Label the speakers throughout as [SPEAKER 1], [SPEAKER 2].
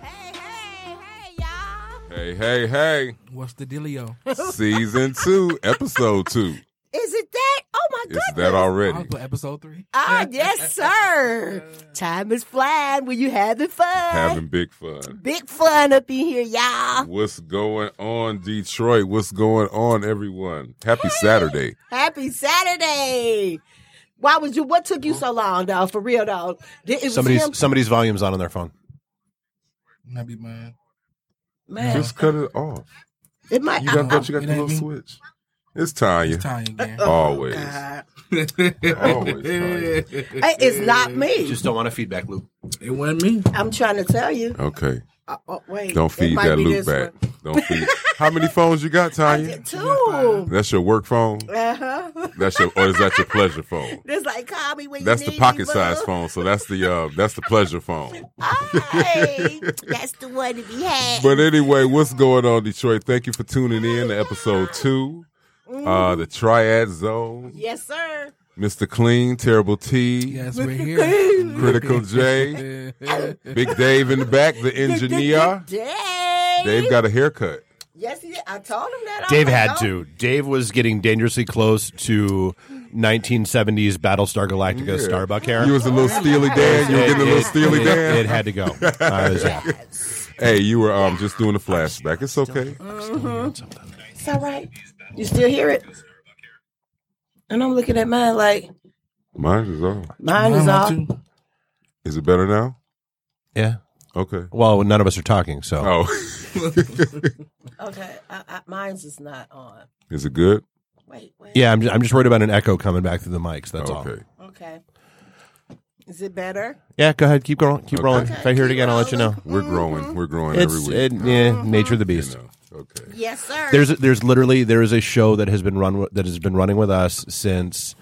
[SPEAKER 1] Hey, hey, hey, y'all.
[SPEAKER 2] Hey, hey, hey.
[SPEAKER 3] What's the dealio?
[SPEAKER 2] Season two, episode two.
[SPEAKER 1] Is it that? Oh my
[SPEAKER 2] It's
[SPEAKER 1] goodness.
[SPEAKER 2] that
[SPEAKER 3] I'll
[SPEAKER 2] already.
[SPEAKER 3] put episode three.
[SPEAKER 1] Ah, yes, sir. Time is flying when you having fun.
[SPEAKER 2] Having big fun.
[SPEAKER 1] Big fun up in here, y'all.
[SPEAKER 2] What's going on, Detroit? What's going on, everyone? Happy Saturday.
[SPEAKER 1] Happy Saturday. Why was you? What took you so long, though? For real, though. Did- It was him.
[SPEAKER 4] Somebody's somebody's volume's on on their phone.
[SPEAKER 3] Might be mine.
[SPEAKER 1] Man,
[SPEAKER 2] Just cut it off.
[SPEAKER 1] it might.
[SPEAKER 2] You got,
[SPEAKER 1] I-
[SPEAKER 2] don't you got
[SPEAKER 3] It
[SPEAKER 2] the
[SPEAKER 3] ain't
[SPEAKER 2] little
[SPEAKER 3] me.
[SPEAKER 2] switch. It's Tanya.
[SPEAKER 3] It's Tanya again.
[SPEAKER 2] Always.
[SPEAKER 1] God.
[SPEAKER 2] Always Tanya.
[SPEAKER 1] Hey, it's not me.
[SPEAKER 4] Just don't want a feedback loop.
[SPEAKER 3] It wasn't me.
[SPEAKER 1] I'm trying to tell you.
[SPEAKER 2] Okay.
[SPEAKER 1] Uh, oh, wait.
[SPEAKER 2] Don't
[SPEAKER 1] it
[SPEAKER 2] feed
[SPEAKER 1] might
[SPEAKER 2] that
[SPEAKER 1] be
[SPEAKER 2] loop
[SPEAKER 1] this
[SPEAKER 2] back.
[SPEAKER 1] one.
[SPEAKER 2] Don't feed. How many phones you got,
[SPEAKER 1] I
[SPEAKER 2] Tanya?
[SPEAKER 1] did too.
[SPEAKER 2] That's your work phone?
[SPEAKER 1] Uh huh.
[SPEAKER 2] That's your or is that your pleasure phone?
[SPEAKER 1] It's like call me when
[SPEAKER 2] That's
[SPEAKER 1] you
[SPEAKER 2] the
[SPEAKER 1] need
[SPEAKER 2] pocket
[SPEAKER 1] me,
[SPEAKER 2] size
[SPEAKER 1] boo.
[SPEAKER 2] phone, so that's the uh that's the pleasure phone.
[SPEAKER 1] Hey, that's the one to be had.
[SPEAKER 2] But anyway, what's going on, Detroit? Thank you for tuning in to episode two, uh,
[SPEAKER 4] Mm.
[SPEAKER 2] the Triad Zone.
[SPEAKER 1] yes, sir.
[SPEAKER 2] Mr. Clean, Terrible T,
[SPEAKER 3] Yes, we're here.
[SPEAKER 2] Critical J, Big Dave in the back, the engineer.
[SPEAKER 1] Dave.
[SPEAKER 2] Dave got a haircut.
[SPEAKER 1] yes, he did. I told him that. I
[SPEAKER 4] Dave
[SPEAKER 1] was
[SPEAKER 4] had
[SPEAKER 1] like, "Oh,
[SPEAKER 4] to. Dave was getting dangerously close to 1970s Battlestar Galactica
[SPEAKER 2] Yeah.
[SPEAKER 4] Starbuck hair.
[SPEAKER 2] You was a little Steely Dan. You were getting a little Steely
[SPEAKER 4] it, It
[SPEAKER 2] Dan.
[SPEAKER 4] had to go. I was out.
[SPEAKER 2] Hey, you were um just doing a flashback. It's okay.
[SPEAKER 1] "Oh, It's all right. You still hear it? And I'm looking at mine like
[SPEAKER 2] Mine is on.
[SPEAKER 1] mine is off.
[SPEAKER 2] Is it better now?
[SPEAKER 4] Yeah.
[SPEAKER 2] Okay.
[SPEAKER 4] Well, none of us are talking, so
[SPEAKER 2] Oh,
[SPEAKER 1] Okay, I, I, mine's is not on.
[SPEAKER 2] is it good?
[SPEAKER 1] Wait, wait.
[SPEAKER 4] yeah. I'm just, I'm just worried about an echo coming back through the mics. That's all.
[SPEAKER 2] Okay.
[SPEAKER 1] Okay. Is it better?
[SPEAKER 4] Yeah. Go ahead. Keep going. Keep rolling.
[SPEAKER 2] Okay.
[SPEAKER 4] If I hear it again, I'll let you know.
[SPEAKER 2] We're growing. We're growing every
[SPEAKER 4] Mm-hmm. It's
[SPEAKER 2] week.
[SPEAKER 4] it, yeah, nature of the
[SPEAKER 2] You
[SPEAKER 4] beast.
[SPEAKER 2] know. Okay.
[SPEAKER 1] Yes, sir.
[SPEAKER 4] There's there's literally there is a show that has been run wi- that has been running with us since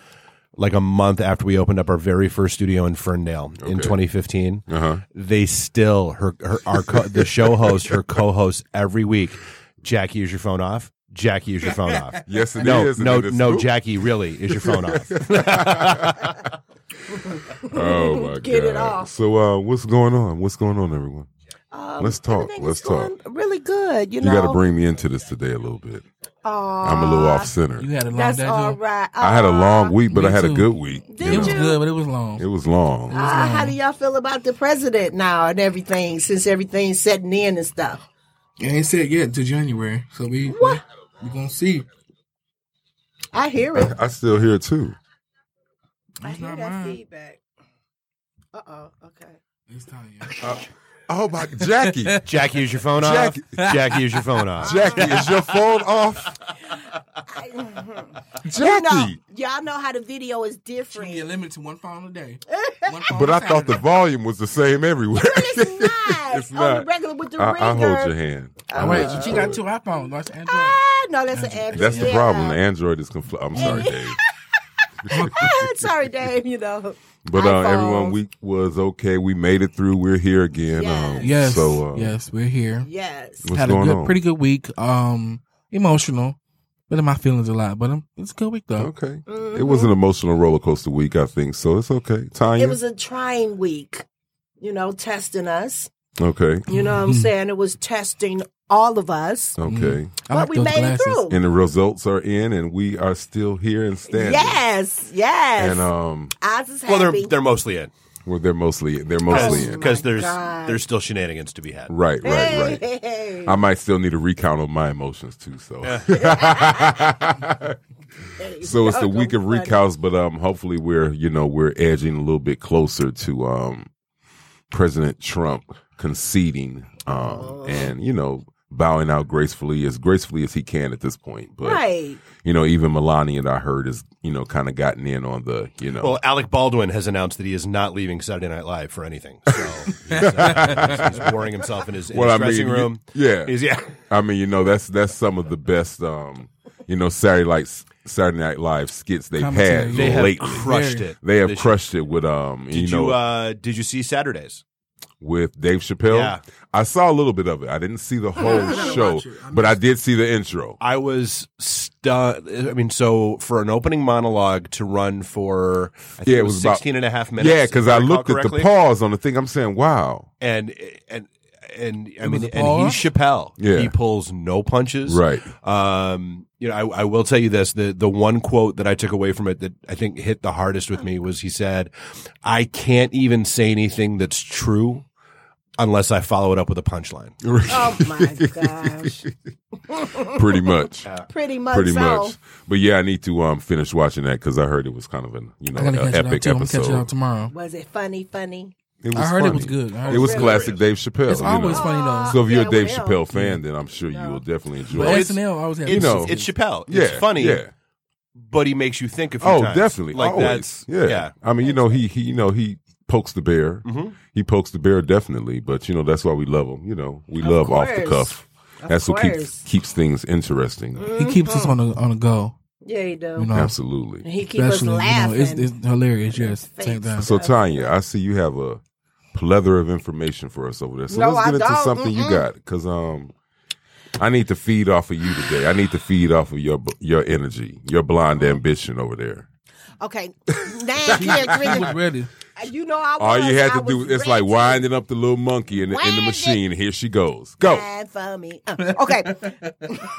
[SPEAKER 4] like a month after we opened up our very first studio in Ferndale in
[SPEAKER 2] Okay.
[SPEAKER 4] 2015.
[SPEAKER 2] Uh huh.
[SPEAKER 4] They still her her our co- the show host her co-host every week. Jackie, is your phone off? Jackie, is your phone off?
[SPEAKER 2] Yes, it is.
[SPEAKER 4] No,
[SPEAKER 2] and
[SPEAKER 4] no,
[SPEAKER 2] it is
[SPEAKER 4] no,
[SPEAKER 2] true.
[SPEAKER 4] Jackie, really, is your phone off?
[SPEAKER 2] Oh my
[SPEAKER 1] Get
[SPEAKER 2] god!
[SPEAKER 1] it off.
[SPEAKER 2] So, uh, what's going on? What's going on, everyone?
[SPEAKER 1] Um,
[SPEAKER 2] Let's talk.
[SPEAKER 1] everything
[SPEAKER 2] Let's
[SPEAKER 1] is going Really good. You,
[SPEAKER 2] You
[SPEAKER 1] know.
[SPEAKER 2] got to bring me into this today a little bit.
[SPEAKER 1] Aw,
[SPEAKER 2] I'm a little off center.
[SPEAKER 3] You had a long
[SPEAKER 1] That's
[SPEAKER 3] day.
[SPEAKER 1] all
[SPEAKER 3] too.
[SPEAKER 1] right.
[SPEAKER 2] I had a long week, but
[SPEAKER 3] me
[SPEAKER 2] I had a
[SPEAKER 3] too.
[SPEAKER 2] good week.
[SPEAKER 1] Did
[SPEAKER 3] It was
[SPEAKER 1] you?
[SPEAKER 3] good, but it was long.
[SPEAKER 2] It was long.
[SPEAKER 1] Ah, how do y'all feel about the president now and everything since everything's setting in and stuff?
[SPEAKER 3] It ain't said yet to January, so we
[SPEAKER 1] What?
[SPEAKER 3] we, we gonna see.
[SPEAKER 1] I hear it.
[SPEAKER 2] I still hear it too.
[SPEAKER 1] I
[SPEAKER 3] It's
[SPEAKER 1] hear
[SPEAKER 3] not
[SPEAKER 1] that
[SPEAKER 3] mine.
[SPEAKER 1] feedback. Uh oh. Okay.
[SPEAKER 3] It's Tanya.
[SPEAKER 2] Oh my, Jackie!
[SPEAKER 4] Jackie, is your phone off?
[SPEAKER 2] Jackie.
[SPEAKER 4] Jackie, is your phone off?
[SPEAKER 2] Jackie, is your phone off?
[SPEAKER 1] You know,
[SPEAKER 2] Jackie.
[SPEAKER 1] y'all know how the video is different.
[SPEAKER 3] You're
[SPEAKER 1] It
[SPEAKER 3] limited to one phone a day. One phone
[SPEAKER 2] But
[SPEAKER 3] a
[SPEAKER 2] I thought the
[SPEAKER 3] Saturday.
[SPEAKER 2] volume was the same everywhere.
[SPEAKER 1] is not.
[SPEAKER 2] It's
[SPEAKER 1] On the
[SPEAKER 2] not.
[SPEAKER 1] regular with the
[SPEAKER 2] I,
[SPEAKER 1] ringer.
[SPEAKER 2] I hold your hand. I
[SPEAKER 3] Oh, wait,
[SPEAKER 2] hold
[SPEAKER 3] she
[SPEAKER 2] you
[SPEAKER 3] got
[SPEAKER 2] to
[SPEAKER 3] two
[SPEAKER 2] it.
[SPEAKER 3] iPhones. That's Android.
[SPEAKER 1] Ah, no, that's an Android.
[SPEAKER 2] That's the
[SPEAKER 1] Yeah.
[SPEAKER 2] problem. The Android is confl- I'm sorry, Dave.
[SPEAKER 1] Ah, Sorry, Dave. You know.
[SPEAKER 2] But uh,
[SPEAKER 1] iPhones.
[SPEAKER 2] everyone, week was okay. We made it through. We're here again.
[SPEAKER 1] Yes.
[SPEAKER 2] Um,
[SPEAKER 3] Yes.
[SPEAKER 2] So uh,
[SPEAKER 3] yes, we're here.
[SPEAKER 1] Yes.
[SPEAKER 2] what's
[SPEAKER 3] had a
[SPEAKER 2] going
[SPEAKER 3] good,
[SPEAKER 2] on?
[SPEAKER 3] pretty good week. Um, emotional, been in my feelings a lot, but um, it's a good week though.
[SPEAKER 2] Okay. It
[SPEAKER 1] Mm-hmm.
[SPEAKER 2] was an emotional roller coaster week, I think. So it's okay. Tanya.
[SPEAKER 1] It was a trying week. You know, testing us.
[SPEAKER 2] okay.
[SPEAKER 1] You know what
[SPEAKER 2] Mm-hmm.
[SPEAKER 1] I'm saying? It was testing all of us.
[SPEAKER 2] Okay.
[SPEAKER 3] I
[SPEAKER 1] But
[SPEAKER 3] like
[SPEAKER 1] we
[SPEAKER 3] those
[SPEAKER 1] made
[SPEAKER 3] glasses.
[SPEAKER 1] it through.
[SPEAKER 2] And the results are in, and we are still here and standing.
[SPEAKER 1] Yes, yes.
[SPEAKER 2] And um,
[SPEAKER 1] I was happy.
[SPEAKER 4] Well, they're they're mostly in Oh
[SPEAKER 2] well, they're mostly they're
[SPEAKER 1] Oh,
[SPEAKER 2] mostly in.
[SPEAKER 4] because there's
[SPEAKER 1] God.
[SPEAKER 4] there's still shenanigans to be had.
[SPEAKER 2] Right, right, right.
[SPEAKER 1] Hey, hey,
[SPEAKER 2] I might still need a recount on my emotions too. So,
[SPEAKER 1] hey.
[SPEAKER 2] so it's the
[SPEAKER 1] Y'all
[SPEAKER 2] week
[SPEAKER 1] so
[SPEAKER 2] of
[SPEAKER 1] funny.
[SPEAKER 2] recounts, but um, hopefully we're you know we're edging a little bit closer to um, President Trump conceding, um, and you know bowing out gracefully, as gracefully as he can at this point. But
[SPEAKER 1] Right.
[SPEAKER 2] you know, even Melania, I heard, is you know kind of gotten in on the you know.
[SPEAKER 4] Well, Alec Baldwin has announced that he is not leaving Saturday Night Live for anything. So he's, uh, he's, he's boring himself in his, in
[SPEAKER 2] Well,
[SPEAKER 4] his
[SPEAKER 2] I mean,
[SPEAKER 4] dressing
[SPEAKER 2] you-
[SPEAKER 4] room.
[SPEAKER 2] yeah.
[SPEAKER 4] He's, yeah.
[SPEAKER 2] I mean, you know, that's that's some of the best, um, you know, Saturday Night Saturday Night Live skits they've
[SPEAKER 3] Commentary.
[SPEAKER 2] had
[SPEAKER 4] They have
[SPEAKER 2] lately.
[SPEAKER 4] crushed
[SPEAKER 3] Very.
[SPEAKER 4] it.
[SPEAKER 2] they have
[SPEAKER 4] this year.
[SPEAKER 2] crushed it with um,
[SPEAKER 4] Did
[SPEAKER 2] you know,
[SPEAKER 4] uh, did you see Saturdays?
[SPEAKER 2] with Dave Chappelle.
[SPEAKER 4] Yeah.
[SPEAKER 2] I saw a little bit of it. I didn't see the whole show, but I did see the intro.
[SPEAKER 4] I was stunned. I mean, so for an opening monologue to run for, I think
[SPEAKER 2] Yeah,
[SPEAKER 4] it
[SPEAKER 2] it
[SPEAKER 4] was,
[SPEAKER 2] was about-
[SPEAKER 4] 16 and a half minutes.
[SPEAKER 2] Yeah, because
[SPEAKER 4] if
[SPEAKER 2] I
[SPEAKER 4] recall
[SPEAKER 2] looked at the
[SPEAKER 4] correctly.
[SPEAKER 2] pause on the thing. I'm saying, wow,
[SPEAKER 4] and and and I
[SPEAKER 3] It was
[SPEAKER 4] mean,
[SPEAKER 3] a
[SPEAKER 4] and
[SPEAKER 3] par?
[SPEAKER 4] he's Chappelle.
[SPEAKER 2] Yeah.
[SPEAKER 4] he pulls no punches.
[SPEAKER 2] right?
[SPEAKER 4] Um, you know, I, I will tell you this: the the one quote that I took away from it that I think hit the hardest with me was he said, "I can't even say anything that's true unless I follow it up with a punchline."
[SPEAKER 1] Oh my gosh.
[SPEAKER 4] Oh.
[SPEAKER 2] Pretty much,
[SPEAKER 1] Pretty much.
[SPEAKER 2] pretty
[SPEAKER 1] so.
[SPEAKER 2] much. But yeah, I need to um finish watching that because I heard it was kind of an you know
[SPEAKER 3] I gotta
[SPEAKER 2] an
[SPEAKER 3] catch it out
[SPEAKER 2] epic
[SPEAKER 3] too. I'm gonna catch it
[SPEAKER 2] episode.
[SPEAKER 3] out tomorrow.
[SPEAKER 1] Was it funny? Funny.
[SPEAKER 2] It was
[SPEAKER 3] I heard it
[SPEAKER 2] funny.
[SPEAKER 3] was good. I heard
[SPEAKER 2] It was
[SPEAKER 1] Really?
[SPEAKER 2] classic Dave Chappelle.
[SPEAKER 3] It's
[SPEAKER 2] you
[SPEAKER 3] always
[SPEAKER 2] know.
[SPEAKER 3] funny
[SPEAKER 1] Oh.
[SPEAKER 3] though.
[SPEAKER 2] So if you're a
[SPEAKER 1] Yeah,
[SPEAKER 2] Dave
[SPEAKER 1] well.
[SPEAKER 2] Chappelle fan, then I'm sure you will definitely enjoy
[SPEAKER 3] But
[SPEAKER 2] it.
[SPEAKER 3] SNL always had
[SPEAKER 4] It's,
[SPEAKER 2] You know.
[SPEAKER 4] it's Chappelle. It's
[SPEAKER 2] yeah,
[SPEAKER 4] funny,
[SPEAKER 2] Yeah.
[SPEAKER 4] but he makes you think a few
[SPEAKER 2] Oh,
[SPEAKER 4] times.
[SPEAKER 2] definitely.
[SPEAKER 4] Like
[SPEAKER 2] Always.
[SPEAKER 4] that's
[SPEAKER 2] yeah. I mean, you know, he he you know he pokes the bear.
[SPEAKER 4] Mhm.
[SPEAKER 2] He pokes the bear definitely, but you know that's why we love him. You know, we
[SPEAKER 1] Of
[SPEAKER 2] love off the
[SPEAKER 1] course.
[SPEAKER 2] cuff.
[SPEAKER 1] Of
[SPEAKER 2] that's what keeps
[SPEAKER 1] course. Mm-hmm.
[SPEAKER 2] keeps things interesting.
[SPEAKER 3] He keeps us on the on the go.
[SPEAKER 1] Yeah, you do.
[SPEAKER 3] You know,
[SPEAKER 2] Absolutely.
[SPEAKER 1] and he keeps us
[SPEAKER 3] especially you know,
[SPEAKER 1] laughing.
[SPEAKER 3] it's, it's hilarious. Yes, same
[SPEAKER 1] Thanks.
[SPEAKER 3] time.
[SPEAKER 2] So Tanya, I see you have a plethora of information for us over there. So
[SPEAKER 1] No,
[SPEAKER 2] let's get
[SPEAKER 1] I
[SPEAKER 2] into
[SPEAKER 1] don't.
[SPEAKER 2] something you
[SPEAKER 1] Mm-mm.
[SPEAKER 2] got because um, I need to feed off of you today. I need to feed off of your your energy, your blonde ambition over there.
[SPEAKER 1] okay. Now, here,
[SPEAKER 3] He
[SPEAKER 1] Grizzy,
[SPEAKER 3] was ready.
[SPEAKER 1] you know I was.
[SPEAKER 2] All you had to
[SPEAKER 1] I
[SPEAKER 2] do
[SPEAKER 1] was
[SPEAKER 2] is like
[SPEAKER 1] ready.
[SPEAKER 2] winding up the little monkey in the, in the
[SPEAKER 1] Wind it.
[SPEAKER 2] machine. Here she goes. Go.
[SPEAKER 1] Bad for me. Uh, okay.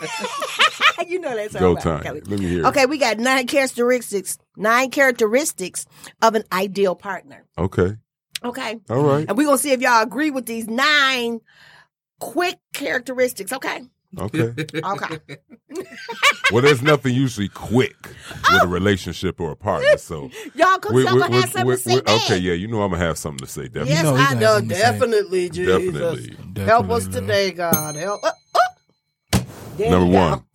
[SPEAKER 1] you know that's
[SPEAKER 2] Go
[SPEAKER 1] all right,
[SPEAKER 2] time.
[SPEAKER 1] Kelly.
[SPEAKER 2] Let me hear it.
[SPEAKER 1] Okay, we got nine characteristics. Nine characteristics of an ideal partner.
[SPEAKER 2] Okay.
[SPEAKER 1] Okay.
[SPEAKER 2] All right.
[SPEAKER 1] And we're gonna see if y'all agree with these nine quick characteristics. Okay.
[SPEAKER 2] Okay.
[SPEAKER 1] Okay.
[SPEAKER 2] well, there's nothing usually quick with a relationship or a partner. So
[SPEAKER 1] Y'all come
[SPEAKER 2] we-
[SPEAKER 1] y'all
[SPEAKER 2] we-
[SPEAKER 1] gonna
[SPEAKER 2] we-
[SPEAKER 1] have something
[SPEAKER 2] we-
[SPEAKER 1] to say.
[SPEAKER 2] we- okay,
[SPEAKER 1] back.
[SPEAKER 2] yeah, you know I'm gonna have something to say. Definitely.
[SPEAKER 1] Yes,
[SPEAKER 3] You know he
[SPEAKER 1] I
[SPEAKER 3] got
[SPEAKER 1] know.
[SPEAKER 3] something to say.
[SPEAKER 1] Definitely, Jesus.
[SPEAKER 2] Definitely.
[SPEAKER 3] Definitely, love.
[SPEAKER 1] God. Help. Oh, oh. There
[SPEAKER 2] Number
[SPEAKER 1] you go.
[SPEAKER 2] one.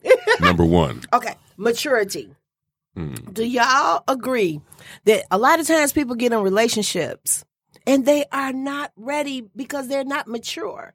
[SPEAKER 2] Number one.
[SPEAKER 1] Okay, maturity.
[SPEAKER 2] Mm.
[SPEAKER 1] Do y'all agree that a lot of times people get in relationships and they are not ready because they're not mature?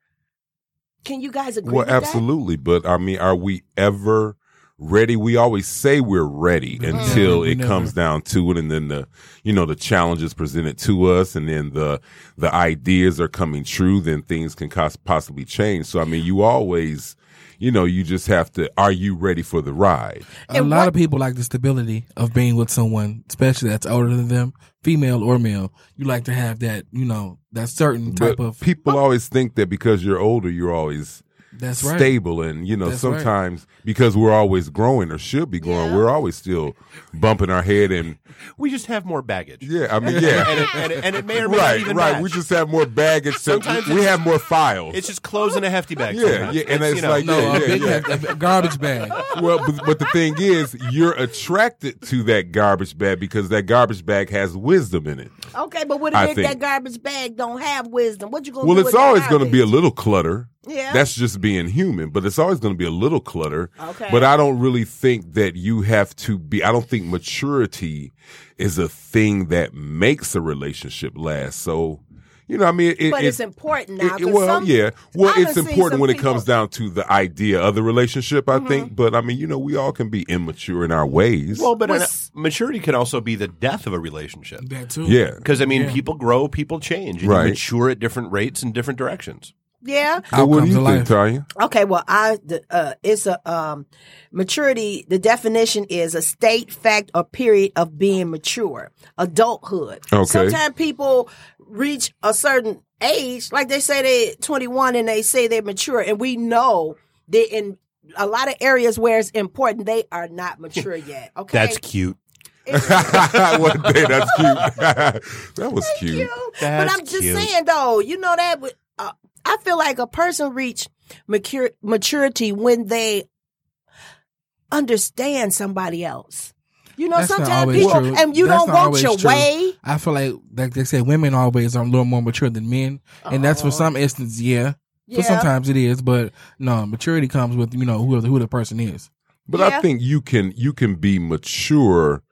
[SPEAKER 1] Can you guys agree?
[SPEAKER 2] Well,
[SPEAKER 1] with that?
[SPEAKER 2] absolutely. But I mean, are we ever ready? We always say we're ready until
[SPEAKER 3] Mm-hmm. Never,
[SPEAKER 2] it
[SPEAKER 3] never.
[SPEAKER 2] comes down to it, and then the you know the challenges presented to us, and then the the ideas are coming true. Then things can cos- possibly change. So I mean, you always. You know, you just have to. Are you ready for the ride?
[SPEAKER 3] A
[SPEAKER 1] And
[SPEAKER 3] lot
[SPEAKER 1] what-
[SPEAKER 3] of people like the stability of being with someone, especially that's older than them, female or male. You like to have that, you know, that certain type
[SPEAKER 2] But
[SPEAKER 3] of.
[SPEAKER 2] people always think that because you're older, you're always
[SPEAKER 3] that's right.
[SPEAKER 2] stable and you know
[SPEAKER 3] That's right.
[SPEAKER 2] sometimes because we're always growing or should be growing we're always still bumping our head and
[SPEAKER 4] we just have more baggage.
[SPEAKER 2] yeah i mean yeah
[SPEAKER 4] and, it, and, it, and it may or may not
[SPEAKER 2] right
[SPEAKER 4] even
[SPEAKER 2] right
[SPEAKER 4] match.
[SPEAKER 2] we just have more baggage so
[SPEAKER 4] Sometimes
[SPEAKER 2] we
[SPEAKER 4] it's-
[SPEAKER 2] have more files
[SPEAKER 4] it's just clothes in a hefty bag.
[SPEAKER 2] Yeah,
[SPEAKER 4] sometimes.
[SPEAKER 2] yeah, and it's
[SPEAKER 4] you know,
[SPEAKER 2] like-
[SPEAKER 3] No,
[SPEAKER 2] Yeah,
[SPEAKER 3] a,
[SPEAKER 2] yeah,
[SPEAKER 3] big,
[SPEAKER 2] yeah.
[SPEAKER 3] a garbage bag.
[SPEAKER 2] well but, but the thing is you're attracted to that garbage bag because that garbage bag has wisdom in it
[SPEAKER 1] Okay, but what
[SPEAKER 2] I
[SPEAKER 1] if
[SPEAKER 2] think-
[SPEAKER 1] that garbage bag don't have wisdom? What you gonna
[SPEAKER 2] well
[SPEAKER 1] do?
[SPEAKER 2] it's always going to be a little clutter
[SPEAKER 1] Yeah.
[SPEAKER 2] that's just being human but it's always going to be a little clutter
[SPEAKER 1] Okay.
[SPEAKER 2] but i don't really think that you have to be i don't think maturity is a thing that makes a relationship last so you know i mean it,
[SPEAKER 1] But
[SPEAKER 2] it-
[SPEAKER 1] it's important
[SPEAKER 2] it-
[SPEAKER 1] now.
[SPEAKER 2] it-
[SPEAKER 1] 'cause
[SPEAKER 2] well
[SPEAKER 1] some-
[SPEAKER 2] yeah well
[SPEAKER 1] I've
[SPEAKER 2] it's
[SPEAKER 1] seen some
[SPEAKER 2] important when it
[SPEAKER 1] people- Mm-hmm.
[SPEAKER 2] comes down to the idea of the relationship i think but i mean you know we all can be immature in our ways
[SPEAKER 4] Well, but an-
[SPEAKER 1] Was-
[SPEAKER 4] maturity can also be the death of a relationship.
[SPEAKER 3] That too.
[SPEAKER 2] yeah
[SPEAKER 4] Because I mean, people grow, people change, and
[SPEAKER 2] Right.
[SPEAKER 4] you mature at different rates and different directions.
[SPEAKER 1] Yeah.
[SPEAKER 2] so what do
[SPEAKER 3] Outcomes
[SPEAKER 2] you think
[SPEAKER 3] of life.
[SPEAKER 2] tanya
[SPEAKER 1] Okay, well, I the, uh, it's a um, maturity. The definition is a state, fact, or period of being mature, adulthood.
[SPEAKER 2] Okay.
[SPEAKER 1] Sometimes people reach a certain age, like they say they're twenty one and they say they're mature, and we know that in a lot of areas where it's important, they are not mature yet. Okay,
[SPEAKER 4] That's cute.
[SPEAKER 2] One day, that's cute that was cute
[SPEAKER 1] you. but
[SPEAKER 4] That's
[SPEAKER 1] I'm just
[SPEAKER 4] cute.
[SPEAKER 1] saying though, you know that would- uh, I feel like a person reach mature, maturity when they understand somebody else. You know,
[SPEAKER 3] That's not
[SPEAKER 1] sometimes
[SPEAKER 3] always
[SPEAKER 1] people
[SPEAKER 3] true.
[SPEAKER 1] and you
[SPEAKER 3] That's
[SPEAKER 1] don't
[SPEAKER 3] not
[SPEAKER 1] want
[SPEAKER 3] always
[SPEAKER 1] your
[SPEAKER 3] true.
[SPEAKER 1] way.
[SPEAKER 3] I feel like, like they say, women always are a little more mature than men, and that's for some instance, yeah. So
[SPEAKER 1] Yeah.
[SPEAKER 3] sometimes it is, but no, maturity comes with you know who the, who the person is.
[SPEAKER 2] But
[SPEAKER 1] Yeah.
[SPEAKER 2] I think you can you can be mature.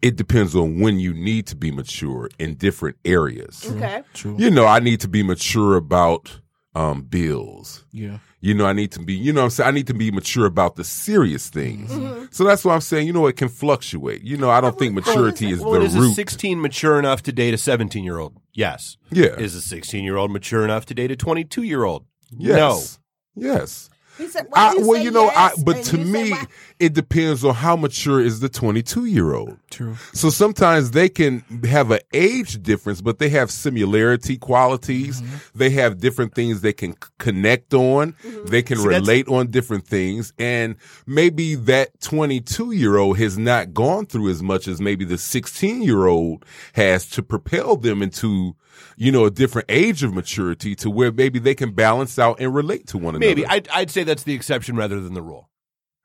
[SPEAKER 2] It depends on when you need to be mature in different areas.
[SPEAKER 1] Okay.
[SPEAKER 3] True.
[SPEAKER 2] You know, I need to be mature about um, bills.
[SPEAKER 3] Yeah.
[SPEAKER 2] You know, I need to be, you know what I'm saying? I need to be mature about the serious things. So that's why I'm saying, you know, it can fluctuate. You know, I don't think maturity is
[SPEAKER 5] Well,
[SPEAKER 2] the
[SPEAKER 5] is a
[SPEAKER 2] root.
[SPEAKER 5] 16 mature enough to date a 17 year old? Yes.
[SPEAKER 2] Yeah.
[SPEAKER 5] Is a 16 year old mature enough to date a 22 year old?
[SPEAKER 2] yes. Yes.
[SPEAKER 1] He said, why
[SPEAKER 2] I,
[SPEAKER 1] do you
[SPEAKER 2] well,
[SPEAKER 1] say
[SPEAKER 2] you know,
[SPEAKER 1] yes
[SPEAKER 2] I, but
[SPEAKER 1] and
[SPEAKER 2] to
[SPEAKER 1] you say
[SPEAKER 2] me,
[SPEAKER 1] why?
[SPEAKER 2] it depends on how mature is the 22 year old.
[SPEAKER 3] True.
[SPEAKER 2] So sometimes they can have an age difference, but they have similarity qualities.
[SPEAKER 5] Mm-hmm.
[SPEAKER 2] They have different things they can c- connect on.
[SPEAKER 1] Mm-hmm.
[SPEAKER 2] They can
[SPEAKER 5] See, that's-
[SPEAKER 2] relate on different things. And maybe that 22 year old has not gone through as much as maybe the 16 year old has to propel them into, you know, a different age of maturity to where maybe they can balance out and relate to one
[SPEAKER 5] Maybe.
[SPEAKER 2] another.
[SPEAKER 5] I'd, I'd say that's the exception rather than the rule.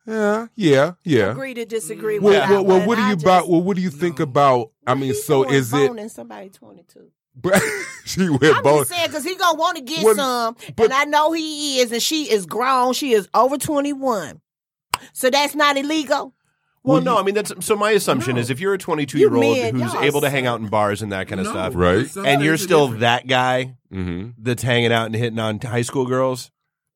[SPEAKER 2] Yeah. Yeah. Yeah.
[SPEAKER 1] agree to disagree
[SPEAKER 2] Well,
[SPEAKER 1] with that
[SPEAKER 2] well, well,
[SPEAKER 1] one.
[SPEAKER 2] what do
[SPEAKER 1] I
[SPEAKER 2] you
[SPEAKER 1] just-
[SPEAKER 2] about? Well, what do you think about? I mean,
[SPEAKER 1] He's
[SPEAKER 2] so
[SPEAKER 1] doing
[SPEAKER 2] is it?
[SPEAKER 1] boning somebody 22.
[SPEAKER 2] But she went
[SPEAKER 1] I'm
[SPEAKER 2] both.
[SPEAKER 1] just saying because he gonna want to get
[SPEAKER 2] Well,
[SPEAKER 1] some,
[SPEAKER 2] but-
[SPEAKER 1] and I know he is, and she is grown. She is over twenty one, so that's not illegal.
[SPEAKER 5] Well, no, I mean that's so. My assumption is if you're a 22 year
[SPEAKER 1] You
[SPEAKER 5] old
[SPEAKER 1] men,
[SPEAKER 5] who's
[SPEAKER 1] y'all
[SPEAKER 5] able to hang
[SPEAKER 1] suck.
[SPEAKER 5] out in bars and that kind of
[SPEAKER 3] No,
[SPEAKER 5] stuff,
[SPEAKER 2] Right.
[SPEAKER 3] some
[SPEAKER 5] and
[SPEAKER 3] things
[SPEAKER 5] you're
[SPEAKER 3] are
[SPEAKER 5] still
[SPEAKER 3] different.
[SPEAKER 5] that guy
[SPEAKER 2] Mm-hmm.
[SPEAKER 5] that's hanging out and hitting on high school girls,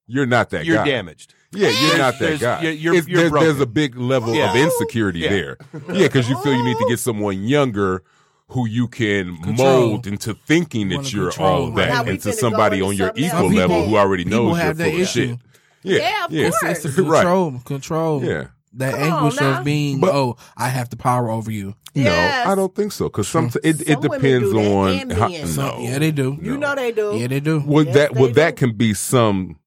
[SPEAKER 2] You're not that
[SPEAKER 5] you're
[SPEAKER 2] guy.
[SPEAKER 5] damaged.
[SPEAKER 2] Yeah, you're not that
[SPEAKER 5] There's-
[SPEAKER 2] guy.
[SPEAKER 5] you're- you're-
[SPEAKER 2] It's-
[SPEAKER 5] you're
[SPEAKER 2] there's- there's
[SPEAKER 5] broken.
[SPEAKER 2] a big level
[SPEAKER 5] Yeah.
[SPEAKER 2] of insecurity
[SPEAKER 5] Yeah.
[SPEAKER 2] there. Yeah, because you feel you need to get someone younger who you can
[SPEAKER 3] Control.
[SPEAKER 2] mold into thinking
[SPEAKER 3] Wanna
[SPEAKER 2] that you're
[SPEAKER 3] control.
[SPEAKER 2] all
[SPEAKER 3] Now
[SPEAKER 2] that,
[SPEAKER 1] we
[SPEAKER 2] into
[SPEAKER 1] finna go
[SPEAKER 2] somebody
[SPEAKER 1] into
[SPEAKER 2] on your
[SPEAKER 1] something
[SPEAKER 2] equal
[SPEAKER 3] else. People-
[SPEAKER 2] level who already
[SPEAKER 3] people
[SPEAKER 2] knows you're
[SPEAKER 3] have
[SPEAKER 2] full
[SPEAKER 3] that
[SPEAKER 2] of
[SPEAKER 3] issue.
[SPEAKER 2] shit. Yeah,
[SPEAKER 1] Yeah, of course.
[SPEAKER 3] It's the
[SPEAKER 2] right.
[SPEAKER 3] control, control.
[SPEAKER 2] Yeah.
[SPEAKER 3] That
[SPEAKER 1] Come on
[SPEAKER 3] anguish
[SPEAKER 1] now.
[SPEAKER 3] of being,
[SPEAKER 2] But-
[SPEAKER 3] oh, I have the power over you.
[SPEAKER 1] Yes.
[SPEAKER 2] No, I don't think so. Because some it,
[SPEAKER 1] Some
[SPEAKER 2] it
[SPEAKER 1] women
[SPEAKER 2] depends
[SPEAKER 1] do that
[SPEAKER 2] on
[SPEAKER 1] and
[SPEAKER 2] how-
[SPEAKER 1] men.
[SPEAKER 3] So,
[SPEAKER 2] no.
[SPEAKER 3] yeah, they do.
[SPEAKER 1] You know they do.
[SPEAKER 3] Yeah, they do.
[SPEAKER 2] Well,
[SPEAKER 1] Yes,
[SPEAKER 2] that well
[SPEAKER 1] they
[SPEAKER 2] that
[SPEAKER 1] do.
[SPEAKER 2] can be some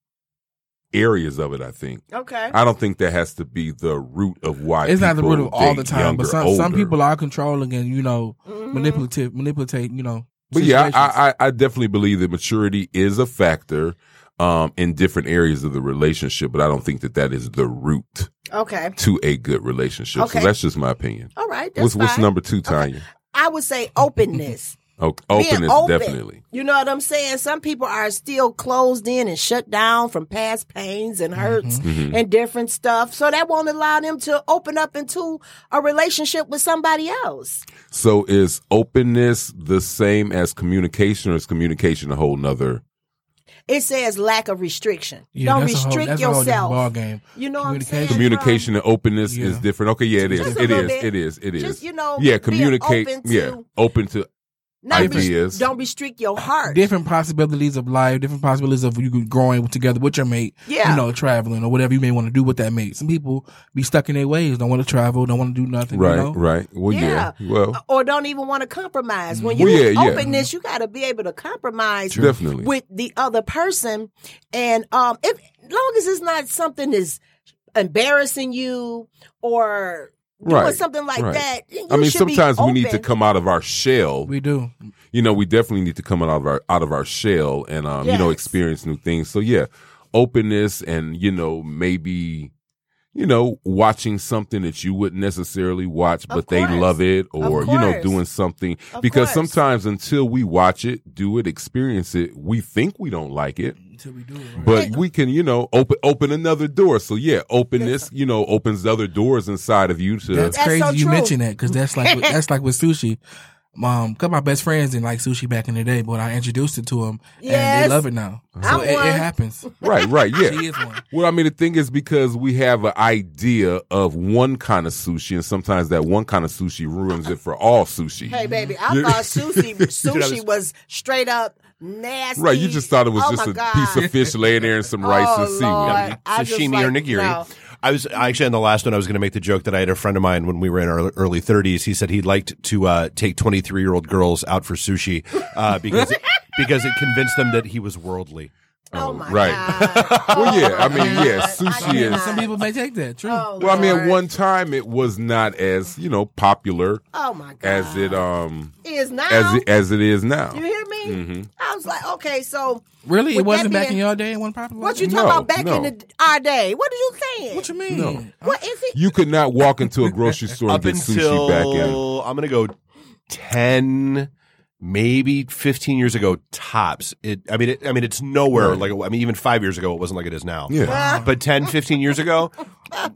[SPEAKER 2] areas of it. I think.
[SPEAKER 1] Okay.
[SPEAKER 2] I don't think that has to be the root of why.
[SPEAKER 3] It's not the root
[SPEAKER 2] people
[SPEAKER 3] of all the
[SPEAKER 2] date
[SPEAKER 3] time,
[SPEAKER 2] younger,
[SPEAKER 3] but some some
[SPEAKER 2] older.
[SPEAKER 3] people are controlling and you know
[SPEAKER 1] Mhm.
[SPEAKER 3] manipulative, manipulate. You know,
[SPEAKER 2] But yeah,
[SPEAKER 3] situations.
[SPEAKER 2] I, I I definitely believe that maturity is a factor um, in different areas of the relationship, but I don't think that that is the root
[SPEAKER 1] Okay.
[SPEAKER 2] to a good relationship.
[SPEAKER 1] Okay.
[SPEAKER 2] So that's just my opinion.
[SPEAKER 1] All right. That's
[SPEAKER 2] What's what's
[SPEAKER 1] fine.
[SPEAKER 2] number two, Tanya?
[SPEAKER 1] I would say openness.
[SPEAKER 2] Okay.
[SPEAKER 1] Being
[SPEAKER 2] Openness,
[SPEAKER 1] open.
[SPEAKER 2] definitely.
[SPEAKER 1] You know what I'm saying? Some people are still closed in and shut down from past pains
[SPEAKER 3] Mm-hmm.
[SPEAKER 1] and hurts
[SPEAKER 2] Mm-hmm.
[SPEAKER 1] and different stuff. So that won't allow them to open up into a relationship with somebody else.
[SPEAKER 2] So is openness the same as communication, or is communication a whole nother?
[SPEAKER 1] It says lack of restriction.
[SPEAKER 3] Yeah,
[SPEAKER 1] Don't
[SPEAKER 3] that's a whole-
[SPEAKER 1] restrict
[SPEAKER 3] that's a whole
[SPEAKER 1] yourself.
[SPEAKER 3] different ballgame.
[SPEAKER 1] You know what I'm saying?
[SPEAKER 3] Communication.
[SPEAKER 2] Communication and openness
[SPEAKER 3] Yeah.
[SPEAKER 2] is different. Okay, yeah, it is.
[SPEAKER 1] Just a
[SPEAKER 2] It
[SPEAKER 1] little
[SPEAKER 2] is.
[SPEAKER 1] bit.
[SPEAKER 2] It is. It is.
[SPEAKER 1] Just, you know,
[SPEAKER 2] yeah,
[SPEAKER 1] being
[SPEAKER 2] communicate.
[SPEAKER 1] open to-
[SPEAKER 2] yeah, open to
[SPEAKER 1] Not
[SPEAKER 2] Ideas.
[SPEAKER 1] don't restrict your heart.
[SPEAKER 3] different possibilities of life, different possibilities of you growing together with your mate.
[SPEAKER 1] Yeah.
[SPEAKER 3] you know, traveling or whatever you may want to do with that mate. Some people be stuck in their ways, don't want to travel, don't want to do nothing.
[SPEAKER 2] right,
[SPEAKER 3] you know?
[SPEAKER 2] right. Well, yeah. Well,
[SPEAKER 1] or don't even want to compromise. When you
[SPEAKER 2] Well, yeah, yeah.
[SPEAKER 1] openness, you got to be able to compromise
[SPEAKER 2] Definitely.
[SPEAKER 1] with the other person, and um, if long as it's not something that's embarrassing you or doing
[SPEAKER 2] Right,
[SPEAKER 1] something like
[SPEAKER 2] right.
[SPEAKER 1] that. you
[SPEAKER 2] I mean,
[SPEAKER 1] should be
[SPEAKER 2] sometimes we need to
[SPEAKER 1] open.
[SPEAKER 2] come out of our shell.
[SPEAKER 3] We do.
[SPEAKER 2] you know, we definitely need to come out of our out of our shell and um, you know,
[SPEAKER 1] Yes.
[SPEAKER 2] experience new things. So yeah, openness and you know, maybe you know, watching something that you wouldn't necessarily watch, but they
[SPEAKER 1] course.
[SPEAKER 2] love it, or
[SPEAKER 1] Of
[SPEAKER 2] you know,
[SPEAKER 1] course.
[SPEAKER 2] doing something
[SPEAKER 1] Of
[SPEAKER 2] because
[SPEAKER 1] course.
[SPEAKER 2] sometimes until we watch it, do it, experience it, we think we don't like it,
[SPEAKER 3] Until we do
[SPEAKER 2] but uh, we can you know open open another door. So yeah, openness you know opens other doors inside of you to
[SPEAKER 3] That's,
[SPEAKER 1] That's
[SPEAKER 3] crazy
[SPEAKER 1] so
[SPEAKER 3] you
[SPEAKER 1] true.
[SPEAKER 3] mentioned that because that's like that's like with sushi. Um, cause my best friends didn't like sushi back in the day, but I introduced it to them, and
[SPEAKER 1] Yes.
[SPEAKER 3] they love it now.
[SPEAKER 1] I'm
[SPEAKER 2] Uh-huh.
[SPEAKER 3] So it, it
[SPEAKER 1] one.
[SPEAKER 3] happens.
[SPEAKER 2] right, right, yeah.
[SPEAKER 3] She is one.
[SPEAKER 2] Well, I mean, the thing is because we have an idea of one kind of sushi, and sometimes that one kind of sushi ruins it for all sushi.
[SPEAKER 1] Hey, baby, I thought sushi sushi was straight up nasty.
[SPEAKER 2] right? You just thought it was
[SPEAKER 1] Oh,
[SPEAKER 2] just
[SPEAKER 1] my
[SPEAKER 2] a
[SPEAKER 1] God.
[SPEAKER 2] piece of fish laying there and some rice
[SPEAKER 1] Oh,
[SPEAKER 2] and seaweed.
[SPEAKER 1] Lord. I just
[SPEAKER 5] sashimi or
[SPEAKER 1] like-
[SPEAKER 5] nigiri.
[SPEAKER 1] no.
[SPEAKER 5] I was actually on the last one. I was going to make the joke that I had a friend of mine when we were in our early 30s. He said he liked to uh, take 23 year old girls out for sushi uh, because because it convinced them that he was worldly.
[SPEAKER 1] Oh my
[SPEAKER 2] Right.
[SPEAKER 1] God. Oh
[SPEAKER 2] Well, yeah, I mean, yeah, sushi
[SPEAKER 1] cannot.
[SPEAKER 2] is.
[SPEAKER 3] Some people may take that. True.
[SPEAKER 1] Oh,
[SPEAKER 2] Well, I mean, at
[SPEAKER 1] Lord.
[SPEAKER 2] one time it was not as you know popular
[SPEAKER 1] Oh my God.
[SPEAKER 2] as it um
[SPEAKER 1] is now.
[SPEAKER 2] as it, Mm-hmm. as it is now.
[SPEAKER 1] you hear me? I was like, okay, so With
[SPEAKER 3] Really, it
[SPEAKER 1] that
[SPEAKER 3] wasn't back
[SPEAKER 1] being-
[SPEAKER 3] in your day. It wasn't popular.
[SPEAKER 1] what
[SPEAKER 3] like
[SPEAKER 1] you
[SPEAKER 3] that?
[SPEAKER 1] talking about back
[SPEAKER 2] no.
[SPEAKER 1] in the, our day? What are you saying?
[SPEAKER 3] What you mean?
[SPEAKER 2] No.
[SPEAKER 1] What is it?
[SPEAKER 2] You could not walk into a grocery store and
[SPEAKER 5] Up
[SPEAKER 2] get sushi back in.
[SPEAKER 5] until I'm going to go 10,
[SPEAKER 4] maybe 15 years ago tops. It I mean it, I mean it's nowhere
[SPEAKER 2] Right.
[SPEAKER 4] like it- I mean even 5 years ago it wasn't like it is now.
[SPEAKER 2] Yeah.
[SPEAKER 4] But 10 15 years ago,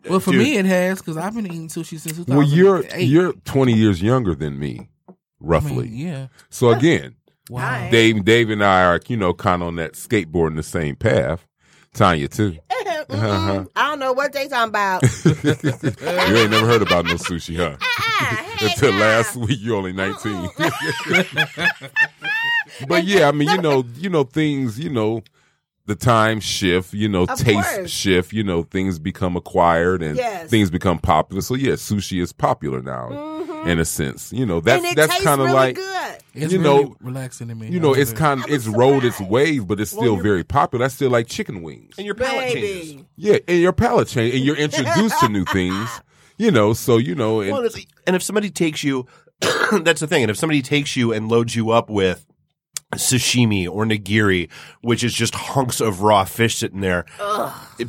[SPEAKER 3] Well, for
[SPEAKER 4] Dude.
[SPEAKER 3] me, it has because I've been eating sushi since 2008.
[SPEAKER 2] Well, you're you're 20 years younger than me,
[SPEAKER 3] I mean,
[SPEAKER 2] roughly.
[SPEAKER 3] yeah.
[SPEAKER 2] So again,
[SPEAKER 3] Wow.
[SPEAKER 1] Nice.
[SPEAKER 2] Dave, Dave, and I are you know kind of on that skateboarding the same path. Tanya too.
[SPEAKER 1] Mm-mm.
[SPEAKER 2] Uh-huh.
[SPEAKER 1] Mm-hmm. I don't know what they talking about.
[SPEAKER 2] you ain't never heard about no sushi, huh? Until last week, you're only 19.
[SPEAKER 1] Uh-uh.
[SPEAKER 2] but yeah, I mean, you know, you know things, you know, the time shift, you know,
[SPEAKER 1] Of
[SPEAKER 2] taste
[SPEAKER 1] course.
[SPEAKER 2] shift, you know, things become acquired and
[SPEAKER 1] Yes.
[SPEAKER 2] things become popular. So yeah, sushi is popular now in a sense. You know, that's
[SPEAKER 1] Mm-hmm. and it
[SPEAKER 2] that's
[SPEAKER 1] tastes
[SPEAKER 2] kind of
[SPEAKER 1] really
[SPEAKER 2] like
[SPEAKER 1] good.
[SPEAKER 3] It's
[SPEAKER 2] you
[SPEAKER 3] really
[SPEAKER 2] know-
[SPEAKER 3] relaxing to me.
[SPEAKER 2] you know,
[SPEAKER 3] I
[SPEAKER 2] it's
[SPEAKER 3] love it.
[SPEAKER 2] kind of
[SPEAKER 1] I'm
[SPEAKER 2] it's rode its
[SPEAKER 1] surprised.
[SPEAKER 2] wave, but it's still
[SPEAKER 1] you're-
[SPEAKER 2] very popular. That's still like chicken wings.
[SPEAKER 4] and your palate changes.
[SPEAKER 1] Baby.
[SPEAKER 2] Yeah, and your palate change, and you're introduced to new things. You know, so you know, and
[SPEAKER 4] Well, it's, and if somebody takes you, that's the thing. And if somebody takes you and loads you up with sashimi or nigiri, which is just hunks of raw fish sitting there,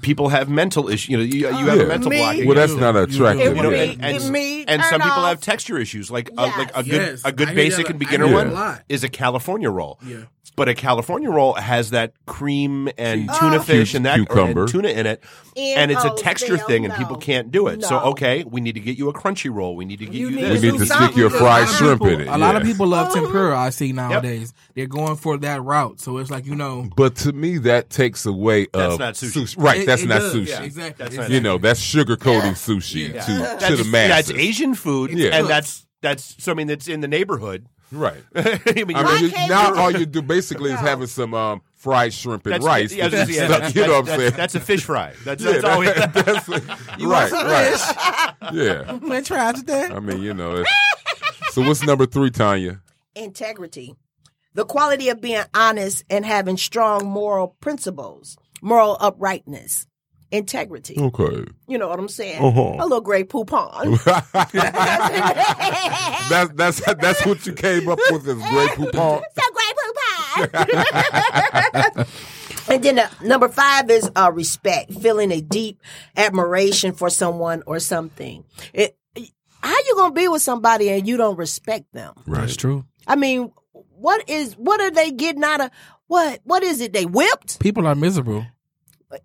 [SPEAKER 4] people have mental issues. You know, you, you have
[SPEAKER 2] Yeah.
[SPEAKER 4] a mental
[SPEAKER 1] Me?
[SPEAKER 4] block.
[SPEAKER 2] well, that's not
[SPEAKER 1] It
[SPEAKER 2] attractive.
[SPEAKER 1] would
[SPEAKER 2] though.
[SPEAKER 1] be- It me,
[SPEAKER 4] and
[SPEAKER 1] turn
[SPEAKER 4] some people
[SPEAKER 1] off.
[SPEAKER 4] have texture issues. Like
[SPEAKER 1] Yes.
[SPEAKER 4] a, like a good
[SPEAKER 3] Yes.
[SPEAKER 4] a
[SPEAKER 3] I
[SPEAKER 4] good
[SPEAKER 3] hear that.
[SPEAKER 4] basic and
[SPEAKER 3] I hear
[SPEAKER 4] beginner
[SPEAKER 2] that
[SPEAKER 4] one
[SPEAKER 2] a
[SPEAKER 3] lot.
[SPEAKER 4] is a California roll.
[SPEAKER 3] Yeah.
[SPEAKER 4] But a California roll has that cream and
[SPEAKER 1] Oh.
[SPEAKER 4] tuna fish and that or- and
[SPEAKER 2] Cucumber.
[SPEAKER 4] tuna in it,
[SPEAKER 1] In-
[SPEAKER 4] and it's
[SPEAKER 1] oh,
[SPEAKER 4] a texture
[SPEAKER 1] hell
[SPEAKER 4] thing, and
[SPEAKER 1] no.
[SPEAKER 4] people can't do it. So
[SPEAKER 1] No.
[SPEAKER 4] okay, we need to get you a crunchy roll. We need to get
[SPEAKER 1] You
[SPEAKER 4] you,
[SPEAKER 1] need
[SPEAKER 4] this.
[SPEAKER 1] to
[SPEAKER 2] You need to stick
[SPEAKER 1] something
[SPEAKER 2] your
[SPEAKER 1] to-
[SPEAKER 2] fried
[SPEAKER 3] lot of
[SPEAKER 2] shrimp
[SPEAKER 3] people-
[SPEAKER 2] in it.
[SPEAKER 3] A lot of
[SPEAKER 2] yeah.
[SPEAKER 3] people love tempura. I see nowadays they're going for that route, so it's like you know,
[SPEAKER 2] But to me, that takes away
[SPEAKER 4] That's
[SPEAKER 2] of
[SPEAKER 4] not sushi.
[SPEAKER 2] Right,
[SPEAKER 3] it-
[SPEAKER 2] that's
[SPEAKER 3] it
[SPEAKER 2] not
[SPEAKER 3] does.
[SPEAKER 2] sushi.
[SPEAKER 3] Yeah, exactly.
[SPEAKER 4] That's not
[SPEAKER 2] You know, that's sugar coating sushi
[SPEAKER 3] Yeah.
[SPEAKER 2] to,
[SPEAKER 4] That's
[SPEAKER 2] to the
[SPEAKER 4] just-
[SPEAKER 2] masses.
[SPEAKER 4] Yeah, it's Asian food,
[SPEAKER 2] Yeah.
[SPEAKER 4] and that's that's so. I mean, that's in the neighborhood.
[SPEAKER 2] Right.
[SPEAKER 4] I mean,
[SPEAKER 2] I
[SPEAKER 4] you're-
[SPEAKER 2] mean, you,
[SPEAKER 1] can't
[SPEAKER 2] now
[SPEAKER 1] we-
[SPEAKER 2] all you do basically is having some um, fried shrimp and
[SPEAKER 4] that's
[SPEAKER 2] rice.
[SPEAKER 4] yeah, I was
[SPEAKER 2] that
[SPEAKER 4] gonna
[SPEAKER 2] you
[SPEAKER 4] say, yeah,
[SPEAKER 2] stuck-
[SPEAKER 4] that's-
[SPEAKER 2] you know what I'm
[SPEAKER 4] that's-
[SPEAKER 2] saying?
[SPEAKER 4] That's a fish fry. That's,
[SPEAKER 2] yeah,
[SPEAKER 4] that's all. we-
[SPEAKER 2] that- that's right, right. Yeah.
[SPEAKER 3] man, try it today.
[SPEAKER 2] I mean, you know. it's- So what's number three, Tanya?
[SPEAKER 1] integrity, the quality of being honest and having strong moral principles, moral uprightness, integrity.
[SPEAKER 2] Okay.
[SPEAKER 1] You know what I'm saying?
[SPEAKER 2] Uh-huh.
[SPEAKER 1] A little Grey Poupon.
[SPEAKER 2] That's that's that's what you came up with is great coupon.
[SPEAKER 1] So Grey Poupon. and then uh, number five is uh, respect, feeling a deep admiration for someone or something. It, how you gonna be with somebody and you don't respect them?
[SPEAKER 3] That's true.
[SPEAKER 1] I mean, what is what are they getting out of what? What is it? They whipped
[SPEAKER 3] People are miserable.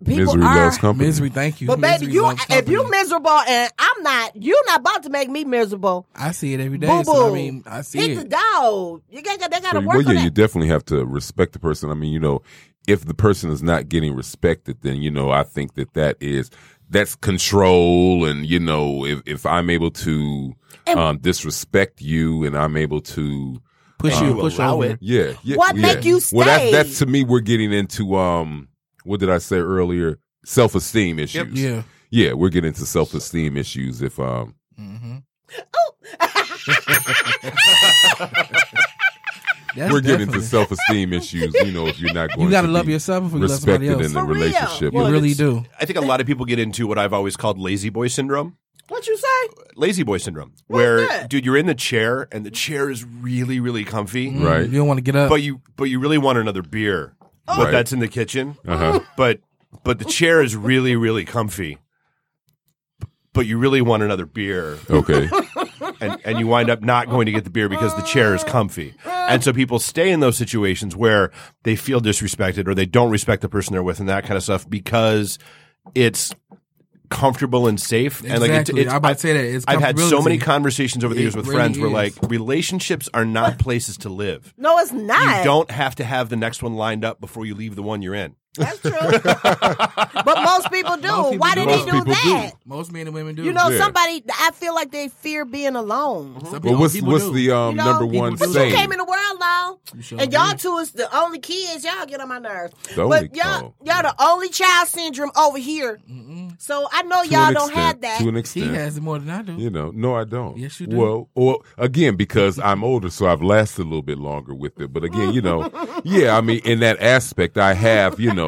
[SPEAKER 1] people
[SPEAKER 2] Misery
[SPEAKER 1] are.
[SPEAKER 2] loves company.
[SPEAKER 3] Misery, thank you.
[SPEAKER 1] But
[SPEAKER 3] Misery
[SPEAKER 1] baby, you
[SPEAKER 3] loves
[SPEAKER 1] if
[SPEAKER 3] company.
[SPEAKER 1] you miserable and I'm not, you're not about to make me miserable.
[SPEAKER 3] I see it every day.
[SPEAKER 1] Boo boo.
[SPEAKER 3] So, I mean, I see
[SPEAKER 1] Hit the
[SPEAKER 3] it.
[SPEAKER 1] dog. You got they got to
[SPEAKER 2] well,
[SPEAKER 1] work
[SPEAKER 2] yeah,
[SPEAKER 1] on
[SPEAKER 2] you
[SPEAKER 1] that.
[SPEAKER 2] definitely have to respect the person. I mean, you know, if the person is not getting respected, then you know, I think that that is that's control, and you know, if if I'm able to um, disrespect you, and I'm able to.
[SPEAKER 3] Push you,
[SPEAKER 4] You
[SPEAKER 3] push
[SPEAKER 4] allow
[SPEAKER 3] over.
[SPEAKER 4] it.
[SPEAKER 2] Yeah, yeah.
[SPEAKER 1] What
[SPEAKER 2] yeah.
[SPEAKER 1] make you
[SPEAKER 2] Well, that's
[SPEAKER 1] stay?
[SPEAKER 2] that's to me. We're getting into um, what did I say earlier? Self esteem issues.
[SPEAKER 3] Yeah.
[SPEAKER 2] yeah, we're getting into self esteem issues. If um,
[SPEAKER 1] Mm-hmm.
[SPEAKER 3] hmm
[SPEAKER 2] we're getting into self esteem issues, you know, if you're not going,
[SPEAKER 3] You gotta
[SPEAKER 2] to
[SPEAKER 3] love
[SPEAKER 2] be
[SPEAKER 3] yourself before you love somebody
[SPEAKER 2] respected
[SPEAKER 3] else.
[SPEAKER 2] in the
[SPEAKER 1] For real.
[SPEAKER 2] relationship.
[SPEAKER 3] You
[SPEAKER 4] Well,
[SPEAKER 3] really
[SPEAKER 4] it's-
[SPEAKER 3] do.
[SPEAKER 4] I think a lot of people get into what I've always called lazy boy syndrome.
[SPEAKER 1] What you say?
[SPEAKER 4] Lazy boy syndrome, where
[SPEAKER 1] that?
[SPEAKER 4] dude, you're in the chair and the chair is really, really comfy,
[SPEAKER 3] Mm,
[SPEAKER 2] Right.
[SPEAKER 3] You don't want to get up.
[SPEAKER 4] but you but you really want another beer, but
[SPEAKER 2] Right.
[SPEAKER 4] that's in the kitchen.
[SPEAKER 2] Uh-huh.
[SPEAKER 4] But but the chair is really, really comfy, but you really want another beer,
[SPEAKER 2] Okay.
[SPEAKER 4] and and you wind up not going to get the beer because the chair is comfy, and so people stay in those situations where they feel disrespected or they don't respect the person they're with and that kind of stuff because it's comfortable and safe and like
[SPEAKER 3] Exactly. I'm about to say that. It's
[SPEAKER 4] I've had so many
[SPEAKER 3] comfortability.
[SPEAKER 4] conversations over the
[SPEAKER 3] It
[SPEAKER 4] years with
[SPEAKER 3] really
[SPEAKER 4] friends where
[SPEAKER 3] is.
[SPEAKER 4] like relationships are not places to live.
[SPEAKER 1] No, it's not.
[SPEAKER 4] You don't have to have the next one lined up before you leave the one you're in.
[SPEAKER 1] That's true. but most people do.
[SPEAKER 3] Most people
[SPEAKER 1] Why
[SPEAKER 3] do.
[SPEAKER 1] did he
[SPEAKER 3] Most
[SPEAKER 1] do
[SPEAKER 2] people do.
[SPEAKER 1] that?
[SPEAKER 3] Most men and women do.
[SPEAKER 1] You know,
[SPEAKER 2] Yeah.
[SPEAKER 1] somebody. I feel like they fear being alone.
[SPEAKER 3] Some
[SPEAKER 2] well,
[SPEAKER 3] people-
[SPEAKER 2] what's
[SPEAKER 3] people
[SPEAKER 2] what's
[SPEAKER 3] do.
[SPEAKER 2] the um,
[SPEAKER 1] You know,
[SPEAKER 2] number
[SPEAKER 3] people
[SPEAKER 2] one
[SPEAKER 3] do.
[SPEAKER 1] But you
[SPEAKER 2] saying?
[SPEAKER 1] came in the world alone,
[SPEAKER 3] sure
[SPEAKER 1] and y'all
[SPEAKER 3] did.
[SPEAKER 1] two is the only kids. Y'all get on my nerves.
[SPEAKER 2] The
[SPEAKER 1] but
[SPEAKER 2] only-
[SPEAKER 1] y'all,
[SPEAKER 2] oh.
[SPEAKER 1] y'all the only child syndrome over here. So I know y'all don't have that.
[SPEAKER 2] To an
[SPEAKER 3] He
[SPEAKER 2] extent.
[SPEAKER 3] has it more than I do.
[SPEAKER 2] you know, no, I don't.
[SPEAKER 3] Yes, you do.
[SPEAKER 2] Well, or again, because I'm older, so I've lasted a little bit longer with it. But again, you know, yeah, I mean, in that aspect, I have, you know,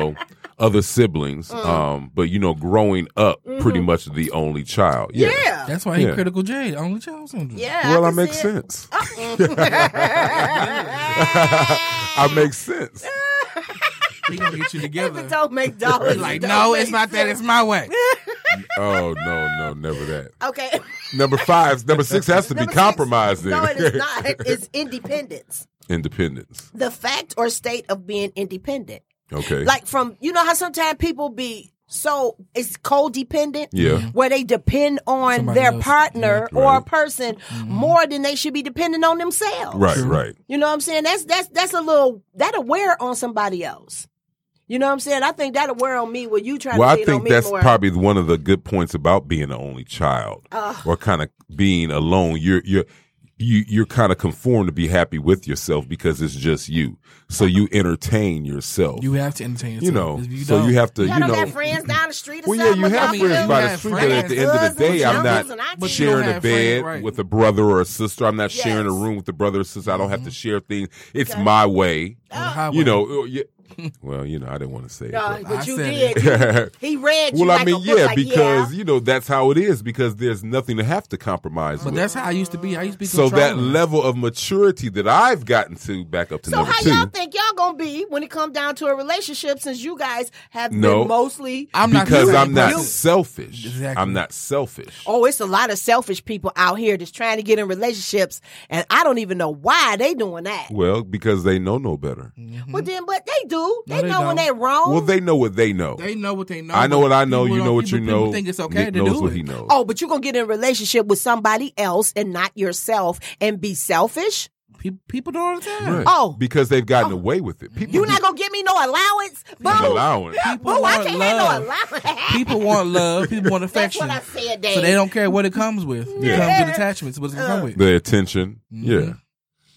[SPEAKER 2] other siblings.
[SPEAKER 3] Mm.
[SPEAKER 2] Um, but you know, growing up,
[SPEAKER 3] Mm-hmm.
[SPEAKER 2] pretty much the only child. Yeah.
[SPEAKER 1] yeah.
[SPEAKER 3] That's why he
[SPEAKER 2] Yeah.
[SPEAKER 3] critical J, only child syndrome.
[SPEAKER 1] yeah.
[SPEAKER 2] Well,
[SPEAKER 1] I
[SPEAKER 2] I
[SPEAKER 1] can
[SPEAKER 2] make
[SPEAKER 1] see it.
[SPEAKER 2] sense. I make sense.
[SPEAKER 3] He gonna get you
[SPEAKER 1] If it
[SPEAKER 3] together.
[SPEAKER 1] don't make dollars,
[SPEAKER 3] Like,
[SPEAKER 1] it don't
[SPEAKER 3] no, it's
[SPEAKER 1] make
[SPEAKER 3] not that.
[SPEAKER 1] sense.
[SPEAKER 3] It's my way.
[SPEAKER 2] Oh no, no, never that.
[SPEAKER 1] Okay.
[SPEAKER 2] Number five, number six has to be
[SPEAKER 1] Number six,
[SPEAKER 2] compromised. then.
[SPEAKER 1] No, it is not. It's independence.
[SPEAKER 2] Independence.
[SPEAKER 1] The fact or state of being independent.
[SPEAKER 2] Okay.
[SPEAKER 1] Like from you know how sometimes people be so it's codependent.
[SPEAKER 2] yeah.
[SPEAKER 1] Where they depend on
[SPEAKER 3] Somebody
[SPEAKER 1] their
[SPEAKER 3] else. Mm-hmm.
[SPEAKER 1] partner or a
[SPEAKER 2] Right.
[SPEAKER 1] person more than they should be dependent on themselves.
[SPEAKER 2] Right.
[SPEAKER 3] Sure.
[SPEAKER 2] Right.
[SPEAKER 1] You know what I'm saying? That's that's that's a little that'll wear on somebody else. You know what I'm saying? I think that'll wear on me when you try
[SPEAKER 2] Well,
[SPEAKER 1] to
[SPEAKER 2] I
[SPEAKER 1] lean on
[SPEAKER 2] think
[SPEAKER 1] me
[SPEAKER 2] that's
[SPEAKER 1] more.
[SPEAKER 2] probably one of the good points about being the only child, or kind of being alone. You're you're you you're kind of conformed to be happy with yourself because it's just you. So you entertain yourself.
[SPEAKER 3] You have to entertain yourself.
[SPEAKER 2] Uh-huh. you know,
[SPEAKER 3] If
[SPEAKER 2] so
[SPEAKER 3] don't-
[SPEAKER 2] you have to,
[SPEAKER 1] you
[SPEAKER 2] you,
[SPEAKER 1] all don't
[SPEAKER 2] know,
[SPEAKER 1] have friends down the street or
[SPEAKER 2] Well, yeah,
[SPEAKER 1] something.
[SPEAKER 2] you have
[SPEAKER 1] Like,
[SPEAKER 2] friends
[SPEAKER 1] you
[SPEAKER 2] by
[SPEAKER 3] You
[SPEAKER 2] the
[SPEAKER 3] have
[SPEAKER 2] street, but at
[SPEAKER 3] friends
[SPEAKER 2] the end of the
[SPEAKER 1] and
[SPEAKER 2] day, I'm
[SPEAKER 1] cousins and
[SPEAKER 2] not
[SPEAKER 1] aunties.
[SPEAKER 2] sharing
[SPEAKER 3] don't
[SPEAKER 2] a
[SPEAKER 3] have
[SPEAKER 2] bed
[SPEAKER 3] friends, right.
[SPEAKER 2] with a brother or a sister. I'm not sharing a
[SPEAKER 1] Yes.
[SPEAKER 2] room with a brother or sister. I don't have to share things. It's my way.
[SPEAKER 3] on the highway.
[SPEAKER 2] You know, uh, yeah. well, you know, I didn't want to say
[SPEAKER 1] No,
[SPEAKER 2] it.
[SPEAKER 1] but you
[SPEAKER 3] I said
[SPEAKER 1] did.
[SPEAKER 2] but-
[SPEAKER 1] He read you
[SPEAKER 2] well,
[SPEAKER 1] like
[SPEAKER 2] I
[SPEAKER 1] a
[SPEAKER 2] mean,
[SPEAKER 1] book,
[SPEAKER 2] yeah,
[SPEAKER 1] like,
[SPEAKER 2] because,
[SPEAKER 1] yeah.
[SPEAKER 2] you know, that's how it is because there's nothing to have to compromise
[SPEAKER 3] But
[SPEAKER 2] with.
[SPEAKER 3] that's how I used to be. I used to be
[SPEAKER 2] so that
[SPEAKER 3] controlling.
[SPEAKER 2] level of maturity that I've gotten to back up to
[SPEAKER 1] So
[SPEAKER 2] number
[SPEAKER 1] how
[SPEAKER 2] two.
[SPEAKER 1] y'all think y'all gonna be when it comes down to a relationship? Since you guys have
[SPEAKER 2] No.
[SPEAKER 1] been mostly,
[SPEAKER 3] I'm not
[SPEAKER 2] because
[SPEAKER 3] doing
[SPEAKER 2] I'm not
[SPEAKER 3] that.
[SPEAKER 2] selfish.
[SPEAKER 3] Exactly.
[SPEAKER 2] I'm not selfish.
[SPEAKER 1] oh, it's a lot of selfish people out here that's trying to get in relationships, and I don't even know why they doing that.
[SPEAKER 2] Well, because they know no better.
[SPEAKER 1] Well, then, but they do. They,
[SPEAKER 3] No, they
[SPEAKER 1] know when
[SPEAKER 3] don't.
[SPEAKER 1] they're wrong.
[SPEAKER 2] Well, they know what they know.
[SPEAKER 3] They know what they know.
[SPEAKER 2] I know
[SPEAKER 3] but
[SPEAKER 2] what I know.
[SPEAKER 3] people
[SPEAKER 2] You know
[SPEAKER 3] don't-
[SPEAKER 2] what you
[SPEAKER 3] people-
[SPEAKER 2] know.
[SPEAKER 3] People think it's okay
[SPEAKER 2] Nick
[SPEAKER 3] to
[SPEAKER 2] knows
[SPEAKER 3] do
[SPEAKER 2] what
[SPEAKER 3] it.
[SPEAKER 2] he knows.
[SPEAKER 1] Oh, but you're gonna get in a relationship with somebody else and not yourself and be selfish?
[SPEAKER 3] Pe- People do it all the time.
[SPEAKER 2] Right.
[SPEAKER 1] oh.
[SPEAKER 2] because they've gotten away with it. People
[SPEAKER 1] You're not gonna give me no allowance? Boo!
[SPEAKER 2] An allowance.
[SPEAKER 3] People
[SPEAKER 1] Boo, I
[SPEAKER 3] want
[SPEAKER 1] can't
[SPEAKER 3] love.
[SPEAKER 1] have no allowance.
[SPEAKER 3] People want love. People want
[SPEAKER 1] That's
[SPEAKER 3] affection.
[SPEAKER 1] what I said, Dave.
[SPEAKER 3] So they don't care what it comes with.
[SPEAKER 2] Yeah.
[SPEAKER 3] It comes with attachments. What it's gonna come with.
[SPEAKER 2] the attention. Yeah,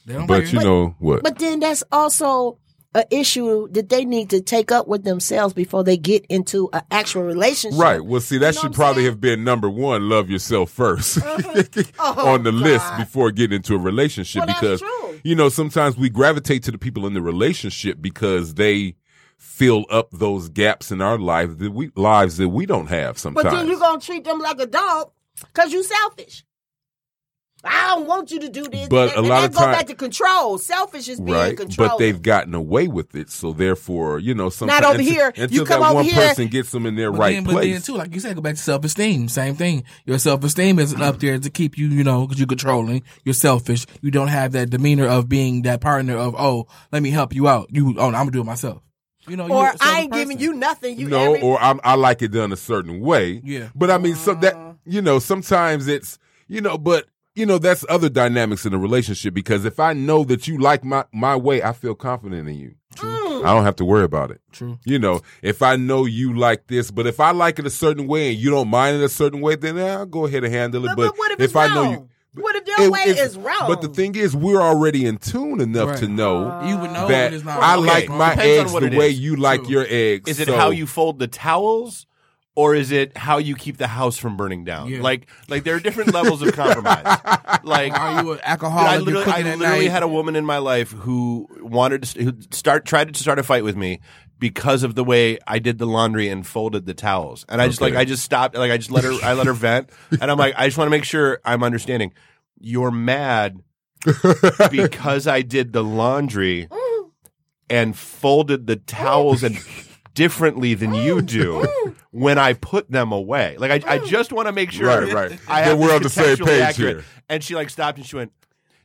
[SPEAKER 3] They don't
[SPEAKER 2] but
[SPEAKER 3] care.
[SPEAKER 2] you know what?
[SPEAKER 1] Mm-hmm. But then that's also an issue that they need to take up with themselves before they get into an actual relationship.
[SPEAKER 2] Right. Well, see, that
[SPEAKER 1] know what I'm
[SPEAKER 2] should probably
[SPEAKER 1] saying?
[SPEAKER 2] have been number one. Love yourself 1st
[SPEAKER 1] Oh,
[SPEAKER 2] on the list
[SPEAKER 1] God.
[SPEAKER 2] before getting into a relationship
[SPEAKER 1] Well, that's
[SPEAKER 2] because
[SPEAKER 1] true.
[SPEAKER 2] you know sometimes we gravitate to the people in the relationship because they fill up those gaps in our life that we lives that we don't have
[SPEAKER 1] But
[SPEAKER 2] sometimes.
[SPEAKER 1] then you're gonna treat them like a dog because you selfish. I don't want you to do this.
[SPEAKER 2] But
[SPEAKER 1] and,
[SPEAKER 2] a
[SPEAKER 1] and
[SPEAKER 2] lot
[SPEAKER 1] that
[SPEAKER 2] of
[SPEAKER 1] go
[SPEAKER 2] time-
[SPEAKER 1] back to control. Selfish is being
[SPEAKER 2] right?
[SPEAKER 1] controlled.
[SPEAKER 2] But they've gotten away with it, so therefore, you know, sometimes
[SPEAKER 1] over
[SPEAKER 2] until-
[SPEAKER 1] here. You
[SPEAKER 2] Until
[SPEAKER 1] come
[SPEAKER 2] that
[SPEAKER 1] over
[SPEAKER 2] one
[SPEAKER 1] here-
[SPEAKER 2] person gets them in their
[SPEAKER 3] But
[SPEAKER 2] right
[SPEAKER 3] then, but
[SPEAKER 2] place.
[SPEAKER 3] then too, like you said, go back to self esteem. Same thing. Your self esteem isn't up there to keep you, you know, because you're controlling. You're selfish. You don't have that demeanor of being that partner of, oh, let me help you out. You, oh, I'm gonna do it myself. You know,
[SPEAKER 1] or
[SPEAKER 3] you're a selfish
[SPEAKER 1] I ain't giving
[SPEAKER 3] person.
[SPEAKER 1] you nothing. You
[SPEAKER 2] no,
[SPEAKER 1] every-
[SPEAKER 2] or I'm, I like it done a certain way.
[SPEAKER 3] Yeah.
[SPEAKER 2] But I mean, some
[SPEAKER 1] Uh-huh.
[SPEAKER 2] that you know, sometimes it's you know, but you know, that's other dynamics in a relationship because if I know that you like my my way, I feel confident in you.
[SPEAKER 1] Hmm.
[SPEAKER 2] I don't have to worry about it.
[SPEAKER 3] True.
[SPEAKER 2] You know, if I know you like this, but if I like it a certain way and you don't mind it a certain way, then eh, I'll go ahead and handle it.
[SPEAKER 1] But-
[SPEAKER 2] But,
[SPEAKER 1] but what if it's
[SPEAKER 2] I know you,
[SPEAKER 1] wrong? What if your way
[SPEAKER 2] it's-
[SPEAKER 1] is wrong?
[SPEAKER 2] But the thing is, we're already in tune enough
[SPEAKER 3] Right.
[SPEAKER 2] to know
[SPEAKER 3] You would know
[SPEAKER 2] that
[SPEAKER 3] when it's not
[SPEAKER 2] I
[SPEAKER 3] wrong.
[SPEAKER 2] like
[SPEAKER 3] Okay.
[SPEAKER 2] my
[SPEAKER 4] Depends on
[SPEAKER 2] eggs
[SPEAKER 4] what
[SPEAKER 2] the
[SPEAKER 4] it
[SPEAKER 2] way
[SPEAKER 4] is.
[SPEAKER 2] you like
[SPEAKER 3] True.
[SPEAKER 2] your eggs.
[SPEAKER 4] Is it
[SPEAKER 2] So-
[SPEAKER 4] how you fold the towels, or is it how you keep the house from burning down?
[SPEAKER 3] Yeah.
[SPEAKER 4] Like, like there are different levels of compromise. like,
[SPEAKER 3] Are you an
[SPEAKER 4] I
[SPEAKER 3] alcoholic? You're
[SPEAKER 4] literally, I
[SPEAKER 3] cooking at
[SPEAKER 4] literally
[SPEAKER 3] night?
[SPEAKER 4] had a woman in my life who wanted to st- who start tried to start a fight with me because of the way I did the laundry and folded the towels. And I just
[SPEAKER 2] Okay.
[SPEAKER 4] like I just stopped like I just let her I let her vent and I'm like I just want to make sure I'm understanding. You're mad because I did the laundry and folded the towels and differently than you do when I put them away. Like I, I just want to make sure
[SPEAKER 2] Right, right.
[SPEAKER 4] I
[SPEAKER 2] That
[SPEAKER 4] have
[SPEAKER 2] we're
[SPEAKER 4] this
[SPEAKER 2] on the same
[SPEAKER 4] contextually
[SPEAKER 2] page
[SPEAKER 4] accurate.
[SPEAKER 2] here.
[SPEAKER 4] And she like stopped and she went,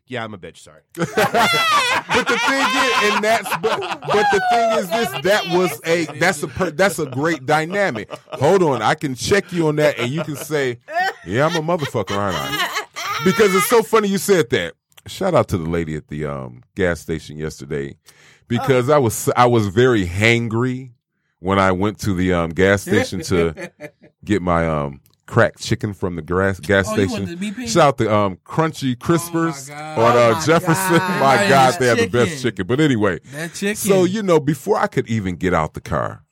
[SPEAKER 4] "Yeah, I'm a bitch. Sorry."
[SPEAKER 2] But the thing is, and that's but, but the thing is this that was a that's a per, that's a great dynamic. Hold on, I can check you on that, and you can say, "Yeah, I'm a motherfucker, aren't I?" Because it's so funny you said that. Shout out to the lady at the um, gas station yesterday because I was I was very hangry when I went to the um, gas station to get my um, cracked chicken from the grass, gas
[SPEAKER 3] Oh, you
[SPEAKER 2] station.
[SPEAKER 3] went to BP?
[SPEAKER 2] Shout out to um, Crunchy Crispers
[SPEAKER 3] God.
[SPEAKER 2] on
[SPEAKER 1] Oh,
[SPEAKER 2] uh,
[SPEAKER 1] my
[SPEAKER 2] Jefferson.
[SPEAKER 1] God.
[SPEAKER 2] My
[SPEAKER 3] Everybody
[SPEAKER 2] God,
[SPEAKER 3] loves
[SPEAKER 2] they have the best
[SPEAKER 3] chicken.
[SPEAKER 2] chicken. But anyway,
[SPEAKER 3] That chicken.
[SPEAKER 2] so you know, before I could even get out the car,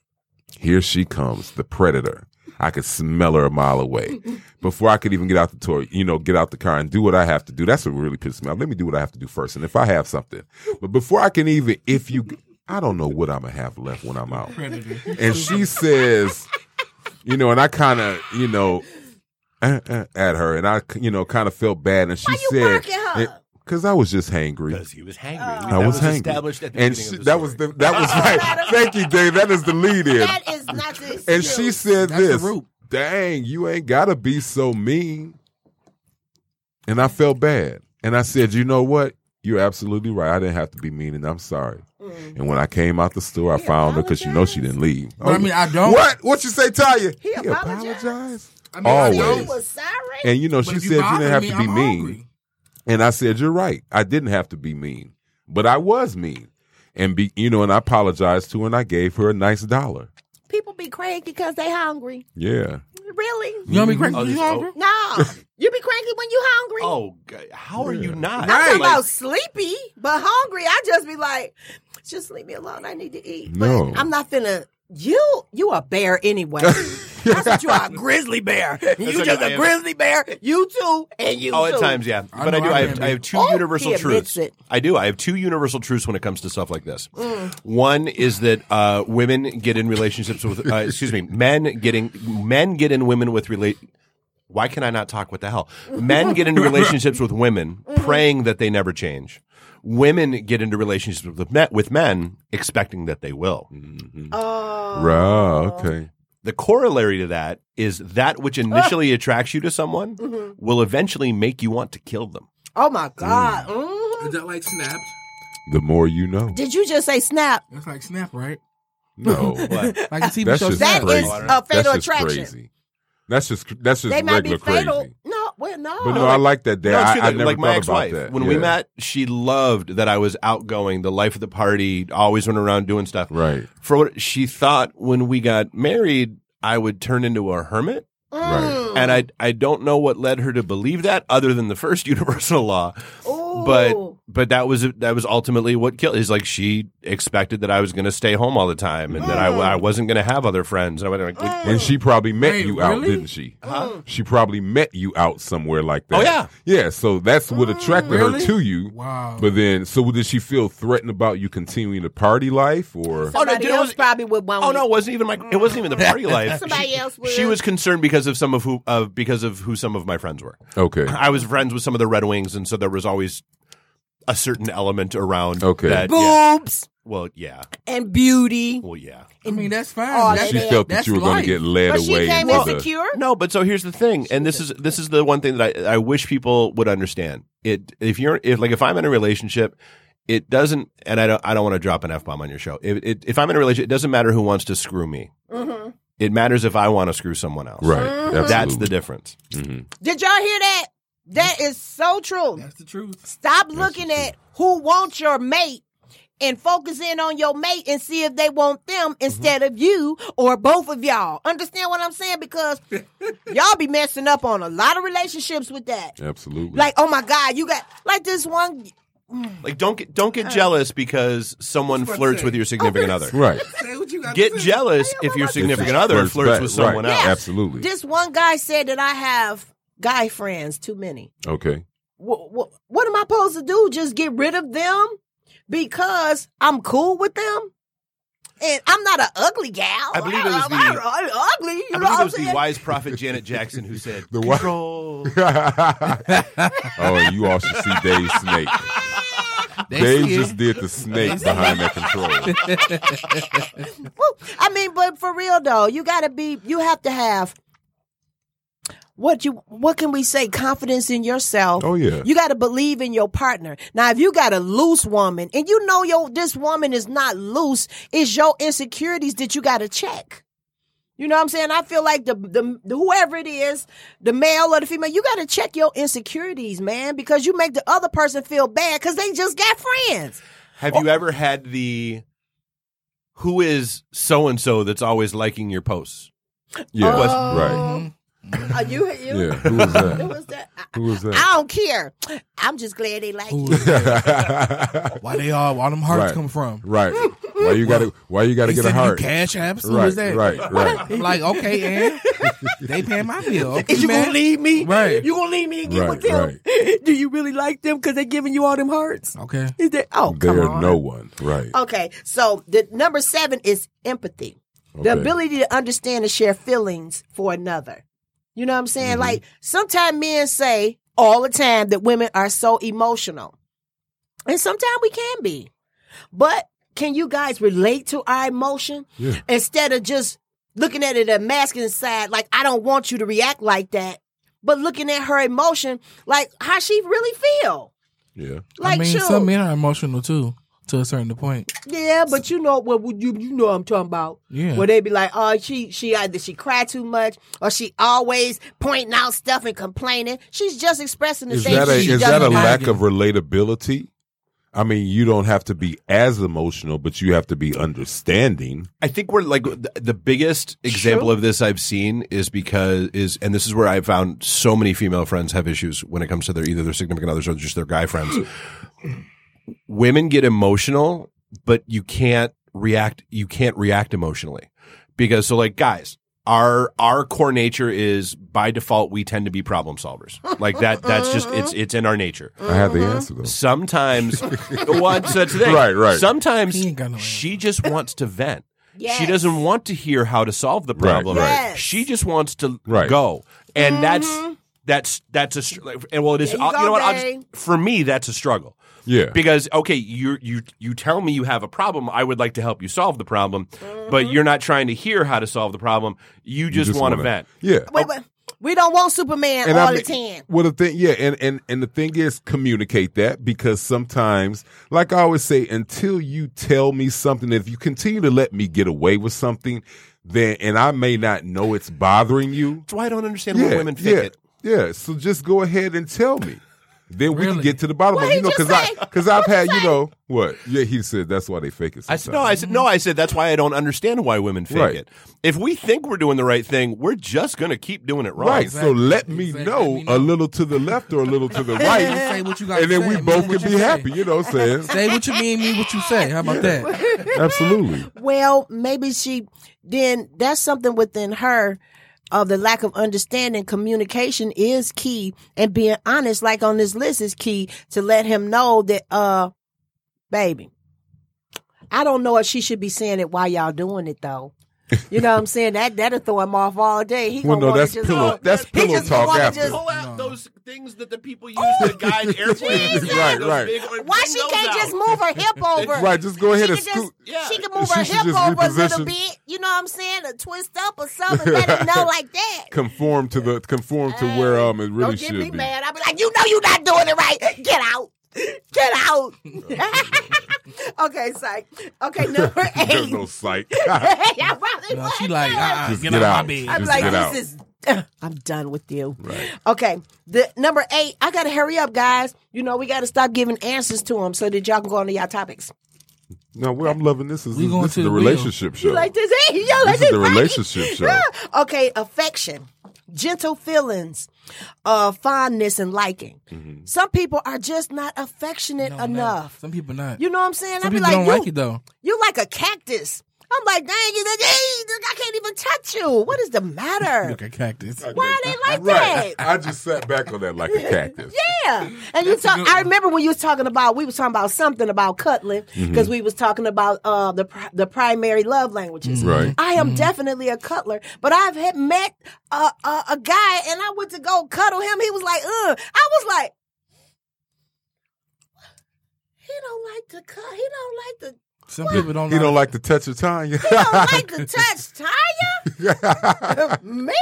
[SPEAKER 2] here she comes, the predator. I could smell her a mile away. Before I could even get out the tour, you know, get out the car and do what I have to do. That's what really pisses me off. Let me do what I have to do first, and if I have something, but before I can even, if you, I don't know what I'm gonna have left when I'm out. And she says, you know, and I kind of, you know, uh, uh, at her, and I, you know, kind of felt bad, and she
[SPEAKER 1] Why you
[SPEAKER 2] said,
[SPEAKER 1] barking her?
[SPEAKER 2] because I was just hangry.
[SPEAKER 4] Because he was hangry.
[SPEAKER 2] I was, hangry.
[SPEAKER 4] established at the
[SPEAKER 2] and
[SPEAKER 4] beginning
[SPEAKER 2] she,
[SPEAKER 4] of the
[SPEAKER 2] that was
[SPEAKER 4] story.
[SPEAKER 2] the that was right. Thank you, Dave. That is the lead in.
[SPEAKER 1] that is not the
[SPEAKER 2] And
[SPEAKER 1] excuse.
[SPEAKER 2] she said
[SPEAKER 3] That's the
[SPEAKER 2] this.
[SPEAKER 3] root.
[SPEAKER 2] Dang, you ain't gotta be so mean. And I felt bad. And I said, you know what? You're absolutely right. I didn't have to be mean, and I'm sorry. And when I came out the store, I found her because you know she didn't leave.
[SPEAKER 3] Mm. But I mean, I don't.
[SPEAKER 2] What? What you say, Taya?
[SPEAKER 1] He apologized.
[SPEAKER 3] I mean, I
[SPEAKER 1] He
[SPEAKER 2] Always.
[SPEAKER 3] don't.
[SPEAKER 1] was sorry.
[SPEAKER 2] And you know,
[SPEAKER 3] But
[SPEAKER 2] she
[SPEAKER 3] if
[SPEAKER 2] said you
[SPEAKER 3] bother
[SPEAKER 2] didn't have
[SPEAKER 3] me,
[SPEAKER 2] to be
[SPEAKER 3] I'm
[SPEAKER 2] mean.
[SPEAKER 3] hungry.
[SPEAKER 2] And I said, "You're right. I didn't have to be mean, but I was mean." And be, you know, and I apologized to her, and I gave her a nice dollar.
[SPEAKER 1] People be cranky because they hungry.
[SPEAKER 2] Yeah,
[SPEAKER 1] Really?
[SPEAKER 3] You know me cranky?
[SPEAKER 4] Oh,
[SPEAKER 3] You
[SPEAKER 4] this-
[SPEAKER 3] hungry?
[SPEAKER 1] No. you be cranky when you hungry.
[SPEAKER 4] Oh, God, how are you not?
[SPEAKER 1] I'm talking
[SPEAKER 4] Like,
[SPEAKER 1] about sleepy, but hungry. I just be like, just leave me alone. I need to eat. But
[SPEAKER 2] No.
[SPEAKER 1] I'm not finna. You, you a bear anyway. That's what you are, a grizzly bear. You
[SPEAKER 4] like
[SPEAKER 1] just
[SPEAKER 4] I
[SPEAKER 1] a
[SPEAKER 4] am.
[SPEAKER 1] grizzly bear. You too, and you
[SPEAKER 4] Oh,
[SPEAKER 1] too.
[SPEAKER 4] at times, yeah.
[SPEAKER 3] I
[SPEAKER 4] but I
[SPEAKER 3] know
[SPEAKER 4] do.
[SPEAKER 3] I
[SPEAKER 4] I
[SPEAKER 3] am,
[SPEAKER 4] have, I
[SPEAKER 3] dude.
[SPEAKER 4] have two
[SPEAKER 1] Oh,
[SPEAKER 4] universal
[SPEAKER 1] he admits
[SPEAKER 4] truths.
[SPEAKER 1] it.
[SPEAKER 4] I do. I have two universal truths when it comes to stuff like this.
[SPEAKER 1] Mm.
[SPEAKER 4] One is that uh, women get in relationships with. Uh, excuse me, men getting men get in women with relate. Why can I not talk? What the hell? Men get into relationships with women,
[SPEAKER 1] Mm-hmm.
[SPEAKER 4] praying that they never change. Women get into relationships with men, with men expecting that they will.
[SPEAKER 1] Mm-hmm. Oh.
[SPEAKER 2] right. Okay.
[SPEAKER 4] The corollary to that is that which initially attracts you to someone
[SPEAKER 1] Mm-hmm.
[SPEAKER 4] will eventually make you want to kill them.
[SPEAKER 1] Oh my god.
[SPEAKER 2] Mm.
[SPEAKER 1] Mhm.
[SPEAKER 3] Is that like snapped?
[SPEAKER 2] The more you know.
[SPEAKER 1] Did you just say snap?
[SPEAKER 3] That's like snap, right?
[SPEAKER 2] No,
[SPEAKER 4] But
[SPEAKER 3] Like the TV
[SPEAKER 2] that's
[SPEAKER 3] show
[SPEAKER 2] just
[SPEAKER 1] That
[SPEAKER 3] Snap.
[SPEAKER 1] is
[SPEAKER 2] crazy.
[SPEAKER 1] a
[SPEAKER 2] that's
[SPEAKER 1] fatal
[SPEAKER 2] just
[SPEAKER 1] attraction.
[SPEAKER 2] Crazy. That's just that's just
[SPEAKER 1] They might be
[SPEAKER 2] regular
[SPEAKER 1] fatal. Oh.
[SPEAKER 2] crazy.
[SPEAKER 1] No, well, no.
[SPEAKER 2] But no, I like that. Dad.
[SPEAKER 4] No, it's
[SPEAKER 2] I,
[SPEAKER 4] true,
[SPEAKER 2] I
[SPEAKER 4] though.
[SPEAKER 2] never
[SPEAKER 4] like my
[SPEAKER 2] thought
[SPEAKER 4] ex-wife.
[SPEAKER 2] about that.
[SPEAKER 4] When we
[SPEAKER 2] Yeah.
[SPEAKER 4] met, she loved that I was outgoing, the life of the party, always went around doing stuff.
[SPEAKER 2] right?
[SPEAKER 4] For what she thought when we got married, I would turn into a hermit,
[SPEAKER 1] Mm.
[SPEAKER 2] Right.
[SPEAKER 4] and I I don't know what led her to believe that, other than the first universal law. But
[SPEAKER 1] Ooh.
[SPEAKER 4] but that was that was ultimately what killed. Is like she expected that I was going to stay home all the time, and that
[SPEAKER 1] Mm.
[SPEAKER 4] I, I wasn't going to have other friends. And I went like,
[SPEAKER 2] And she probably met
[SPEAKER 3] Wait,
[SPEAKER 2] you out,
[SPEAKER 3] really?
[SPEAKER 2] didn't she? She probably met you out somewhere like that.
[SPEAKER 4] Uh-huh. Oh, yeah.
[SPEAKER 2] yeah. So that's what attracted
[SPEAKER 3] Really?
[SPEAKER 2] her to you.
[SPEAKER 3] Wow.
[SPEAKER 2] But then, so did she feel threatened about you continuing the party life, or
[SPEAKER 4] Oh, no,
[SPEAKER 1] Somebody
[SPEAKER 4] dude, it
[SPEAKER 1] else
[SPEAKER 4] was-
[SPEAKER 1] probably would want
[SPEAKER 4] Oh
[SPEAKER 1] it.
[SPEAKER 4] no, it wasn't even my. It wasn't even the party life.
[SPEAKER 1] Somebody
[SPEAKER 4] she,
[SPEAKER 1] else would.
[SPEAKER 4] She was concerned because of some of who of because of who some of my friends were.
[SPEAKER 2] okay,
[SPEAKER 4] I was friends with some of the Red Wings, and so there was always a certain element around.
[SPEAKER 2] Okay.
[SPEAKER 4] That, yeah.
[SPEAKER 1] boobs
[SPEAKER 4] Well, yeah.
[SPEAKER 1] and beauty.
[SPEAKER 4] Well, yeah.
[SPEAKER 3] I mean, that's fine.
[SPEAKER 1] Oh,
[SPEAKER 3] that's,
[SPEAKER 2] she
[SPEAKER 1] that-
[SPEAKER 2] felt that
[SPEAKER 3] that's
[SPEAKER 2] you were going
[SPEAKER 3] life.
[SPEAKER 2] to get led
[SPEAKER 1] But she
[SPEAKER 2] away
[SPEAKER 1] came
[SPEAKER 2] into the-
[SPEAKER 1] insecure.
[SPEAKER 4] No, but so here's the thing, and this is this is the one thing that I, I wish people would understand. It if you're if like if I'm in a relationship, it doesn't, and I don't I don't want to drop an f bomb on your show. If it, if I'm in a relationship, it doesn't matter who wants to screw me. It matters if I want to screw someone else.
[SPEAKER 2] right.
[SPEAKER 4] That's the
[SPEAKER 2] absolutely.
[SPEAKER 4] difference.
[SPEAKER 1] Did y'all hear that? That is so true.
[SPEAKER 3] That's the truth.
[SPEAKER 1] Stop looking at who wants your mate and focus in on your mate and see if they want them
[SPEAKER 3] Mm-hmm.
[SPEAKER 1] instead of you or both of y'all. Understand what I'm saying? Because y'all be messing up on a lot of relationships with that.
[SPEAKER 2] absolutely.
[SPEAKER 1] Like, oh my God, you got like this one.
[SPEAKER 4] Like don't get don't get jealous because someone
[SPEAKER 3] That's what I'm
[SPEAKER 4] flirts
[SPEAKER 3] saying.
[SPEAKER 4] with your significant other.
[SPEAKER 2] right.
[SPEAKER 3] Say what you got
[SPEAKER 4] Get
[SPEAKER 3] to say.
[SPEAKER 4] jealous if your
[SPEAKER 1] If
[SPEAKER 4] significant other flirts
[SPEAKER 2] back,
[SPEAKER 4] with someone
[SPEAKER 2] right.
[SPEAKER 4] else.
[SPEAKER 2] Absolutely.
[SPEAKER 1] This one guy said that I have guy friends too many.
[SPEAKER 2] okay.
[SPEAKER 1] Wh- wh- what am I supposed to do? Just get rid of them because I'm cool with them? And I'm not an ugly gal.
[SPEAKER 4] I believe it was
[SPEAKER 1] I'm
[SPEAKER 4] the-
[SPEAKER 1] not ugly. You know
[SPEAKER 4] I
[SPEAKER 1] what
[SPEAKER 4] believe it
[SPEAKER 1] I'm
[SPEAKER 4] was the
[SPEAKER 1] saying?
[SPEAKER 4] wise prophet Janet Jackson who said,
[SPEAKER 2] The wi-
[SPEAKER 4] "Control."
[SPEAKER 2] oh, and you all should see Dave's snake.
[SPEAKER 3] They
[SPEAKER 2] Dave
[SPEAKER 3] see it.
[SPEAKER 2] just did the snake behind that control.
[SPEAKER 1] Well, I mean, but for real though, you gotta be. You have to have what you. What can we say? Confidence in yourself.
[SPEAKER 2] Oh, yeah.
[SPEAKER 1] You gotta believe in your partner. Now, if you got a loose woman, and you know your this woman is not loose, it's your insecurities that you gotta check. You know what I'm saying? I feel like the, the the- whoever it is, the male or the female, you got to check your insecurities, man, because you make the other person feel bad because they just got friends.
[SPEAKER 4] Have you ever had the who is so and so that's always liking your posts?
[SPEAKER 2] Yeah.
[SPEAKER 4] Was-
[SPEAKER 2] right.
[SPEAKER 1] Are Uh, you? you
[SPEAKER 2] Yeah. Who was
[SPEAKER 1] Who
[SPEAKER 2] that?
[SPEAKER 1] Oh, was that? I-
[SPEAKER 2] Who was
[SPEAKER 1] I don't care. I'm just glad they like you.
[SPEAKER 2] that?
[SPEAKER 3] Why they all? Why them hearts
[SPEAKER 2] Right.
[SPEAKER 3] come from?
[SPEAKER 2] right. Why you got to? Why you got to
[SPEAKER 3] They
[SPEAKER 2] get a
[SPEAKER 3] sending
[SPEAKER 2] heart?
[SPEAKER 3] You cash apps. Who
[SPEAKER 2] Right.
[SPEAKER 3] is that?
[SPEAKER 2] Right. Right.
[SPEAKER 3] I'm like, okay, and they paying my bill. Okay,
[SPEAKER 1] Is you
[SPEAKER 3] man.
[SPEAKER 1] gonna leave me?
[SPEAKER 3] Right.
[SPEAKER 1] You gonna leave me and get
[SPEAKER 2] Right,
[SPEAKER 1] with them? Do you really like them? Because they giving you all them hearts.
[SPEAKER 3] Okay.
[SPEAKER 1] Is that? Oh,
[SPEAKER 2] They
[SPEAKER 1] come
[SPEAKER 2] are
[SPEAKER 1] on.
[SPEAKER 2] no one. Right.
[SPEAKER 1] Okay, so the number seven is empathy. The
[SPEAKER 2] Okay.
[SPEAKER 1] ability to understand and share feelings for another. You know what I'm saying?
[SPEAKER 3] Mm-hmm.
[SPEAKER 1] Like sometimes men say all the time that women are so emotional. And sometimes we can be. But can you guys relate to our emotion
[SPEAKER 2] Yeah.
[SPEAKER 1] instead of just looking at it a masculine side like I don't want you to react like that? but looking at her emotion, like how she really feel.
[SPEAKER 2] Yeah.
[SPEAKER 1] Like
[SPEAKER 3] I mean,
[SPEAKER 1] shoot.
[SPEAKER 3] some men are emotional too, to a certain point.
[SPEAKER 1] Yeah, but you know what would you you know what I'm talking about.
[SPEAKER 3] Yeah.
[SPEAKER 1] Where they be like, oh, she she either she cry too much or she always pointing out stuff and complaining. She's just expressing the
[SPEAKER 2] Is
[SPEAKER 1] things
[SPEAKER 2] that a
[SPEAKER 1] she
[SPEAKER 2] is
[SPEAKER 1] doesn't
[SPEAKER 2] that a
[SPEAKER 1] like.
[SPEAKER 2] lack of relatability? I mean, you don't have to be as emotional, but you have to be understanding.
[SPEAKER 4] I think we're like the, the biggest example of this I've seen is because is and this is where I found so many female friends have issues when it comes to their either their significant others or just their guy friends. Women get emotional, but you can't react you can't react emotionally. Because so like guys, our our core nature is by default we tend to be problem solvers. Like that that's just it's it's in our nature.
[SPEAKER 2] I have the answer though.
[SPEAKER 4] Sometimes what so today.
[SPEAKER 2] Right, right.
[SPEAKER 4] Sometimes
[SPEAKER 3] He ain't got no
[SPEAKER 4] she just wants to vent. She
[SPEAKER 1] Yes.
[SPEAKER 4] doesn't want to hear how to solve the
[SPEAKER 2] Right,
[SPEAKER 4] problem.
[SPEAKER 2] right.
[SPEAKER 1] Yes. Mm-hmm.
[SPEAKER 4] She just wants to
[SPEAKER 2] Right.
[SPEAKER 4] go, and that's that's that's a str- and well, it is.
[SPEAKER 1] There you
[SPEAKER 4] I'll-
[SPEAKER 1] go,
[SPEAKER 4] know what? I'll
[SPEAKER 1] babe.
[SPEAKER 4] just, for me, that's a struggle
[SPEAKER 2] Yeah.
[SPEAKER 4] because okay, you you you tell me you have a problem. I would like to help you solve the problem,
[SPEAKER 1] Mm-hmm.
[SPEAKER 4] but you're not trying to hear how to solve the problem. You just, want to
[SPEAKER 2] wanna-
[SPEAKER 4] vent.
[SPEAKER 2] Yeah. Oh,
[SPEAKER 1] Wait, wait. We don't want Superman all the time.
[SPEAKER 2] Well, the thing, yeah, and, and and the thing is, communicate that because sometimes, like I always say, until you tell me something, if you continue to let me get away with something, then and I may not know it's bothering you.
[SPEAKER 4] That's why I don't understand why
[SPEAKER 2] Yeah,
[SPEAKER 4] women fake
[SPEAKER 2] yeah,
[SPEAKER 4] it.
[SPEAKER 2] yeah. So just go ahead and tell me. Then we can
[SPEAKER 3] Really?
[SPEAKER 2] get to the bottom
[SPEAKER 1] What'd
[SPEAKER 2] of it,
[SPEAKER 1] he
[SPEAKER 2] you know,
[SPEAKER 1] just
[SPEAKER 2] because I
[SPEAKER 1] say?
[SPEAKER 2] because I've had you know what? Yeah, he said that's why they fake it.
[SPEAKER 4] I
[SPEAKER 2] Sometimes.
[SPEAKER 4] said, no, I said, no, I said, that's why I don't understand why women fake
[SPEAKER 2] Right.
[SPEAKER 4] it. If we think we're doing the right thing, we're just going to keep doing it wrong.
[SPEAKER 2] Right, so
[SPEAKER 3] Exactly,
[SPEAKER 2] let me,
[SPEAKER 3] exactly,
[SPEAKER 2] know
[SPEAKER 3] let me
[SPEAKER 2] a
[SPEAKER 3] know.
[SPEAKER 2] little to the left or a little to the right,
[SPEAKER 3] Say what you got
[SPEAKER 2] and then
[SPEAKER 3] say,
[SPEAKER 2] we
[SPEAKER 3] mean
[SPEAKER 2] both
[SPEAKER 3] what
[SPEAKER 2] can
[SPEAKER 3] you
[SPEAKER 2] be
[SPEAKER 3] say.
[SPEAKER 2] happy. You know, what I'm saying
[SPEAKER 3] Say what you mean, mean what you say. How about that?
[SPEAKER 2] absolutely.
[SPEAKER 1] Well, maybe she then that's something within her of the lack of understanding. Communication is key, and being honest, like on this list, is key to let him know that, uh, baby, I don't know if she should be saying it while y'all doing it though. You know what I'm saying? That that'll throw him off all day. He
[SPEAKER 2] Well,
[SPEAKER 1] gonna
[SPEAKER 2] no,
[SPEAKER 1] wanna
[SPEAKER 2] that's
[SPEAKER 1] just,
[SPEAKER 2] pillow- that's
[SPEAKER 1] he
[SPEAKER 2] pillow
[SPEAKER 1] just
[SPEAKER 2] talk
[SPEAKER 1] wanna
[SPEAKER 2] after.
[SPEAKER 1] just-
[SPEAKER 6] Pull out those things that the people use
[SPEAKER 4] Oh,
[SPEAKER 6] to guide airplanes.
[SPEAKER 1] Jesus.
[SPEAKER 2] Right,
[SPEAKER 6] Those
[SPEAKER 2] right.
[SPEAKER 6] big-
[SPEAKER 1] why
[SPEAKER 6] bring
[SPEAKER 1] she
[SPEAKER 6] those
[SPEAKER 1] can't
[SPEAKER 6] out.
[SPEAKER 1] just move her hip over?
[SPEAKER 2] Right, just go ahead
[SPEAKER 1] she
[SPEAKER 2] and
[SPEAKER 1] can just-
[SPEAKER 2] scoot.
[SPEAKER 1] She can
[SPEAKER 2] Yeah.
[SPEAKER 1] move her
[SPEAKER 2] She should
[SPEAKER 1] hip
[SPEAKER 2] just
[SPEAKER 1] over a little
[SPEAKER 2] reposition-
[SPEAKER 1] bit. You know what I'm saying? A twist up or something. Let it know like that.
[SPEAKER 2] Conform to the conform to where um it really
[SPEAKER 1] Don't get
[SPEAKER 2] should
[SPEAKER 1] me
[SPEAKER 2] be.
[SPEAKER 1] mad. I'll be like, you know, you're not doing it right. Get out. Get out. okay, psych. Okay, number
[SPEAKER 2] There's
[SPEAKER 1] eight.
[SPEAKER 2] no sight.
[SPEAKER 1] I probably
[SPEAKER 3] No,
[SPEAKER 1] would.
[SPEAKER 3] she like, uh-uh,
[SPEAKER 2] Just
[SPEAKER 3] get,
[SPEAKER 2] get
[SPEAKER 3] out
[SPEAKER 2] out.
[SPEAKER 3] of my bed.
[SPEAKER 1] I'm
[SPEAKER 2] Just
[SPEAKER 1] like,
[SPEAKER 2] get
[SPEAKER 1] this
[SPEAKER 2] out.
[SPEAKER 1] is. I'm done with you. Right. Okay. The number eight. I gotta hurry up, guys. You know we gotta stop giving answers to them so that y'all can go on to y'all topics.
[SPEAKER 2] no, well, I'm loving this. Is,
[SPEAKER 3] We
[SPEAKER 2] this,
[SPEAKER 3] going
[SPEAKER 2] this
[SPEAKER 3] to
[SPEAKER 2] is the
[SPEAKER 3] the wheel.
[SPEAKER 2] relationship show.
[SPEAKER 1] You like this? Hey, you like
[SPEAKER 2] this is the
[SPEAKER 1] right?
[SPEAKER 2] relationship show.
[SPEAKER 1] Ah, okay, affection, gentle feelings, uh, fondness, and liking.
[SPEAKER 2] Mm-hmm.
[SPEAKER 1] Some people are just not affectionate
[SPEAKER 3] No, no.
[SPEAKER 1] enough.
[SPEAKER 3] Some people not.
[SPEAKER 1] You know what I'm saying?
[SPEAKER 3] Some
[SPEAKER 1] I'd be
[SPEAKER 3] people
[SPEAKER 1] like,
[SPEAKER 3] don't
[SPEAKER 1] you,
[SPEAKER 3] like it though.
[SPEAKER 1] you like a cactus. I'm like, dang, you, hey, I can't even touch you. What is the matter?
[SPEAKER 3] Look at cactus.
[SPEAKER 1] Why are they like
[SPEAKER 2] Right.
[SPEAKER 1] that?
[SPEAKER 2] I just sat back on that like a cactus.
[SPEAKER 1] Yeah, and you talk. I remember when you was talking about we was talking about something about cutlet
[SPEAKER 4] Mm-hmm.
[SPEAKER 1] because we was talking about uh the pri- the primary love languages.
[SPEAKER 2] Right.
[SPEAKER 1] I am
[SPEAKER 4] Mm-hmm.
[SPEAKER 1] definitely a cutler, but I've had met a, a a guy and I went to go cuddle him. He was like, "Ugh." I was like, "He don't like to cut. He don't like to."
[SPEAKER 3] Some people don't.
[SPEAKER 2] He don't
[SPEAKER 3] like.
[SPEAKER 2] like to touch your tongue.
[SPEAKER 1] He don't like to touch Tanya. Me? What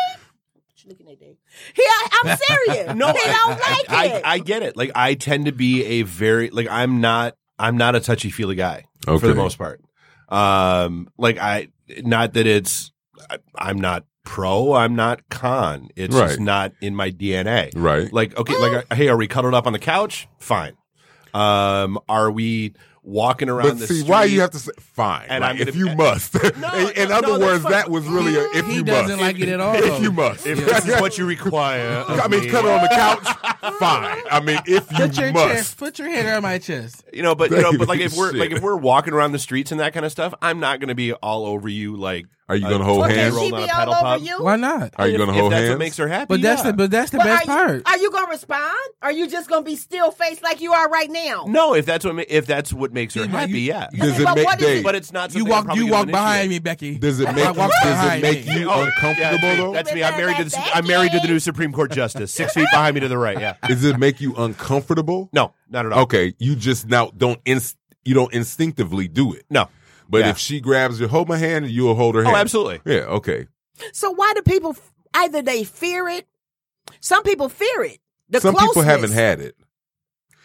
[SPEAKER 1] you looking at, Dave? He, I'm serious.
[SPEAKER 4] No,
[SPEAKER 1] he
[SPEAKER 4] I-
[SPEAKER 1] don't like
[SPEAKER 4] I,
[SPEAKER 1] it.
[SPEAKER 4] I get it. Like I tend to be a very like I'm not I'm not a touchy feely guy for
[SPEAKER 2] Okay.
[SPEAKER 4] the most part. Um, like I not that it's I, I'm not pro. I'm not con. It's
[SPEAKER 2] Right.
[SPEAKER 4] just not in my DNA.
[SPEAKER 2] Right.
[SPEAKER 4] Like okay. Like hey, are we cuddled up on the couch? Fine. Um, are we walking around
[SPEAKER 2] But
[SPEAKER 4] the
[SPEAKER 2] see,
[SPEAKER 4] street?
[SPEAKER 2] why you have to say fine?
[SPEAKER 4] And
[SPEAKER 2] like,
[SPEAKER 4] I'm gonna-
[SPEAKER 2] if you must. in in
[SPEAKER 4] no,
[SPEAKER 2] other
[SPEAKER 4] no, that's
[SPEAKER 2] words,
[SPEAKER 4] fine.
[SPEAKER 2] that was really a if
[SPEAKER 3] He
[SPEAKER 2] you
[SPEAKER 3] doesn't
[SPEAKER 2] must.
[SPEAKER 3] like it at all.
[SPEAKER 2] If you must.
[SPEAKER 4] If this is what you require,
[SPEAKER 2] I mean, cut on the couch. Fine. I mean, if you
[SPEAKER 3] Put your
[SPEAKER 2] must.
[SPEAKER 3] chest. Put your hand on my chest.
[SPEAKER 4] You know, but you know, but like if
[SPEAKER 2] Shit.
[SPEAKER 4] we're like if we're walking around the streets and that kind of stuff, I'm not going to be all over you. Like,
[SPEAKER 2] Are you gonna hold
[SPEAKER 4] fucking
[SPEAKER 1] Can
[SPEAKER 2] hands?
[SPEAKER 4] roll
[SPEAKER 1] she
[SPEAKER 4] on a
[SPEAKER 1] be
[SPEAKER 4] pedal
[SPEAKER 1] all
[SPEAKER 4] pop?
[SPEAKER 1] over you?
[SPEAKER 3] Why not?
[SPEAKER 2] Are you gonna
[SPEAKER 4] If
[SPEAKER 2] hold
[SPEAKER 4] that's what
[SPEAKER 2] hands?
[SPEAKER 4] makes her happy,
[SPEAKER 3] But that's
[SPEAKER 4] yeah.
[SPEAKER 3] the but that's the
[SPEAKER 1] But
[SPEAKER 3] best
[SPEAKER 1] are
[SPEAKER 3] part.
[SPEAKER 1] You, are you gonna respond? Are you just gonna be still faced like you are right now?
[SPEAKER 4] no. If that's what ma- if that's what makes her
[SPEAKER 3] You-
[SPEAKER 4] happy,
[SPEAKER 3] you-
[SPEAKER 4] yeah.
[SPEAKER 2] Does
[SPEAKER 1] But
[SPEAKER 2] it make
[SPEAKER 1] what is it?
[SPEAKER 2] days?
[SPEAKER 4] But it's not.
[SPEAKER 3] you walk you walk behind me, Becky.
[SPEAKER 2] Does it
[SPEAKER 3] I
[SPEAKER 2] make
[SPEAKER 3] walk
[SPEAKER 2] does it
[SPEAKER 3] behind
[SPEAKER 2] make
[SPEAKER 3] me.
[SPEAKER 2] you
[SPEAKER 4] yeah,
[SPEAKER 2] uncomfortable though?
[SPEAKER 4] That's me. I'm married to the
[SPEAKER 1] Remember
[SPEAKER 4] I'm married to the
[SPEAKER 1] Becky.
[SPEAKER 4] new Supreme Court justice, six feet behind me to the right. Yeah.
[SPEAKER 2] Does it make you uncomfortable?
[SPEAKER 4] No, not at all.
[SPEAKER 2] Okay, you just now don't inst- you don't instinctively do it.
[SPEAKER 4] No.
[SPEAKER 2] But
[SPEAKER 4] Yeah.
[SPEAKER 2] if she grabs your hold my hand, you'll hold her
[SPEAKER 4] Oh,
[SPEAKER 2] hand.
[SPEAKER 4] absolutely.
[SPEAKER 2] Yeah. Okay.
[SPEAKER 1] So why do people f- either they fear it Some people fear it. The
[SPEAKER 2] Some people
[SPEAKER 1] closeness.
[SPEAKER 2] haven't had it.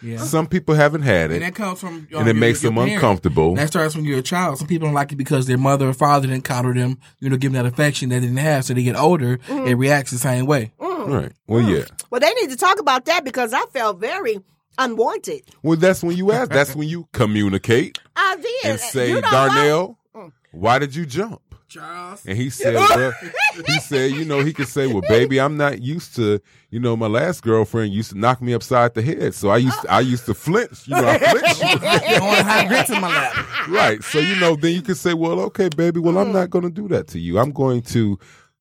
[SPEAKER 3] Yeah.
[SPEAKER 2] Some people haven't had
[SPEAKER 3] And
[SPEAKER 2] it,
[SPEAKER 3] that comes from um,
[SPEAKER 2] and it
[SPEAKER 3] your-
[SPEAKER 2] makes
[SPEAKER 3] your
[SPEAKER 2] them
[SPEAKER 3] parents.
[SPEAKER 2] uncomfortable.
[SPEAKER 3] That starts when you're a child. Some people don't like it because their mother or father didn't coddle them, you know, give them that affection they didn't have. So they get older, it reacts the same way.
[SPEAKER 1] Oh.
[SPEAKER 2] Right. Well, yeah.
[SPEAKER 1] Well, they need to talk about that because I felt very unwanted.
[SPEAKER 2] Well, that's when you ask. That's when you communicate
[SPEAKER 1] I did.
[SPEAKER 2] and say,
[SPEAKER 1] you know
[SPEAKER 2] Darnell,
[SPEAKER 1] Mm.
[SPEAKER 2] why did you jump?
[SPEAKER 3] Charles,
[SPEAKER 2] And he said, well, he said, you know, he could say, well, baby, I'm not used to, you know, my last girlfriend used to knock me upside the head, so I used, I used to flinch, you know, I flinch.
[SPEAKER 3] I want hot grits in my lap.
[SPEAKER 2] right. So you know, then you could say, well, okay, baby, well, I'm not going to do that to you. I'm going to,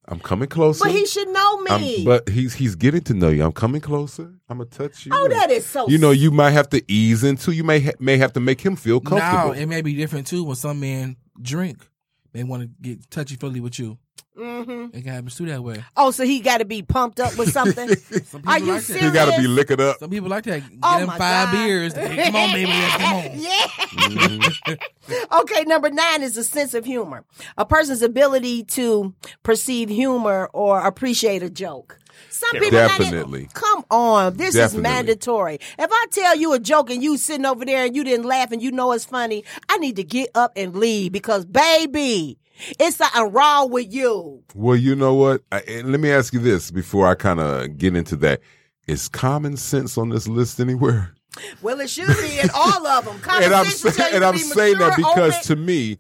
[SPEAKER 2] I'm coming closer.
[SPEAKER 1] But he should know me.
[SPEAKER 2] I'm, but he's he's getting to know you. I'm coming closer. I'm gonna touch you.
[SPEAKER 1] oh, that is so.
[SPEAKER 2] You know, you might have to ease into. You may ha- may have to make him feel
[SPEAKER 3] Now
[SPEAKER 2] comfortable.
[SPEAKER 3] it may be different too when some men drink. They want to get touchy feely with you.
[SPEAKER 1] Mhm.
[SPEAKER 3] It can happen too that way.
[SPEAKER 1] Oh, so he got to be pumped up with something.
[SPEAKER 3] Some people
[SPEAKER 1] Are you
[SPEAKER 3] like that.
[SPEAKER 2] you
[SPEAKER 1] serious?
[SPEAKER 2] gotta be licking up.
[SPEAKER 3] Some people like that. Get
[SPEAKER 1] Oh
[SPEAKER 3] them
[SPEAKER 1] my God.
[SPEAKER 3] five beers. Hey, come on, baby. let's Come on.
[SPEAKER 1] yeah. okay, number nine is a sense of humor. A person's ability to perceive humor or appreciate a joke. Some people not in-
[SPEAKER 2] Definitely.
[SPEAKER 1] come on, this
[SPEAKER 2] Definitely.
[SPEAKER 1] is mandatory. If I tell you a joke and you sitting over there and you didn't laugh and you know it's funny, I need to get up and leave because baby, it's something wrong with you.
[SPEAKER 2] Well, you know what? I, and let me ask you this before I kind of get into that. Is common sense on this list anywhere?
[SPEAKER 1] Well, it should be in all of them. Common
[SPEAKER 2] and I'm
[SPEAKER 1] sense
[SPEAKER 2] sa-
[SPEAKER 1] will tell you
[SPEAKER 2] and
[SPEAKER 1] to
[SPEAKER 2] I'm
[SPEAKER 1] be
[SPEAKER 2] saying that
[SPEAKER 1] mature,
[SPEAKER 2] because
[SPEAKER 1] open.
[SPEAKER 2] to me,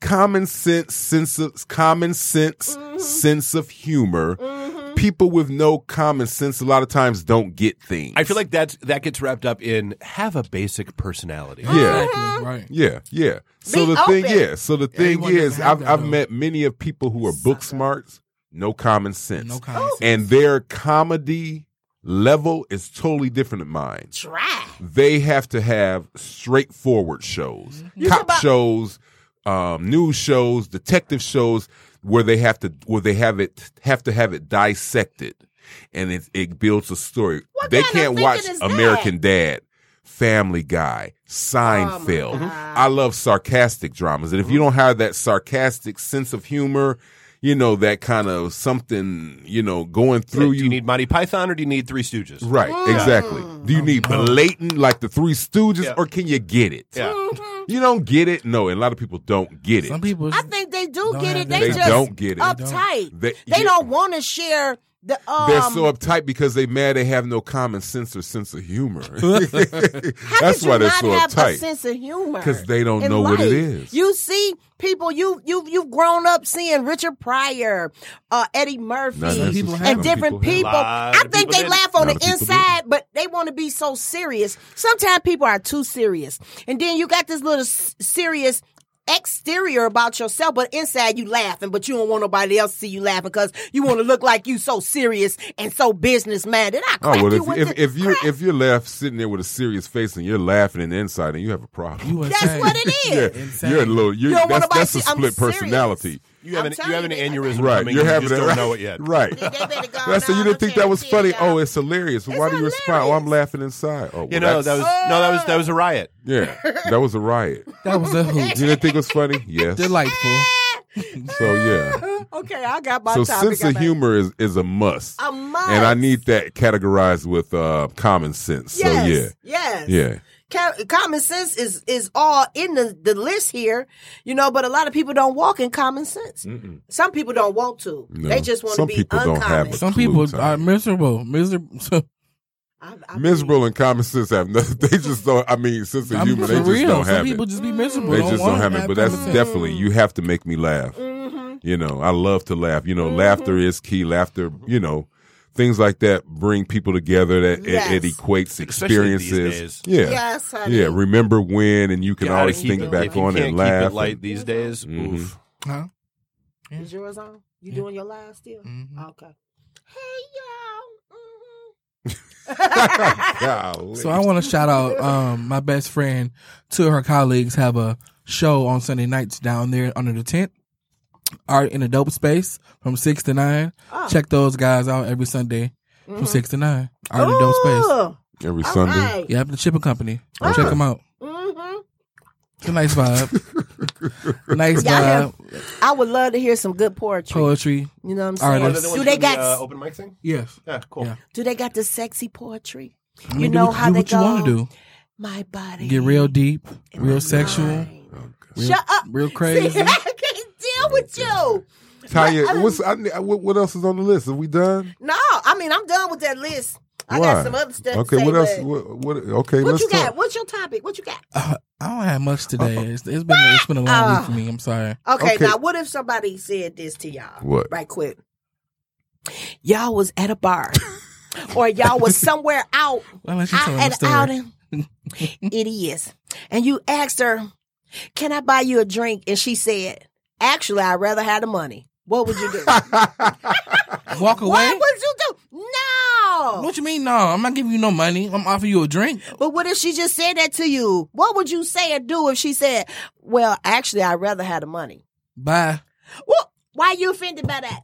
[SPEAKER 2] common sense, sense of common sense,
[SPEAKER 1] Mm-hmm.
[SPEAKER 2] sense of humor. People with no common sense a lot of times don't get things.
[SPEAKER 5] I feel like that's that gets wrapped up in have a basic personality.
[SPEAKER 2] yeah.
[SPEAKER 1] Uh-huh.
[SPEAKER 3] Exactly, Right.
[SPEAKER 2] Yeah, yeah. So
[SPEAKER 1] Be
[SPEAKER 2] the thing,
[SPEAKER 1] open.
[SPEAKER 2] yeah. So the thing
[SPEAKER 3] Everyone
[SPEAKER 2] is,
[SPEAKER 3] doesn't have
[SPEAKER 2] I've
[SPEAKER 3] that,
[SPEAKER 2] I've
[SPEAKER 3] though.
[SPEAKER 2] met many of people who are book smarts, no common sense,
[SPEAKER 3] No common
[SPEAKER 1] Oh,
[SPEAKER 3] sense.
[SPEAKER 2] and their comedy level is totally different than mine.
[SPEAKER 1] try.
[SPEAKER 2] They have to have straightforward shows, cop
[SPEAKER 1] about-
[SPEAKER 2] shows, um, news shows, detective shows, where they have to where they have it have to have it dissected, and it it builds a story.
[SPEAKER 1] What
[SPEAKER 2] they
[SPEAKER 1] kind of
[SPEAKER 2] can't
[SPEAKER 1] thinking
[SPEAKER 2] watch
[SPEAKER 1] is that?
[SPEAKER 2] American Dad. Family Guy, Seinfeld.
[SPEAKER 1] Oh
[SPEAKER 2] I love sarcastic dramas. And if you don't have that sarcastic sense of humor, you know, that kind of something, you know, going
[SPEAKER 5] Do
[SPEAKER 2] through you.
[SPEAKER 5] you need Monty Python or do you need Three Stooges?
[SPEAKER 2] right, exactly. Do you need blatant like the Three
[SPEAKER 5] Mm.
[SPEAKER 2] Stooges
[SPEAKER 5] Mm-hmm. Yeah.
[SPEAKER 2] or can you get it?
[SPEAKER 5] Yeah.
[SPEAKER 1] Mm-hmm.
[SPEAKER 2] You don't get it? No, and a lot of people don't get it.
[SPEAKER 3] Some people.
[SPEAKER 1] I think they do
[SPEAKER 3] Don't
[SPEAKER 1] get
[SPEAKER 3] have
[SPEAKER 1] it.
[SPEAKER 3] that.
[SPEAKER 1] They,
[SPEAKER 2] They
[SPEAKER 1] just
[SPEAKER 2] don't get it. They
[SPEAKER 3] don't.
[SPEAKER 1] uptight. They,
[SPEAKER 2] They- yeah.
[SPEAKER 1] don't want to share the. Um,
[SPEAKER 2] They're so uptight because they mad they have no common sense or sense of humor.
[SPEAKER 1] how
[SPEAKER 2] That's
[SPEAKER 1] could you
[SPEAKER 2] why they're
[SPEAKER 1] not
[SPEAKER 2] so
[SPEAKER 1] have a
[SPEAKER 2] uptight.
[SPEAKER 1] sense of humor
[SPEAKER 2] 'Cause they don't
[SPEAKER 1] in
[SPEAKER 2] know what it
[SPEAKER 1] life?
[SPEAKER 2] is.
[SPEAKER 1] You see people you you you've grown up seeing Richard Pryor, uh, Eddie Murphy,
[SPEAKER 2] Not necessarily.
[SPEAKER 3] people have
[SPEAKER 1] and
[SPEAKER 3] them.
[SPEAKER 1] different
[SPEAKER 2] People
[SPEAKER 1] people.
[SPEAKER 2] have them.
[SPEAKER 5] Lot
[SPEAKER 1] I
[SPEAKER 5] of
[SPEAKER 1] think
[SPEAKER 5] people
[SPEAKER 1] they
[SPEAKER 5] didn't.
[SPEAKER 1] laugh on
[SPEAKER 2] Lot
[SPEAKER 1] the
[SPEAKER 2] of people
[SPEAKER 1] inside, but they want to be so serious. Sometimes people are too serious, and then you got this little s- serious exterior about yourself, but inside you laughing, but you don't want nobody else to see you laughing because you want to look like you so serious and so business minded. I
[SPEAKER 2] Oh
[SPEAKER 1] crack
[SPEAKER 2] well,
[SPEAKER 1] you
[SPEAKER 2] if
[SPEAKER 1] with
[SPEAKER 2] if,
[SPEAKER 1] this
[SPEAKER 2] if you
[SPEAKER 1] crap.
[SPEAKER 2] if you're left sitting there with a serious face and you're laughing and inside and you have a problem.
[SPEAKER 3] You
[SPEAKER 1] That's
[SPEAKER 3] insane.
[SPEAKER 1] what it is.
[SPEAKER 3] Insane.
[SPEAKER 2] You're a little. You're,
[SPEAKER 1] You don't want
[SPEAKER 2] that's
[SPEAKER 1] nobody
[SPEAKER 2] that's a
[SPEAKER 1] to see- I'm
[SPEAKER 2] split
[SPEAKER 1] serious.
[SPEAKER 2] personality,
[SPEAKER 5] You have
[SPEAKER 1] I'm
[SPEAKER 5] an you have an
[SPEAKER 1] telling you,
[SPEAKER 5] aneurysm
[SPEAKER 2] right?
[SPEAKER 5] coming.
[SPEAKER 2] You're
[SPEAKER 5] you
[SPEAKER 2] having
[SPEAKER 5] just
[SPEAKER 2] it,
[SPEAKER 5] don't
[SPEAKER 2] right,
[SPEAKER 5] know it yet.
[SPEAKER 2] right?
[SPEAKER 1] They better go,
[SPEAKER 2] That's
[SPEAKER 1] "No,
[SPEAKER 2] you
[SPEAKER 1] I'm
[SPEAKER 2] didn't think that was funny.
[SPEAKER 1] serious,
[SPEAKER 2] Oh,
[SPEAKER 1] y'all."
[SPEAKER 2] it's hilarious. Why do you respond?
[SPEAKER 1] hilarious.
[SPEAKER 2] Oh, I'm laughing inside. Oh, well,
[SPEAKER 5] You know, that
[SPEAKER 2] that's-
[SPEAKER 5] was no, that was that was a riot.
[SPEAKER 2] yeah, that was a riot.
[SPEAKER 3] That was a
[SPEAKER 2] You
[SPEAKER 3] hoot.
[SPEAKER 2] didn't think it was funny? Yes.
[SPEAKER 3] Delightful.
[SPEAKER 2] So yeah.
[SPEAKER 1] okay, I got my
[SPEAKER 2] So
[SPEAKER 1] topic.
[SPEAKER 2] sense of
[SPEAKER 1] I'm-
[SPEAKER 2] humor is is a must,
[SPEAKER 1] A must.
[SPEAKER 2] and I need that categorized with uh, common sense.
[SPEAKER 1] Yes,
[SPEAKER 2] So
[SPEAKER 1] yes,
[SPEAKER 2] yeah, yeah.
[SPEAKER 1] Ca- common sense is is all in the, the list here, you know. But a lot of people don't walk in common sense. Some people don't want to.
[SPEAKER 2] No.
[SPEAKER 1] They just want to
[SPEAKER 2] Some
[SPEAKER 1] be
[SPEAKER 2] people don't
[SPEAKER 1] uncommon.
[SPEAKER 2] have it.
[SPEAKER 3] Some
[SPEAKER 2] Clue
[SPEAKER 3] people
[SPEAKER 2] time.
[SPEAKER 3] are miserable. Miserable.
[SPEAKER 1] I- I-
[SPEAKER 2] Miserable and common sense have nothing. They just don't. I mean, sense of
[SPEAKER 3] I'm
[SPEAKER 2] humor.
[SPEAKER 3] for
[SPEAKER 2] They just
[SPEAKER 3] real.
[SPEAKER 2] don't
[SPEAKER 3] Some
[SPEAKER 2] have it.
[SPEAKER 3] people just be miserable.
[SPEAKER 2] They just don't
[SPEAKER 3] wanna
[SPEAKER 2] have it, but that's
[SPEAKER 3] common sense.
[SPEAKER 2] definitely you have to make me laugh.
[SPEAKER 1] Mm-hmm.
[SPEAKER 2] You know, I love to laugh. You know, laughter is key. Laughter, you know, things like that bring people together. That it, it
[SPEAKER 1] Yes.
[SPEAKER 2] equates
[SPEAKER 5] Especially these
[SPEAKER 2] experiences.
[SPEAKER 5] days.
[SPEAKER 2] Yeah,
[SPEAKER 1] Yes, honey.
[SPEAKER 2] yeah. Remember when, and you can
[SPEAKER 5] Gotta
[SPEAKER 2] always
[SPEAKER 5] keep
[SPEAKER 2] think
[SPEAKER 5] it-
[SPEAKER 2] back
[SPEAKER 5] if you
[SPEAKER 2] on
[SPEAKER 5] can't
[SPEAKER 2] and laugh.
[SPEAKER 5] Keep it light
[SPEAKER 2] and-
[SPEAKER 5] these days.
[SPEAKER 2] Mhm.
[SPEAKER 5] Oof.
[SPEAKER 3] Huh?
[SPEAKER 1] Is yours on? You doing your live still?
[SPEAKER 2] Mm-hmm.
[SPEAKER 3] Mhm.
[SPEAKER 1] Okay. Mm-hmm. Hey y'all. Mhm.
[SPEAKER 2] Golly.
[SPEAKER 3] So I want to shout out um, my best friend. Two of her colleagues have a show on Sunday nights down there under the tent. Art in a dope space from six to nine.
[SPEAKER 1] Oh.
[SPEAKER 3] Check those guys out every Sunday from six to nine. Art in a dope space.
[SPEAKER 1] Mm-hmm. Ooh, Ah.
[SPEAKER 2] every
[SPEAKER 1] all
[SPEAKER 2] Sunday.
[SPEAKER 1] right. Mm-hmm.
[SPEAKER 3] Yep, the Chipper Company. Check them out.
[SPEAKER 1] Mhm.
[SPEAKER 3] It's a nice vibe. nice
[SPEAKER 1] Y'all
[SPEAKER 3] vibe,
[SPEAKER 1] I would love to hear some good poetry.
[SPEAKER 3] poetry.
[SPEAKER 1] You know what
[SPEAKER 3] Oh. All right,
[SPEAKER 1] I'm saying?
[SPEAKER 3] let's-
[SPEAKER 1] do they got
[SPEAKER 2] uh,
[SPEAKER 4] open mic thing?
[SPEAKER 3] Yes.
[SPEAKER 4] Yeah, cool.
[SPEAKER 3] Yeah.
[SPEAKER 1] do they got the sexy poetry?
[SPEAKER 3] I
[SPEAKER 1] you
[SPEAKER 3] mean, do
[SPEAKER 1] know
[SPEAKER 3] what,
[SPEAKER 1] how
[SPEAKER 3] do
[SPEAKER 1] they
[SPEAKER 3] what you
[SPEAKER 1] go.
[SPEAKER 3] want to
[SPEAKER 1] My body.
[SPEAKER 3] do. Get real deep,
[SPEAKER 1] and my
[SPEAKER 3] real sexual,
[SPEAKER 1] mind.
[SPEAKER 3] real,
[SPEAKER 1] Shut up.
[SPEAKER 3] real
[SPEAKER 1] See,
[SPEAKER 3] crazy.
[SPEAKER 1] I can't deal with you.
[SPEAKER 2] Tanya,
[SPEAKER 1] I'm-
[SPEAKER 2] what's, I, ne- what, what else is on the list? Are we done?
[SPEAKER 1] No, I mean I'm done with that list. I
[SPEAKER 2] Why?
[SPEAKER 1] got some other stuff.
[SPEAKER 2] Okay,
[SPEAKER 1] to say,
[SPEAKER 2] what else?
[SPEAKER 1] but-
[SPEAKER 2] What, what, okay,
[SPEAKER 1] What
[SPEAKER 2] let's
[SPEAKER 1] you
[SPEAKER 2] talk.
[SPEAKER 1] got? What's your topic? What you got?
[SPEAKER 3] I don't have much today. It's, it's been it's been a long week for me. I'm sorry.
[SPEAKER 1] Okay,
[SPEAKER 2] Uh, Okay.
[SPEAKER 1] now what if somebody said this to y'all?
[SPEAKER 2] What?
[SPEAKER 1] Right quick. Y'all was at a bar. or y'all was somewhere out
[SPEAKER 3] Well, let you
[SPEAKER 1] out at
[SPEAKER 3] tell the
[SPEAKER 1] an
[SPEAKER 3] story.
[SPEAKER 1] outing. it is. And you asked her, Can I buy you a drink? And she said, Actually, I'd rather have the money. What would you do?
[SPEAKER 3] Walk away.
[SPEAKER 1] what would you do? No.
[SPEAKER 3] What you mean? No, I'm not giving you no money. I'm offering you a drink.
[SPEAKER 1] But what if she just said that to you? What would you say and do if she said, Well, actually, I'd rather have the money?
[SPEAKER 3] Bye.
[SPEAKER 1] Well, why you offended by that?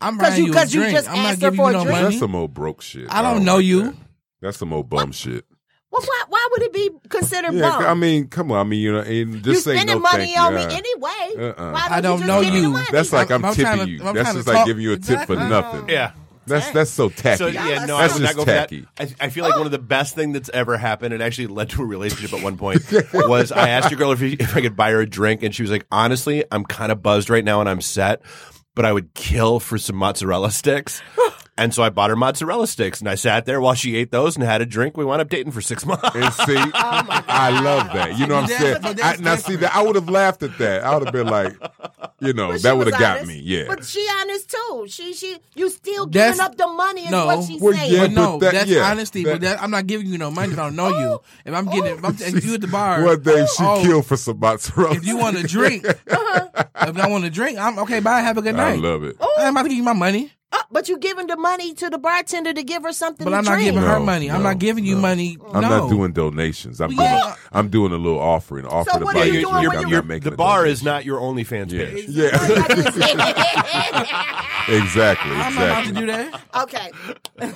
[SPEAKER 3] I'm
[SPEAKER 1] 'Cause
[SPEAKER 3] buying
[SPEAKER 1] you-
[SPEAKER 3] you, a
[SPEAKER 1] 'cause you
[SPEAKER 3] drink.
[SPEAKER 1] just
[SPEAKER 3] I'm not
[SPEAKER 1] asked her
[SPEAKER 3] giving
[SPEAKER 1] for a
[SPEAKER 3] you no
[SPEAKER 1] drink.
[SPEAKER 3] money.
[SPEAKER 2] That's some old broke shit.
[SPEAKER 3] I don't know you.
[SPEAKER 2] that. That's some old bum shit.
[SPEAKER 1] Well, why, why would it be considered
[SPEAKER 2] Yeah,
[SPEAKER 1] bum?
[SPEAKER 2] I mean, come on. I mean, you know, and just
[SPEAKER 1] you
[SPEAKER 2] say
[SPEAKER 1] spending
[SPEAKER 2] no.
[SPEAKER 1] money
[SPEAKER 2] thank
[SPEAKER 1] on
[SPEAKER 2] you.
[SPEAKER 1] me
[SPEAKER 2] Uh,
[SPEAKER 1] anyway.
[SPEAKER 2] Uh-uh.
[SPEAKER 1] Why
[SPEAKER 3] I
[SPEAKER 1] don't,
[SPEAKER 3] don't
[SPEAKER 1] you just
[SPEAKER 3] know
[SPEAKER 1] give me the
[SPEAKER 3] you.
[SPEAKER 1] money?
[SPEAKER 2] That's like I'm,
[SPEAKER 3] I'm trying
[SPEAKER 2] tipping
[SPEAKER 3] to-
[SPEAKER 2] you.
[SPEAKER 3] I'm
[SPEAKER 2] that's
[SPEAKER 3] trying to
[SPEAKER 2] just like
[SPEAKER 3] talk-
[SPEAKER 2] giving you a tip for
[SPEAKER 3] Exactly.
[SPEAKER 2] nothing.
[SPEAKER 4] Yeah.
[SPEAKER 2] That's that's so tacky.
[SPEAKER 4] So yeah, no, I
[SPEAKER 2] that's
[SPEAKER 4] would
[SPEAKER 2] just
[SPEAKER 4] not go
[SPEAKER 2] tacky.
[SPEAKER 4] for that. I, I feel like one of the best thing that's ever happened, and actually led to a relationship at one point, was I asked a girl if, she- if I could buy her a drink, and she was like, "Honestly, I'm kind of buzzed right now, and I'm set, but I would kill for some mozzarella sticks." And so I bought her mozzarella sticks, and I sat there while she ate those and had a drink. We wound up dating for six months.
[SPEAKER 2] And see, I love that. You know what I'm
[SPEAKER 3] Oh That's-
[SPEAKER 2] saying?
[SPEAKER 3] but
[SPEAKER 2] I,
[SPEAKER 3] that's
[SPEAKER 2] now see that I would have laughed at that. I would have been like, you know,
[SPEAKER 1] But she
[SPEAKER 2] that would have
[SPEAKER 1] was
[SPEAKER 2] got
[SPEAKER 1] honest.
[SPEAKER 2] me. Yeah.
[SPEAKER 1] But she honest too. She she you still
[SPEAKER 3] That's-
[SPEAKER 1] giving up the money is
[SPEAKER 3] no.
[SPEAKER 1] what she's
[SPEAKER 2] Well,
[SPEAKER 1] saying.
[SPEAKER 2] yeah,
[SPEAKER 3] but no,
[SPEAKER 2] but that-
[SPEAKER 3] that's
[SPEAKER 2] yeah,
[SPEAKER 3] honesty. but
[SPEAKER 2] that-
[SPEAKER 3] that, I'm not giving you no money. if I don't know you. If I'm getting, if I'm
[SPEAKER 1] Oh,
[SPEAKER 3] if you at the bar,
[SPEAKER 2] One day she
[SPEAKER 3] oh,
[SPEAKER 2] killed for some mozzarella.
[SPEAKER 3] If you want a drink,
[SPEAKER 1] Uh-huh.
[SPEAKER 3] if I want a drink, I'm okay. Bye. Have a good night.
[SPEAKER 2] I love it.
[SPEAKER 3] I'm about to give you my money,
[SPEAKER 1] Uh, but you're giving the money to the bartender to give her something
[SPEAKER 3] but
[SPEAKER 1] to
[SPEAKER 3] I'm not
[SPEAKER 1] drink.
[SPEAKER 3] giving her
[SPEAKER 2] No,
[SPEAKER 3] money. I'm
[SPEAKER 2] no,
[SPEAKER 3] not giving you
[SPEAKER 2] no.
[SPEAKER 3] money.
[SPEAKER 2] I'm
[SPEAKER 3] no.
[SPEAKER 2] not doing donations. I'm
[SPEAKER 3] Yeah.
[SPEAKER 2] doing, I'm doing a little offering. Offer to
[SPEAKER 1] what
[SPEAKER 2] buy
[SPEAKER 1] are you
[SPEAKER 2] you a
[SPEAKER 1] doing
[SPEAKER 2] drink.
[SPEAKER 1] when
[SPEAKER 2] I'm
[SPEAKER 1] you-
[SPEAKER 2] not making
[SPEAKER 4] the
[SPEAKER 2] a
[SPEAKER 4] bar is
[SPEAKER 2] donation.
[SPEAKER 4] not your OnlyFans
[SPEAKER 2] Yeah.
[SPEAKER 4] page.
[SPEAKER 2] Yeah. exactly.
[SPEAKER 3] I'm not about to
[SPEAKER 2] Exactly.
[SPEAKER 3] do that.
[SPEAKER 1] okay.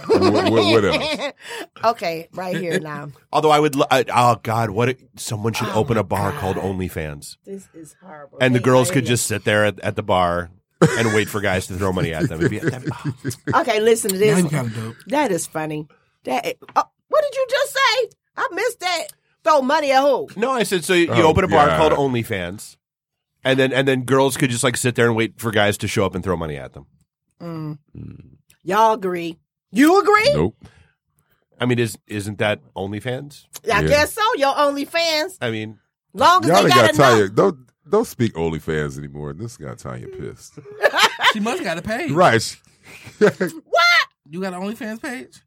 [SPEAKER 2] What, what, what else?
[SPEAKER 1] Okay, right here now.
[SPEAKER 4] Although I would, lo- I, oh god, what a, someone should open a bar called OnlyFans,
[SPEAKER 1] This is horrible.
[SPEAKER 4] and the
[SPEAKER 1] Hey,
[SPEAKER 4] girls
[SPEAKER 1] hey,
[SPEAKER 4] could
[SPEAKER 1] hey.
[SPEAKER 4] just sit there at, at the bar and wait for guys to throw money at them. It'd be- oh.
[SPEAKER 1] Okay, listen to
[SPEAKER 3] Now
[SPEAKER 1] this.
[SPEAKER 3] you
[SPEAKER 1] one.
[SPEAKER 3] kind of dope.
[SPEAKER 1] That is funny. That oh, what did you just say? I missed that. Throw money at who?
[SPEAKER 4] No, I said so. You
[SPEAKER 2] Oh,
[SPEAKER 4] open a bar
[SPEAKER 2] yeah.
[SPEAKER 4] called OnlyFans, and then and then girls could just like sit there and wait for guys to show up and throw money at them.
[SPEAKER 1] Y'all agree? You agree?
[SPEAKER 2] Nope.
[SPEAKER 4] I mean, is isn't that OnlyFans?
[SPEAKER 1] I
[SPEAKER 2] Yeah.
[SPEAKER 1] guess so. Your OnlyFans,
[SPEAKER 4] I mean,
[SPEAKER 1] long as
[SPEAKER 2] Y'all
[SPEAKER 1] they
[SPEAKER 2] done
[SPEAKER 1] got,
[SPEAKER 2] got
[SPEAKER 1] enough.
[SPEAKER 2] Tanya. Don't don't speak OnlyFans anymore. This got Tanya pissed.
[SPEAKER 3] She must got a page.
[SPEAKER 2] right.
[SPEAKER 1] What?
[SPEAKER 3] You got an OnlyFans page?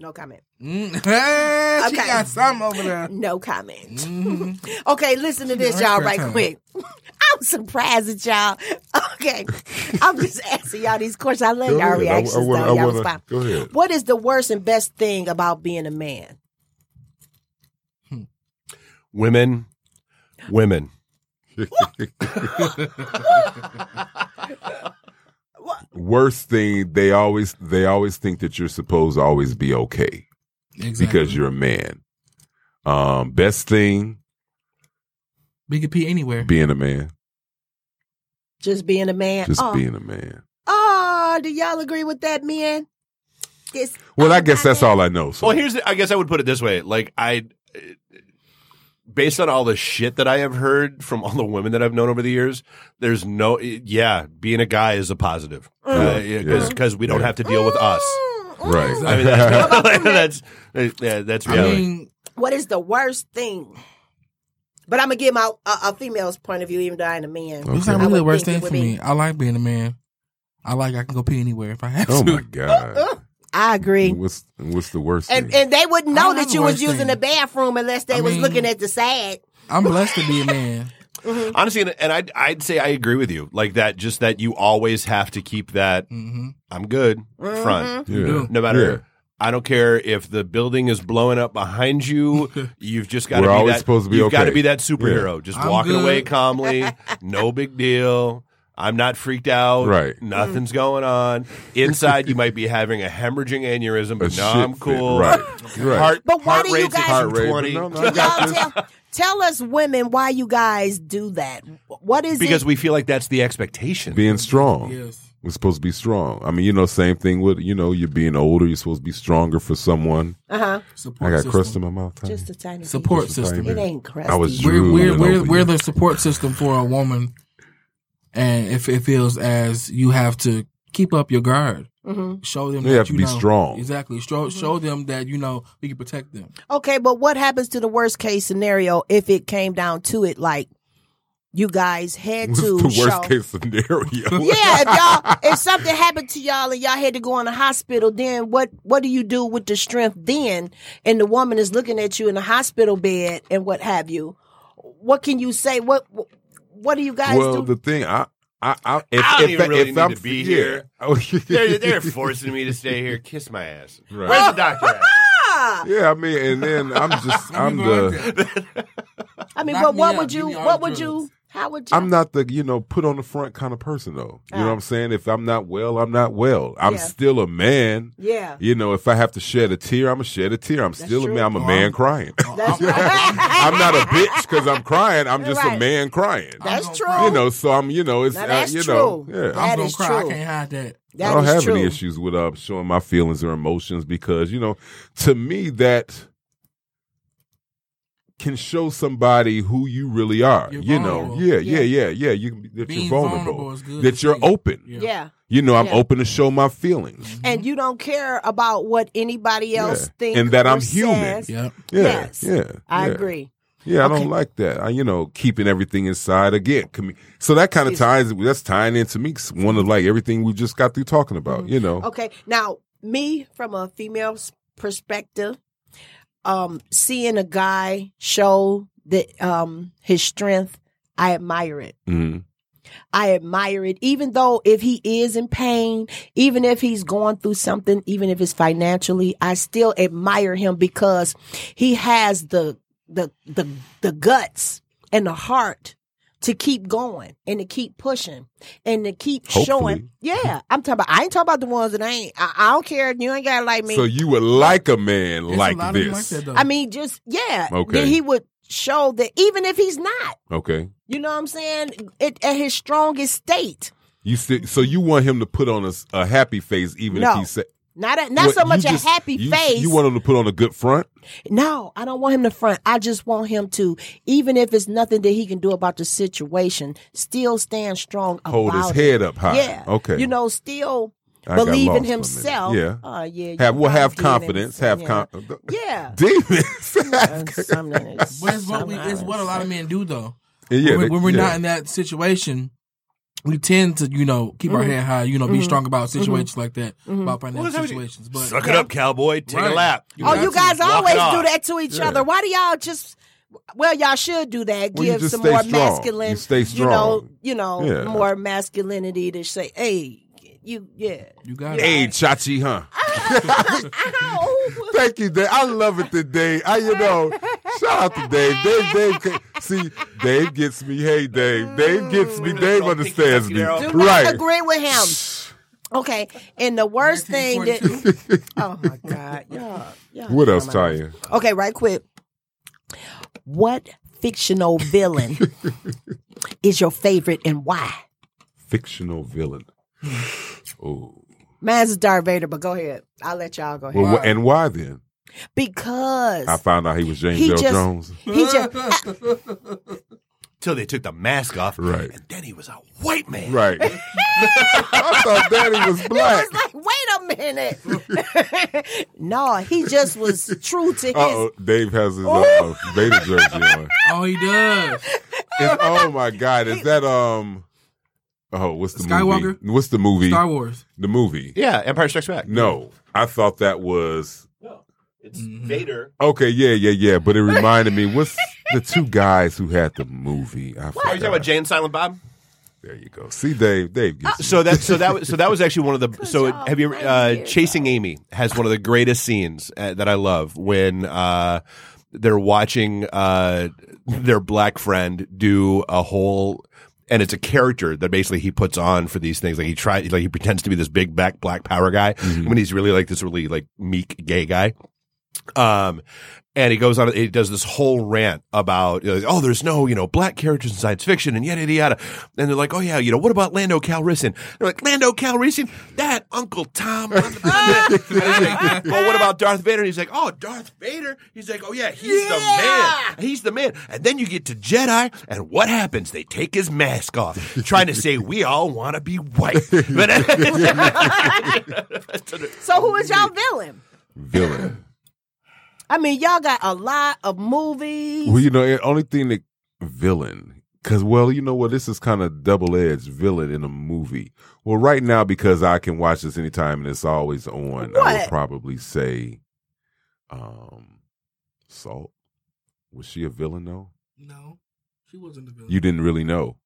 [SPEAKER 1] No comment.
[SPEAKER 3] Mm. Hey, She
[SPEAKER 1] Okay.
[SPEAKER 3] got some over there.
[SPEAKER 1] No comment.
[SPEAKER 2] Mm-hmm.
[SPEAKER 3] Mhm.
[SPEAKER 1] Okay, listen to this,
[SPEAKER 3] Yeah,
[SPEAKER 1] y'all,
[SPEAKER 3] that's
[SPEAKER 1] right
[SPEAKER 3] fair time.
[SPEAKER 1] quick. I'm surprised at y'all. Okay, I'm just asking y'all these questions. I love
[SPEAKER 2] Go
[SPEAKER 1] y'all
[SPEAKER 2] ahead. I-
[SPEAKER 1] reactions.
[SPEAKER 2] I wanna-
[SPEAKER 1] though.
[SPEAKER 2] I
[SPEAKER 1] Y'all was
[SPEAKER 2] wanna-
[SPEAKER 1] fine.
[SPEAKER 2] go ahead.
[SPEAKER 1] What is the worst and best thing about being a man?
[SPEAKER 4] women, women.
[SPEAKER 2] Worst thing they always they always think that you're supposed to always be okay
[SPEAKER 3] Exactly.
[SPEAKER 2] because you're a man. Um, best thing
[SPEAKER 3] Big P anywhere.
[SPEAKER 2] being a man,
[SPEAKER 1] Just being a man.
[SPEAKER 2] just
[SPEAKER 1] oh.
[SPEAKER 2] being a man.
[SPEAKER 1] Oh, do y'all agree with that, men? This,
[SPEAKER 2] Well, I guess that's all I know. So
[SPEAKER 4] Well, here's the, I guess I would put it this way: like I, based on all the shit that I have heard from all the women that I've known over the years, there's no, yeah, being a guy is a positive Uh, because
[SPEAKER 2] Yeah, yeah.
[SPEAKER 4] we don't
[SPEAKER 2] Yeah.
[SPEAKER 4] have to deal with us.
[SPEAKER 1] mm,
[SPEAKER 2] right.
[SPEAKER 4] I mean, that's that's, yeah, that's
[SPEAKER 3] I
[SPEAKER 4] reality.
[SPEAKER 3] mean,
[SPEAKER 1] What is the worst thing? But I'm gonna give my a, a female's point of view, even though I'm a man.
[SPEAKER 3] it's
[SPEAKER 2] Okay.
[SPEAKER 3] not
[SPEAKER 1] I
[SPEAKER 3] really
[SPEAKER 1] would
[SPEAKER 3] the worst
[SPEAKER 1] think
[SPEAKER 3] thing
[SPEAKER 1] it
[SPEAKER 3] for
[SPEAKER 1] would
[SPEAKER 3] me.
[SPEAKER 1] be.
[SPEAKER 3] I like being a man. I like I can go pee anywhere if I have
[SPEAKER 2] oh
[SPEAKER 3] to.
[SPEAKER 2] my god.
[SPEAKER 1] I agree.
[SPEAKER 2] What's what's the worst
[SPEAKER 1] And
[SPEAKER 2] thing?
[SPEAKER 1] and they wouldn't
[SPEAKER 3] I
[SPEAKER 1] know
[SPEAKER 3] don't have
[SPEAKER 1] that
[SPEAKER 3] a
[SPEAKER 1] you was
[SPEAKER 3] worst
[SPEAKER 1] using
[SPEAKER 3] thing.
[SPEAKER 1] the bathroom unless they
[SPEAKER 3] I
[SPEAKER 1] was
[SPEAKER 3] mean-
[SPEAKER 1] looking at the side.
[SPEAKER 3] I'm blessed to be a man.
[SPEAKER 4] Honestly, and, and I'd, I'd say I agree with you. Like that, just that you always have to keep that
[SPEAKER 3] Mm-hmm.
[SPEAKER 4] I'm good front.
[SPEAKER 2] Yeah.
[SPEAKER 3] do.
[SPEAKER 4] No matter,
[SPEAKER 2] Yeah.
[SPEAKER 4] I don't care if the building is blowing up behind you. You've just got to
[SPEAKER 2] We're
[SPEAKER 4] be
[SPEAKER 2] always
[SPEAKER 4] that,
[SPEAKER 2] supposed to be
[SPEAKER 4] You've got to
[SPEAKER 2] okay.
[SPEAKER 4] be that superhero, just
[SPEAKER 3] I'm
[SPEAKER 4] walking
[SPEAKER 3] good.
[SPEAKER 4] away calmly, no big deal. I'm not freaked out.
[SPEAKER 2] Right.
[SPEAKER 4] Nothing's going on. Inside, you might be having a hemorrhaging aneurysm,
[SPEAKER 2] A
[SPEAKER 4] but no,
[SPEAKER 2] shit
[SPEAKER 4] I'm
[SPEAKER 2] fit.
[SPEAKER 4] cool.
[SPEAKER 2] Right. Right.
[SPEAKER 4] Heart,
[SPEAKER 1] But why
[SPEAKER 4] heart
[SPEAKER 1] do you
[SPEAKER 4] rate's at
[SPEAKER 1] guys- Heart
[SPEAKER 2] rate, but
[SPEAKER 4] 120.
[SPEAKER 2] no, no, I
[SPEAKER 1] Y'all
[SPEAKER 2] got this.
[SPEAKER 1] tell Tell us, women, why you guys do that. What is
[SPEAKER 4] because
[SPEAKER 1] it?
[SPEAKER 4] we feel like that's the expectation.
[SPEAKER 2] being strong.
[SPEAKER 3] Yes.
[SPEAKER 2] We're supposed to be strong. I mean, you know, same thing with you know, you're being older. You're supposed to be stronger for someone.
[SPEAKER 1] Uh huh.
[SPEAKER 3] Support
[SPEAKER 2] I got
[SPEAKER 3] system.
[SPEAKER 2] crust in my mouth. honey.
[SPEAKER 1] Just a tiny
[SPEAKER 3] Support
[SPEAKER 2] Just a
[SPEAKER 3] system.
[SPEAKER 2] tiny
[SPEAKER 1] Piece. It ain't crusty.
[SPEAKER 2] I was
[SPEAKER 3] We're
[SPEAKER 2] drooling
[SPEAKER 3] we're we're,
[SPEAKER 2] over
[SPEAKER 3] we're
[SPEAKER 2] you.
[SPEAKER 3] the support system for a woman, and if it feels as you have to keep up your guard,
[SPEAKER 1] Mhm.
[SPEAKER 3] show them
[SPEAKER 2] You
[SPEAKER 3] that
[SPEAKER 2] have to
[SPEAKER 3] you
[SPEAKER 2] be
[SPEAKER 3] know-
[SPEAKER 2] strong.
[SPEAKER 3] Exactly. Show show them that you know we can protect them.
[SPEAKER 1] Okay, but what happens to the worst case scenario if it came down to it? Like you guys had
[SPEAKER 2] What's
[SPEAKER 1] to
[SPEAKER 2] the worst
[SPEAKER 1] show.
[SPEAKER 2] case scenario?
[SPEAKER 1] yeah, if y'all if something happened to y'all and y'all had to go in the hospital, then what what do you do with the strength then? And the woman is looking at you in the hospital bed and what have you. What can you say? What what do you guys
[SPEAKER 2] well,
[SPEAKER 1] do?
[SPEAKER 2] the thing I. I, I, if,
[SPEAKER 4] I don't
[SPEAKER 2] if,
[SPEAKER 4] even really
[SPEAKER 2] if
[SPEAKER 4] need
[SPEAKER 2] I'm
[SPEAKER 4] to be
[SPEAKER 2] yeah.
[SPEAKER 4] here.
[SPEAKER 2] Oh,
[SPEAKER 4] They're,
[SPEAKER 2] yeah.
[SPEAKER 4] they're forcing me to stay here. Kiss my ass.
[SPEAKER 2] Right.
[SPEAKER 4] Where's the doctor? At?
[SPEAKER 1] Ah!
[SPEAKER 2] yeah, I mean, and then I'm just, I'm the,
[SPEAKER 1] I mean,
[SPEAKER 3] Knock
[SPEAKER 1] but
[SPEAKER 3] me
[SPEAKER 1] what
[SPEAKER 3] up,
[SPEAKER 1] would
[SPEAKER 3] give
[SPEAKER 1] you
[SPEAKER 3] me all
[SPEAKER 1] what
[SPEAKER 3] the
[SPEAKER 1] would you
[SPEAKER 3] drugs.
[SPEAKER 1] how would you
[SPEAKER 2] I'm not the you know put on the front kind of person though. You know
[SPEAKER 1] Ah.
[SPEAKER 2] what I'm saying? If I'm not well, I'm not well. I'm
[SPEAKER 1] Yeah.
[SPEAKER 2] still a man.
[SPEAKER 1] Yeah.
[SPEAKER 2] You know, if I have to shed a tear, I'm gonna shed a tear. I'm still a
[SPEAKER 1] true.
[SPEAKER 2] man. I'm a
[SPEAKER 3] Oh,
[SPEAKER 2] man
[SPEAKER 3] I'm-
[SPEAKER 2] crying.
[SPEAKER 1] That's
[SPEAKER 2] I'm not a bitch because I'm crying. I'm just
[SPEAKER 1] Right.
[SPEAKER 2] a man crying.
[SPEAKER 1] That's true.
[SPEAKER 2] you know, so I'm you know it's
[SPEAKER 1] Now
[SPEAKER 2] uh,
[SPEAKER 1] that's
[SPEAKER 2] you know
[SPEAKER 1] true.
[SPEAKER 2] yeah.
[SPEAKER 1] That
[SPEAKER 3] I'm gonna
[SPEAKER 1] is
[SPEAKER 3] cry.
[SPEAKER 1] true.
[SPEAKER 3] I can't hide that.
[SPEAKER 1] That
[SPEAKER 2] I don't
[SPEAKER 1] is
[SPEAKER 2] have
[SPEAKER 1] true.
[SPEAKER 2] any issues with uh, showing my feelings or emotions because you know, to me that can show somebody who you really are.
[SPEAKER 3] You're
[SPEAKER 2] you know,
[SPEAKER 3] vulnerable.
[SPEAKER 2] yeah, yeah, yeah, yeah. You can be- that
[SPEAKER 3] Being
[SPEAKER 2] you're
[SPEAKER 3] vulnerable
[SPEAKER 2] vulnerable,
[SPEAKER 3] is good
[SPEAKER 2] that
[SPEAKER 3] to
[SPEAKER 2] you're
[SPEAKER 3] see.
[SPEAKER 2] open.
[SPEAKER 3] Yeah. Mm-hmm.
[SPEAKER 1] Yeah.
[SPEAKER 2] You know, I'm
[SPEAKER 1] Yeah.
[SPEAKER 2] open to show my feelings.
[SPEAKER 1] and you don't care about what anybody else
[SPEAKER 2] Mm-hmm. Yeah.
[SPEAKER 1] thinks
[SPEAKER 2] And that
[SPEAKER 1] or
[SPEAKER 2] I'm human.
[SPEAKER 1] says.
[SPEAKER 3] Yep.
[SPEAKER 2] Yeah,
[SPEAKER 1] Yes.
[SPEAKER 2] yeah,
[SPEAKER 1] I
[SPEAKER 2] yeah.
[SPEAKER 1] agree.
[SPEAKER 2] Yeah, I
[SPEAKER 1] Okay.
[SPEAKER 2] don't like that. I, you know, keeping everything inside again. commu- So that kind of ties. That's tying into me. 'cause One of like everything we just got through talking about. You know,
[SPEAKER 1] Mm-hmm. Okay, now me from a female's perspective, um, seeing a guy show that um his strength, I admire it.
[SPEAKER 2] Mhm.
[SPEAKER 1] I admire it, even though if he is in pain, even if he's going through something, even if it's financially, I still admire him because he has the the the the guts and the heart to keep going and to keep pushing and to keep
[SPEAKER 2] Hopefully.
[SPEAKER 1] showing. Yeah, I'm talking about. I ain't talking about the ones that ain't. I, I don't care. You ain't gotta like me.
[SPEAKER 2] so you would like a man
[SPEAKER 3] There's
[SPEAKER 2] like
[SPEAKER 3] a lot of them
[SPEAKER 2] this.
[SPEAKER 3] like that, though.
[SPEAKER 1] I mean, just yeah.
[SPEAKER 2] Okay.
[SPEAKER 1] That he would show that even if he's not.
[SPEAKER 2] okay,
[SPEAKER 1] You know what I'm saying? It, at his strongest state.
[SPEAKER 2] you sti- so you want him to put on a, s- a happy face, even
[SPEAKER 1] No.
[SPEAKER 2] if he said
[SPEAKER 1] Not a, not so much a happy face.
[SPEAKER 2] You want him to put on a good front.
[SPEAKER 1] No, I don't want him to front. I just want him to, even if it's nothing that he can do about the situation, still stand strong.
[SPEAKER 2] Hold his
[SPEAKER 1] about
[SPEAKER 2] head up high.
[SPEAKER 1] It. Yeah.
[SPEAKER 2] Okay.
[SPEAKER 1] You know, still
[SPEAKER 2] I got
[SPEAKER 1] believe
[SPEAKER 2] lost for a
[SPEAKER 1] in
[SPEAKER 2] minute.
[SPEAKER 1] himself.
[SPEAKER 2] Yeah.
[SPEAKER 1] Oh, yeah. you
[SPEAKER 2] have well, have
[SPEAKER 1] did it.
[SPEAKER 2] confidence. Have
[SPEAKER 1] yeah.
[SPEAKER 2] con. uh,
[SPEAKER 1] Yeah.
[SPEAKER 2] Demons.
[SPEAKER 1] Uh, something is-
[SPEAKER 3] But it's what, we, it's
[SPEAKER 1] something
[SPEAKER 3] what a lot
[SPEAKER 1] is-
[SPEAKER 3] of men do though.
[SPEAKER 2] yeah,
[SPEAKER 3] when,
[SPEAKER 2] they-
[SPEAKER 3] we- when we're
[SPEAKER 2] yeah.
[SPEAKER 3] not in that situation, we tend to you know keep our head high. You know, be strong about situations like that, about financial situations. But
[SPEAKER 4] Suck it up, cowboy. Take
[SPEAKER 3] Right.
[SPEAKER 4] a lap.
[SPEAKER 1] Oh,
[SPEAKER 3] got
[SPEAKER 1] you
[SPEAKER 3] to
[SPEAKER 1] guys
[SPEAKER 4] walk it
[SPEAKER 1] always
[SPEAKER 4] off.
[SPEAKER 1] do that to each other. Why do y'all just? Well, y'all should do that.
[SPEAKER 2] Well, you
[SPEAKER 1] Give
[SPEAKER 2] just
[SPEAKER 1] some
[SPEAKER 2] stay
[SPEAKER 1] more
[SPEAKER 2] strong.
[SPEAKER 1] masculine.
[SPEAKER 2] You stay
[SPEAKER 1] know,
[SPEAKER 2] strong.
[SPEAKER 1] you know,
[SPEAKER 2] Yeah.
[SPEAKER 1] more masculinity to say, "Hey, you, yeah."
[SPEAKER 3] you got it.
[SPEAKER 2] Hey, Chachi, huh?
[SPEAKER 1] Ow.
[SPEAKER 2] Thank you, Dave. I love it today. I, you know, shout out to Dave. Dave, Dave, ca- see, Dave gets me. Hey, Dave, Dave gets me. Dave understands me.
[SPEAKER 4] Do
[SPEAKER 1] Do not
[SPEAKER 2] Right.
[SPEAKER 1] agree with him. Okay, and the worst thing that oh my god, y'all, y'all
[SPEAKER 2] What
[SPEAKER 3] Oh,
[SPEAKER 2] else,
[SPEAKER 1] come on.
[SPEAKER 2] Taya?
[SPEAKER 1] Okay, right quick. What fictional villain is your favorite and why?
[SPEAKER 2] Fictional villain. Oh,
[SPEAKER 1] Mine's is Darth Vader, but go ahead. I'll let y'all go ahead
[SPEAKER 2] well, wh- and why then?
[SPEAKER 1] because
[SPEAKER 2] I found out he was James
[SPEAKER 1] He
[SPEAKER 2] L.
[SPEAKER 1] just-
[SPEAKER 2] Jones.
[SPEAKER 1] he just
[SPEAKER 4] Till they took the mask off.
[SPEAKER 2] Right.
[SPEAKER 4] And then he was a white man.
[SPEAKER 2] Right. I thought Daddy was black.
[SPEAKER 1] was like, wait a minute. no, he just was true to his.
[SPEAKER 2] Uh oh, Dave has his uh, uh, Vader jersey on.
[SPEAKER 3] Oh, he does.
[SPEAKER 2] It's- oh my God, is that um? Oh, what's the
[SPEAKER 3] Skywalker?
[SPEAKER 2] movie? What's the movie?
[SPEAKER 3] Star Wars.
[SPEAKER 2] The movie.
[SPEAKER 4] Yeah, Empire Strikes Back.
[SPEAKER 2] No, I thought that was
[SPEAKER 4] It's Vader.
[SPEAKER 2] okay. Yeah, yeah, yeah. But it reminded me what's the two guys who had the movie? I
[SPEAKER 4] Are you talking
[SPEAKER 2] forgot.
[SPEAKER 4] about Jane Silent Bob?
[SPEAKER 2] There you go. See, Dave. Dave. Gets me.
[SPEAKER 4] So that so that was so that was actually one of the so
[SPEAKER 1] job.
[SPEAKER 4] have you ever, uh, chasing Amy has one of the greatest scenes uh, that I love when uh, they're watching uh, their black friend do a whole and it's a character that basically he puts on for these things like he tries like he pretends to be this big back black power guy when he's really like this really like meek gay guy Um, and he goes on, he does this whole rant about, you know, oh, there's no, you know, black characters in science fiction and yada, yada, yada. And they're like, oh, yeah, you know, what about Lando Calrissian? They're like, Lando Calrissian? That Uncle Tom. blah, blah, blah, blah." And he's like, oh, what about Darth Vader? And he's like, oh, Darth Vader? He's like, oh, yeah, he's the man. He's the man. And then you get to Jedi, and what happens? They take his mask off, trying to say, we all want to be white. But
[SPEAKER 1] So who is y'all villain?
[SPEAKER 2] villain.
[SPEAKER 1] I mean, y'all got a lot of movies.
[SPEAKER 2] well, you know, the only thing that villain because well, you know what? This is kind of double edged villain in a movie. Well, right now because I can watch this anytime and it's always on. I
[SPEAKER 1] What?
[SPEAKER 2] would probably say, um, Salt. Was she a villain though?
[SPEAKER 3] No, she wasn't the villain.
[SPEAKER 2] You didn't really know.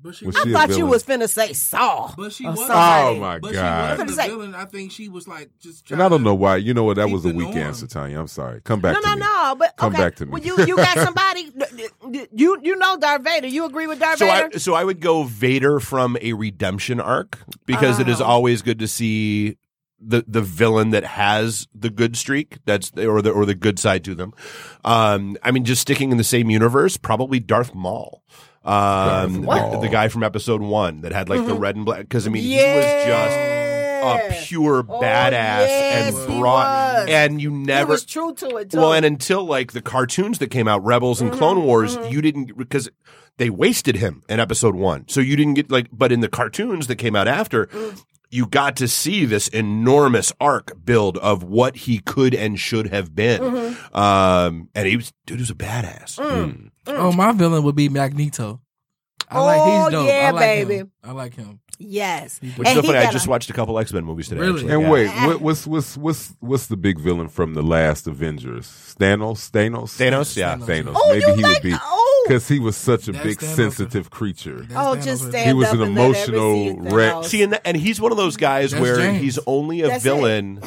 [SPEAKER 3] but she
[SPEAKER 2] was
[SPEAKER 3] was.
[SPEAKER 1] I
[SPEAKER 2] she a
[SPEAKER 1] thought you
[SPEAKER 2] villain?
[SPEAKER 1] was finna say Saw.
[SPEAKER 3] But she
[SPEAKER 1] Oh,
[SPEAKER 3] was.
[SPEAKER 1] sorry. Oh,
[SPEAKER 2] my God.
[SPEAKER 3] but She wasn't
[SPEAKER 1] I
[SPEAKER 3] the
[SPEAKER 1] was gonna
[SPEAKER 3] villain. I think she was like just.
[SPEAKER 2] And I don't know why. You know what? That
[SPEAKER 3] Keep
[SPEAKER 2] was a
[SPEAKER 3] the
[SPEAKER 2] weak
[SPEAKER 3] norm.
[SPEAKER 2] answer, Tanya. I'm sorry. Come back
[SPEAKER 1] no,
[SPEAKER 2] to
[SPEAKER 1] no,
[SPEAKER 2] me.
[SPEAKER 1] no. But
[SPEAKER 2] Come
[SPEAKER 1] okay.
[SPEAKER 2] back to me.
[SPEAKER 1] Well, you you got somebody. you you know Darth Vader. You agree with Darth
[SPEAKER 4] So I,
[SPEAKER 1] Vader?
[SPEAKER 4] so I would go Vader from a redemption arc because it is
[SPEAKER 1] Oh.
[SPEAKER 4] always good to see the the villain that has the good streak that's or the or the good side to them. Um, I mean, just sticking in the same universe, probably Darth Maul, um,
[SPEAKER 2] Darth
[SPEAKER 4] the,
[SPEAKER 2] Maul.
[SPEAKER 4] the guy from Episode One that had like the red and black. Because I mean, he was
[SPEAKER 1] Mm-hmm. Yeah.
[SPEAKER 4] just a pure
[SPEAKER 1] Oh,
[SPEAKER 4] badass
[SPEAKER 1] yes,
[SPEAKER 4] and
[SPEAKER 1] he
[SPEAKER 4] brought
[SPEAKER 1] was.
[SPEAKER 4] and you
[SPEAKER 1] He
[SPEAKER 4] never
[SPEAKER 1] was true to it too.
[SPEAKER 4] well, and until like the cartoons that came out, Rebels
[SPEAKER 1] Mm-hmm,
[SPEAKER 4] and Clone Wars, you didn't because they wasted him in episode one. So you didn't get like, but in the cartoons that came out after,
[SPEAKER 1] Mm.
[SPEAKER 4] you got to see this enormous arc build of what he could and should have been.
[SPEAKER 1] Mm-hmm.
[SPEAKER 4] Um, and he was, dude, he was a badass.
[SPEAKER 1] Mm.
[SPEAKER 3] Oh, my villain would be Magneto. I
[SPEAKER 1] Oh,
[SPEAKER 3] like he's dope.
[SPEAKER 1] yeah,
[SPEAKER 3] I like
[SPEAKER 1] baby.
[SPEAKER 3] Him. I like him.
[SPEAKER 1] yes,
[SPEAKER 4] Which is
[SPEAKER 1] And
[SPEAKER 4] so
[SPEAKER 1] he
[SPEAKER 4] funny. I
[SPEAKER 1] got
[SPEAKER 4] just
[SPEAKER 1] a-
[SPEAKER 4] watched a couple X Men movies today.
[SPEAKER 3] Really?
[SPEAKER 4] actually.
[SPEAKER 2] And
[SPEAKER 4] Yeah.
[SPEAKER 2] wait, what, what's what's what's what's the big villain from the last Avengers? Thanos, Thanos,
[SPEAKER 4] Thanos, yeah.
[SPEAKER 3] Thanos.
[SPEAKER 2] Thanos.
[SPEAKER 1] Oh,
[SPEAKER 2] Maybe
[SPEAKER 1] you
[SPEAKER 2] he
[SPEAKER 1] like
[SPEAKER 2] would be
[SPEAKER 1] oh.
[SPEAKER 2] because he was such a
[SPEAKER 3] That's
[SPEAKER 2] big
[SPEAKER 3] Thanos.
[SPEAKER 2] sensitive creature.
[SPEAKER 3] That's
[SPEAKER 1] Oh,
[SPEAKER 3] Thanos
[SPEAKER 1] just
[SPEAKER 3] right
[SPEAKER 1] stand
[SPEAKER 3] there.
[SPEAKER 2] was
[SPEAKER 1] up
[SPEAKER 2] an
[SPEAKER 1] and let everybody
[SPEAKER 2] emotional
[SPEAKER 1] see you,
[SPEAKER 2] wreck.
[SPEAKER 1] Thanos.
[SPEAKER 4] See, and, and he's one of those guys
[SPEAKER 3] That's
[SPEAKER 4] where
[SPEAKER 3] James.
[SPEAKER 4] he's only a
[SPEAKER 1] That's it.
[SPEAKER 4] villain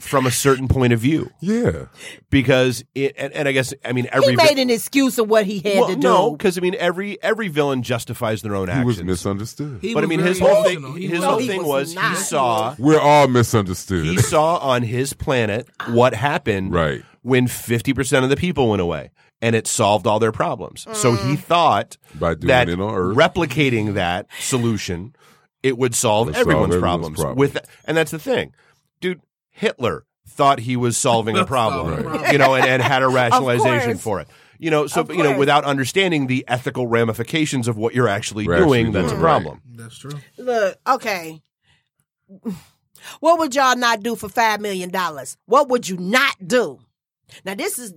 [SPEAKER 4] from a certain point of view
[SPEAKER 2] Yeah,
[SPEAKER 4] because it, and, and I guess I mean every
[SPEAKER 1] he made an excuse of what he had
[SPEAKER 4] well,
[SPEAKER 1] to do.
[SPEAKER 4] no, because I mean, every every villain justifies their own
[SPEAKER 2] he
[SPEAKER 4] actions.
[SPEAKER 2] was misunderstood.
[SPEAKER 3] He
[SPEAKER 4] but I
[SPEAKER 3] was
[SPEAKER 4] mean, his
[SPEAKER 3] very
[SPEAKER 4] whole thing,
[SPEAKER 3] emotional. He
[SPEAKER 4] his
[SPEAKER 3] was-
[SPEAKER 4] whole
[SPEAKER 1] No, he
[SPEAKER 4] thing was,
[SPEAKER 1] was
[SPEAKER 4] he
[SPEAKER 1] not.
[SPEAKER 4] saw
[SPEAKER 2] We're all
[SPEAKER 4] he
[SPEAKER 2] misunderstood.
[SPEAKER 4] saw on his planet what happened
[SPEAKER 2] Right.
[SPEAKER 4] when fifty percent of the people went away, and it solved all their problems. So
[SPEAKER 1] Mm.
[SPEAKER 4] he thought
[SPEAKER 2] By doing
[SPEAKER 4] that
[SPEAKER 2] it on Earth.
[SPEAKER 4] replicating that solution, it would solve
[SPEAKER 2] Would solve
[SPEAKER 4] everyone's,
[SPEAKER 2] everyone's
[SPEAKER 4] problems.
[SPEAKER 2] problems.
[SPEAKER 4] With and that's the thing, dude. Hitler thought he was solving a problem,
[SPEAKER 3] Right.
[SPEAKER 4] you know, and, and had a rationalization
[SPEAKER 1] course.
[SPEAKER 4] for it. You know, so
[SPEAKER 1] Of
[SPEAKER 4] you know,
[SPEAKER 1] course.
[SPEAKER 4] without understanding the ethical ramifications of what you're actually
[SPEAKER 2] We're actually
[SPEAKER 4] doing, that's a
[SPEAKER 2] doing, right.
[SPEAKER 4] problem.
[SPEAKER 3] That's true.
[SPEAKER 1] Look, okay. What would y'all not do for five million dollars? What would you not do? Now this is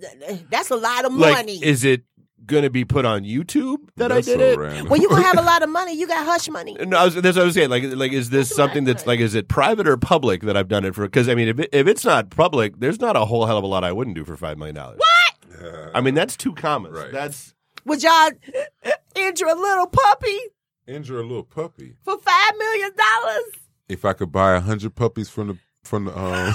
[SPEAKER 1] that's a lot of
[SPEAKER 4] Like,
[SPEAKER 1] money.
[SPEAKER 4] is it going to be put on YouTube that
[SPEAKER 2] That's
[SPEAKER 4] I did
[SPEAKER 2] so
[SPEAKER 4] it?
[SPEAKER 2] random.
[SPEAKER 1] well, you gonna have a lot of money. You got hush money.
[SPEAKER 4] No, I was, that's what I was saying. Like, like, is this something that's like, is it private or public that I've done it for? Because I mean, if, it, if it's not public, there's not a whole hell of a lot I wouldn't do for five million dollars. What? I mean, that's two commas.
[SPEAKER 2] Right.
[SPEAKER 4] That's
[SPEAKER 1] Would y'all injure a little puppy
[SPEAKER 2] Injure a little puppy.
[SPEAKER 1] for five million dollars?
[SPEAKER 2] If I could buy a hundred puppies from the from the um,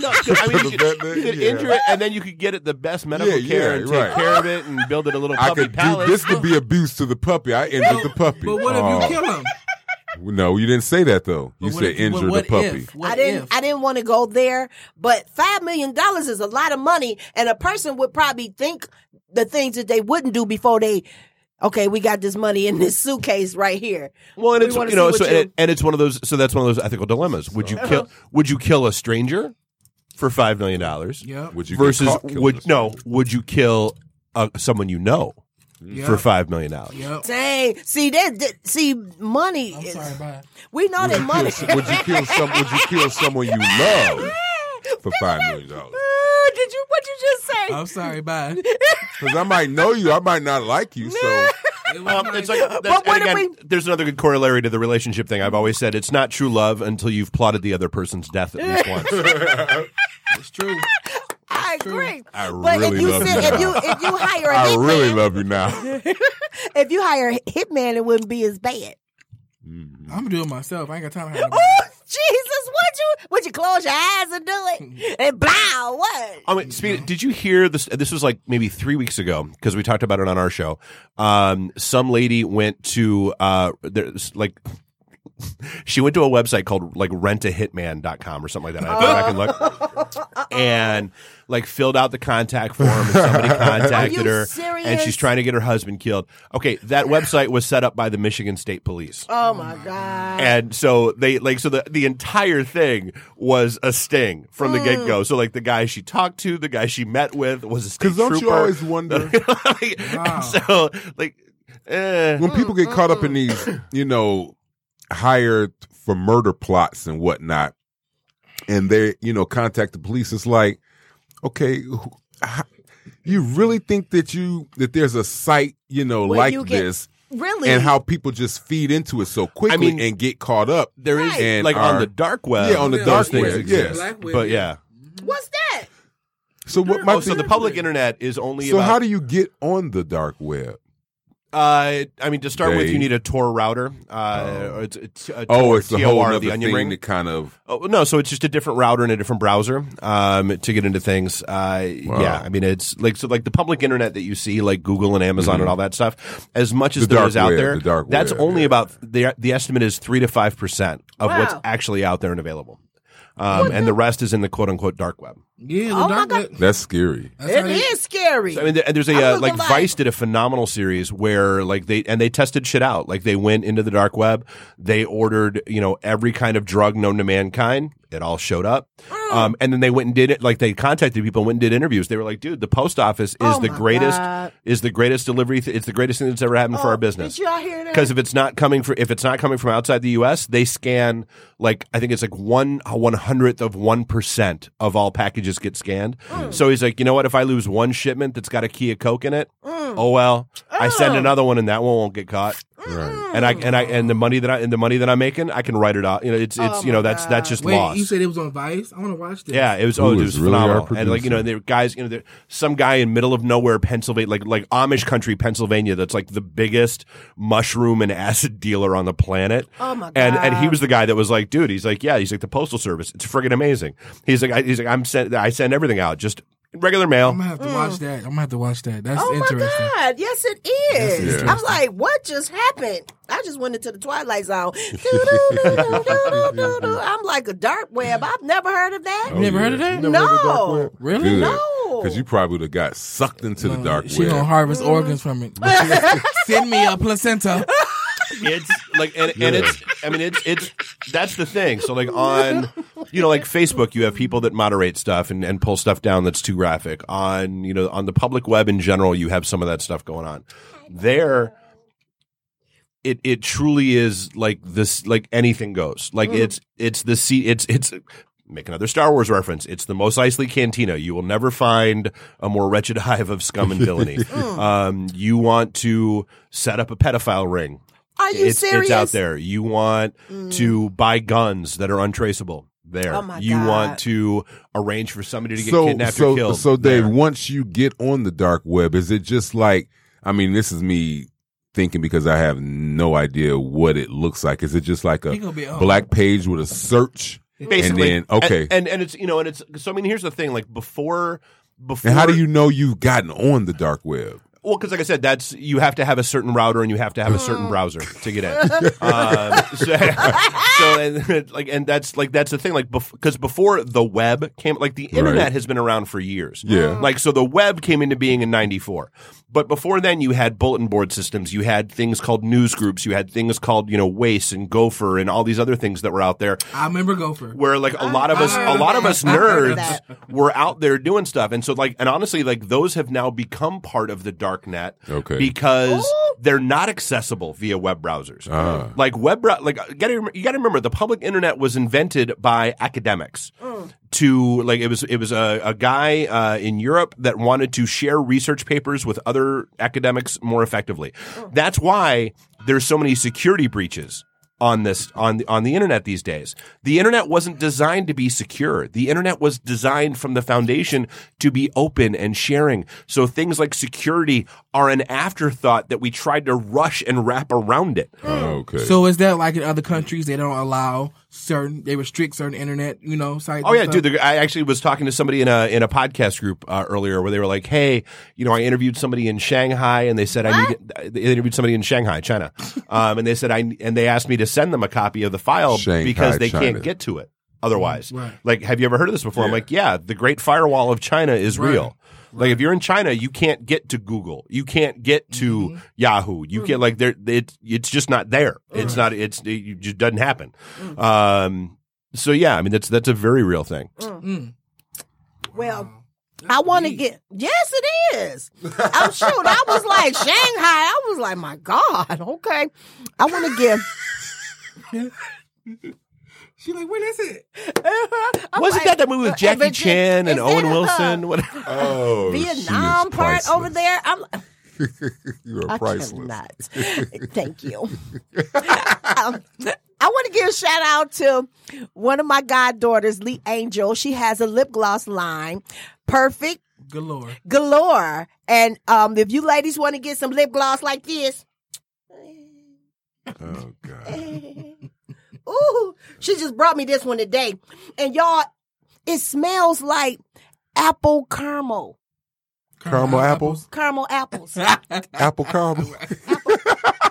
[SPEAKER 4] no, 'cause, I mean, you
[SPEAKER 2] That
[SPEAKER 4] could,
[SPEAKER 2] thing,
[SPEAKER 4] you could
[SPEAKER 2] yeah.
[SPEAKER 4] injure it, and then you could get it the best medical
[SPEAKER 2] Yeah,
[SPEAKER 4] care
[SPEAKER 2] yeah,
[SPEAKER 4] and
[SPEAKER 2] right.
[SPEAKER 4] take care of it and build it a little
[SPEAKER 2] I
[SPEAKER 4] puppy
[SPEAKER 2] could do
[SPEAKER 4] palace.
[SPEAKER 2] this could be abuse to the puppy. I injured the puppy.
[SPEAKER 3] But what if you kill him?
[SPEAKER 2] kill? No, you didn't say that though. You
[SPEAKER 3] But what
[SPEAKER 2] said
[SPEAKER 3] if-
[SPEAKER 2] injure
[SPEAKER 3] but
[SPEAKER 2] the
[SPEAKER 3] what
[SPEAKER 2] puppy.
[SPEAKER 3] if- what
[SPEAKER 1] I didn't.
[SPEAKER 3] if?
[SPEAKER 1] I didn't want to go there, but five million dollars is a lot of money, and a person would probably think the things that they wouldn't do before they. Okay, we got this money in this suitcase right here.
[SPEAKER 4] Well, and
[SPEAKER 1] We
[SPEAKER 4] it's
[SPEAKER 1] wanna
[SPEAKER 4] you know,
[SPEAKER 1] see
[SPEAKER 4] so
[SPEAKER 1] what
[SPEAKER 4] and,
[SPEAKER 1] you-
[SPEAKER 4] it, and it's one of those. So that's one of those ethical dilemmas. Would you kill? Would you kill a stranger for five million dollars?
[SPEAKER 3] Yep.
[SPEAKER 2] Would you get
[SPEAKER 4] Versus
[SPEAKER 2] caught killing
[SPEAKER 4] would
[SPEAKER 2] us?
[SPEAKER 4] no? Would you kill uh, someone you know
[SPEAKER 3] Yep.
[SPEAKER 4] for five million dollars?
[SPEAKER 3] Yep.
[SPEAKER 1] Dang. See that, that- see money
[SPEAKER 3] I'm
[SPEAKER 1] is
[SPEAKER 3] sorry, bye.
[SPEAKER 1] we know that money.
[SPEAKER 2] Would you kill some? Would you kill someone you love for five million dollars?
[SPEAKER 1] Uh, did you what you just say?
[SPEAKER 3] I'm sorry, bye.
[SPEAKER 2] Because I might know you, I might not like you. So
[SPEAKER 3] It was
[SPEAKER 4] Um,
[SPEAKER 3] nice.
[SPEAKER 4] it's like, that's,
[SPEAKER 1] But what if
[SPEAKER 4] and again,
[SPEAKER 1] we-
[SPEAKER 4] there's another good corollary to the relationship thing. I've always said it's not true love until you've plotted the other person's death at least once.
[SPEAKER 3] it's true.
[SPEAKER 1] I agree. But
[SPEAKER 2] I really
[SPEAKER 1] if you
[SPEAKER 2] love
[SPEAKER 1] send-
[SPEAKER 2] you.
[SPEAKER 1] if you if you hire a
[SPEAKER 2] I
[SPEAKER 1] hitman,
[SPEAKER 2] really love you now.
[SPEAKER 1] if you hire a hitman, it wouldn't be as bad.
[SPEAKER 3] I'm doing it myself. I ain't got time to have nobody.
[SPEAKER 1] Oh Jesus! Would you would you close your eyes and do it and blah what?
[SPEAKER 4] I mean, speaking, did you hear this? This was like maybe three weeks ago because we talked about it on our show. Um, some lady went to uh, there's like she went to a website called like rentahitman.com or something like that. I have to go back and look. And like filled out the contact form and somebody contacted
[SPEAKER 1] Are you
[SPEAKER 4] her. And
[SPEAKER 1] serious?
[SPEAKER 4] she's trying to get her husband killed. Okay, that website was set up by the Michigan State Police.
[SPEAKER 1] Oh my god.
[SPEAKER 4] And so they like so the the entire thing was a sting from the get go. So like the guy she talked to, the guy she met with was a state
[SPEAKER 2] Because don't
[SPEAKER 4] trooper.
[SPEAKER 2] you always wonder
[SPEAKER 4] Like, and So like, eh.
[SPEAKER 2] when people get caught up in these, you know, hired for murder plots and whatnot, and they, you know, contact the police. It's like, okay, who- how- you really think that you that there's a site, you know,
[SPEAKER 1] Where
[SPEAKER 2] like
[SPEAKER 1] you get-
[SPEAKER 2] this,
[SPEAKER 1] really?
[SPEAKER 2] and how people just feed into it so quickly
[SPEAKER 4] mean,
[SPEAKER 2] and get caught up.
[SPEAKER 4] there is
[SPEAKER 1] Right.
[SPEAKER 2] And
[SPEAKER 4] like on
[SPEAKER 2] are-
[SPEAKER 4] the dark web.
[SPEAKER 2] Yeah, on the
[SPEAKER 4] those
[SPEAKER 2] dark
[SPEAKER 4] things
[SPEAKER 2] web,
[SPEAKER 4] exist.
[SPEAKER 2] yes.
[SPEAKER 4] But yeah.
[SPEAKER 1] What's that?
[SPEAKER 2] So what? My
[SPEAKER 4] Oh, so
[SPEAKER 2] thing-
[SPEAKER 4] the public internet is only.
[SPEAKER 2] so
[SPEAKER 4] about,
[SPEAKER 2] how do you get on the dark web?
[SPEAKER 4] Uh, I mean, to start with,
[SPEAKER 2] They-
[SPEAKER 4] you need a Tor router. Uh, or it's, it's a
[SPEAKER 2] Oh,
[SPEAKER 4] Tor-
[SPEAKER 2] it's a whole
[SPEAKER 4] TOR,
[SPEAKER 2] other
[SPEAKER 4] the
[SPEAKER 2] thing
[SPEAKER 4] onion ring.
[SPEAKER 2] to kind of.
[SPEAKER 4] Oh, no, so it's just a different router and a different browser um, to get into things. Uh,
[SPEAKER 2] Wow.
[SPEAKER 4] Yeah, I mean it's like so like the public internet that you see, like Google and Amazon and all that stuff. As much as
[SPEAKER 2] Mm-hmm. The
[SPEAKER 4] there
[SPEAKER 2] dark
[SPEAKER 4] is out
[SPEAKER 2] web,
[SPEAKER 4] there,
[SPEAKER 2] the dark
[SPEAKER 4] that's
[SPEAKER 2] web,
[SPEAKER 4] only
[SPEAKER 2] yeah.
[SPEAKER 4] about the the estimate is three to five percent of what's
[SPEAKER 1] Wow.
[SPEAKER 4] actually out there and available, um, and the rest is in the quote unquote dark web.
[SPEAKER 3] Yeah, the
[SPEAKER 1] Oh my
[SPEAKER 3] dark
[SPEAKER 1] God.
[SPEAKER 3] web.
[SPEAKER 2] That's scary.
[SPEAKER 3] That's
[SPEAKER 1] It
[SPEAKER 3] how
[SPEAKER 1] is
[SPEAKER 3] they-
[SPEAKER 1] scary.
[SPEAKER 4] So, I mean, there- and there's
[SPEAKER 1] I'm
[SPEAKER 4] a uh,
[SPEAKER 1] looking
[SPEAKER 4] like
[SPEAKER 1] like-
[SPEAKER 4] Vice did a phenomenal series where like they and they tested shit out. Like they went into the dark web, they ordered you know every kind of drug known to mankind. It all showed up,
[SPEAKER 1] Oh.
[SPEAKER 4] um, and then they went and did it. Like they contacted people and went and did interviews. They were like, "Dude, the post office is
[SPEAKER 1] Oh
[SPEAKER 4] the
[SPEAKER 1] my
[SPEAKER 4] greatest
[SPEAKER 1] God.
[SPEAKER 4] is the greatest delivery. Th- it's the greatest thing that's ever happened for our business."
[SPEAKER 1] Oh, Did y'all hear that?
[SPEAKER 4] Because if it's not coming for if it's not coming from outside the U.S., they scan like I think it's like one one hundredth of one percent of all packages get scanned. So he's like, you know what? If I lose one shipment that's got a key of coke in it, oh well. I send another one, and that one won't get caught.
[SPEAKER 2] Right.
[SPEAKER 4] And I and I and the money that I and the money that I'm making, I can write it out. You know, it's it's you know that's that's just
[SPEAKER 3] Wait,
[SPEAKER 4] lost.
[SPEAKER 3] you said it was on Vice? I want to watch this.
[SPEAKER 4] Yeah, it was.
[SPEAKER 2] Who
[SPEAKER 4] Oh, it
[SPEAKER 2] is
[SPEAKER 4] was
[SPEAKER 2] really
[SPEAKER 4] phenomenal.
[SPEAKER 2] our
[SPEAKER 4] And like you know,
[SPEAKER 2] producer?
[SPEAKER 4] there guys, you know, there some guy in middle of nowhere, Pennsylvania, like like Amish country, Pennsylvania, that's like the biggest mushroom and acid dealer on the planet.
[SPEAKER 1] Oh, my
[SPEAKER 4] And and he
[SPEAKER 1] God.
[SPEAKER 4] was the guy that was like, dude, he's like, yeah, he's like the postal service. It's friggin' amazing. He's like, I, he's like, I'm send, I send everything out, just regular
[SPEAKER 3] I'm
[SPEAKER 4] mail.
[SPEAKER 3] gonna have to watch that. I'm gonna have to watch that. That's
[SPEAKER 1] Mm. Oh my
[SPEAKER 3] interesting.
[SPEAKER 1] God! Yes, it is.
[SPEAKER 3] interesting.
[SPEAKER 1] I'm like, what just happened? I just went into the twilight zone. Doo-doo-doo-doo-doo-doo-doo. I'm like a dark web. I've never heard of that.
[SPEAKER 3] Oh, You never heard of that?
[SPEAKER 1] Oh, Never heard of the dark web?
[SPEAKER 3] Really?
[SPEAKER 1] Oh, No.
[SPEAKER 2] Because you probably would have got sucked into the dark
[SPEAKER 3] She gonna
[SPEAKER 2] web.
[SPEAKER 3] harvest
[SPEAKER 1] Mm.
[SPEAKER 3] organs from it. Send me a placenta.
[SPEAKER 4] It's like and, and it's I mean it's it's that's the thing. So like on you know like Facebook, you have people that moderate stuff and, and pull stuff down that's too graphic. On you know on the public web in general, you have some of that stuff going on. There, it it truly is like this like anything goes. Like it's it's the sea it's it's make another Star Wars reference. It's the Mos Eisley Cantina. You will never find a more wretched hive of scum and villainy. um, you want to set up a pedophile ring
[SPEAKER 1] Are you
[SPEAKER 4] it's,
[SPEAKER 1] serious? Mm.
[SPEAKER 4] it's out there. You want to buy guns that are untraceable. There.
[SPEAKER 1] Oh my
[SPEAKER 4] you
[SPEAKER 1] God.
[SPEAKER 4] want to arrange for somebody to get
[SPEAKER 2] So,
[SPEAKER 4] kidnapped or
[SPEAKER 2] so,
[SPEAKER 4] killed.
[SPEAKER 2] so, Dave,
[SPEAKER 4] There.
[SPEAKER 2] once you get on the dark web, is it just like, I mean, this is me thinking because I have no idea what it looks like. Is it just like
[SPEAKER 3] He
[SPEAKER 2] a
[SPEAKER 3] gonna be on.
[SPEAKER 2] black page with a search?
[SPEAKER 4] basically,
[SPEAKER 2] And then, okay.
[SPEAKER 4] and, and and it's you know, and it's so. I mean, here's the thing: like before, before,
[SPEAKER 2] And how do you know you've gotten on the dark web?
[SPEAKER 4] Well, because like I said, that's you have to have a certain router and you have to have a certain browser to get in. um, so, so, and, like, and that's like that's the thing, like because before the web came, like the internet
[SPEAKER 2] Right.
[SPEAKER 4] has been around for years.
[SPEAKER 2] Yeah.
[SPEAKER 4] like so the web came into being in '94, but before then you had bulletin board systems, you had things called news groups, you had things called you know Waste and Gopher and all these other things that were out there
[SPEAKER 3] I remember Gopher.
[SPEAKER 4] where like a lot of
[SPEAKER 1] I've
[SPEAKER 4] us
[SPEAKER 1] heard
[SPEAKER 4] a
[SPEAKER 1] of
[SPEAKER 4] lot of
[SPEAKER 1] that.
[SPEAKER 4] us
[SPEAKER 1] I've heard of
[SPEAKER 4] nerds were out there doing stuff and so like and honestly like those have now become part of the dark net
[SPEAKER 2] Okay.
[SPEAKER 4] because they're not accessible via web browsers
[SPEAKER 2] Ah.
[SPEAKER 4] like web brow- like you gotta, rem- you gotta remember the public internet was invented by academics to like it was it was a, a guy uh, in Europe that wanted to share research papers with other academics more effectively. That's why there's so many security breaches on this on the, on the internet these days. The internet wasn't designed to be secure. The internet was designed from the foundation to be open and sharing. So things like security are an afterthought that we tried to rush and wrap around it.
[SPEAKER 2] Okay.
[SPEAKER 1] Oh.
[SPEAKER 3] So is that like in other countries they don't allow certain they restrict certain internet, you know, sites.
[SPEAKER 4] Oh
[SPEAKER 3] and
[SPEAKER 4] yeah,
[SPEAKER 3] stuff.
[SPEAKER 4] dude. the- I actually was talking to somebody in a in a podcast group uh, earlier where they were like, "Hey, you know, I interviewed somebody in Shanghai, and they said I need." They interviewed somebody in Shanghai, China, um, and they said I and they asked me to send them a copy of the file
[SPEAKER 2] Shanghai,
[SPEAKER 4] Oh, because they
[SPEAKER 2] China.
[SPEAKER 4] can't get to it otherwise.
[SPEAKER 3] Right.
[SPEAKER 4] Like, have you ever heard of this before? I'm like, yeah, the Great Firewall of China is
[SPEAKER 3] Right.
[SPEAKER 4] real. Like if you're in China, you can't get to Google, you can't get to Yahoo, you can't like there. It's it's just not there. It's not. It's it just doesn't happen. Um, so yeah, I mean that's that's a very real thing.
[SPEAKER 3] Mm.
[SPEAKER 1] Well, I want to get. Yes, it is. I'm sure. I was like Shanghai. I was like, my God. Okay, I want to give.
[SPEAKER 3] She like, what is it?
[SPEAKER 1] I'm
[SPEAKER 4] Wasn't
[SPEAKER 1] like,
[SPEAKER 4] that that movie with
[SPEAKER 1] uh,
[SPEAKER 4] Jackie
[SPEAKER 1] but
[SPEAKER 4] Chan
[SPEAKER 1] is
[SPEAKER 4] and
[SPEAKER 1] that,
[SPEAKER 4] Owen
[SPEAKER 1] uh,
[SPEAKER 4] Wilson? What-
[SPEAKER 2] Oh,
[SPEAKER 1] Vietnam part over there. I'm.
[SPEAKER 2] You
[SPEAKER 1] I
[SPEAKER 2] are priceless.
[SPEAKER 1] cannot. Thank you. um, I want to give a shout out to one of my goddaughters, Lee Angel. She has a lip gloss line, Perfect
[SPEAKER 3] Good lord.
[SPEAKER 1] Galore. And um, if you ladies want to get some lip gloss like this,
[SPEAKER 2] Oh god.
[SPEAKER 1] ooh, she just brought me this one today. And y'all, it smells like apple caramel,
[SPEAKER 2] Caramel apples.
[SPEAKER 1] caramel apples.
[SPEAKER 2] Apple caramel.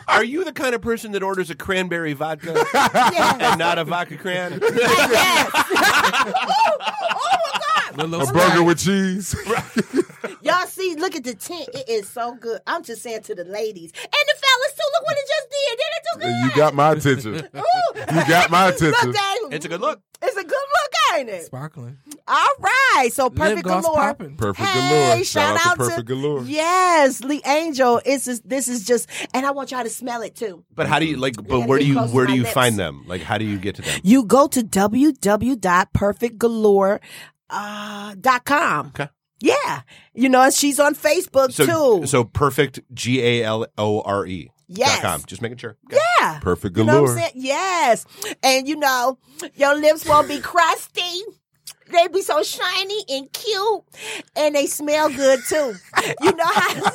[SPEAKER 4] Are you the kind of person that orders a cranberry vodka
[SPEAKER 1] yes.
[SPEAKER 4] and not a vodka cran?
[SPEAKER 1] yes. Ooh, oh my God.
[SPEAKER 3] Little
[SPEAKER 2] A
[SPEAKER 3] old
[SPEAKER 2] burger
[SPEAKER 3] Sprite.
[SPEAKER 2] with cheese.
[SPEAKER 1] Y'all see, look at the tent. It is so good. I'm just saying to the ladies and the fellas too. Look what it just did. Did it do good?
[SPEAKER 2] you got my attention.
[SPEAKER 1] Ooh.
[SPEAKER 2] You got my attention.
[SPEAKER 1] Look, Dave.
[SPEAKER 4] It's a good look.
[SPEAKER 1] It's a good look, ain't it?
[SPEAKER 3] sparkling.
[SPEAKER 1] All right. So perfect
[SPEAKER 3] Lip gloss
[SPEAKER 1] galore.
[SPEAKER 3] popping.
[SPEAKER 2] Perfect
[SPEAKER 1] Hey,
[SPEAKER 2] galore.
[SPEAKER 1] shout, out, to
[SPEAKER 2] Perfect Galore.
[SPEAKER 1] Yes, Lee Angel. It's just, this is just, and I want y'all to smell it too.
[SPEAKER 4] But how do you like? But
[SPEAKER 1] gotta
[SPEAKER 4] where do
[SPEAKER 1] get
[SPEAKER 4] you
[SPEAKER 1] close to
[SPEAKER 4] where do
[SPEAKER 1] my
[SPEAKER 4] you
[SPEAKER 1] lips.
[SPEAKER 4] find them? Like, how do you get to them?
[SPEAKER 1] You go to www.perfectgalore.com. Uh, dot com.
[SPEAKER 4] Okay.
[SPEAKER 1] Yeah. You know, and she's on Facebook
[SPEAKER 4] So,
[SPEAKER 1] too.
[SPEAKER 4] so perfect. G a l o r e.
[SPEAKER 1] Yes.
[SPEAKER 4] Dot com. Just making sure.
[SPEAKER 1] yeah.
[SPEAKER 2] Perfect
[SPEAKER 1] You know what
[SPEAKER 2] galore.
[SPEAKER 1] I'm saying? Yes. And you know, your lips won't be crusty. They be so shiny and cute. And they smell good too. You know how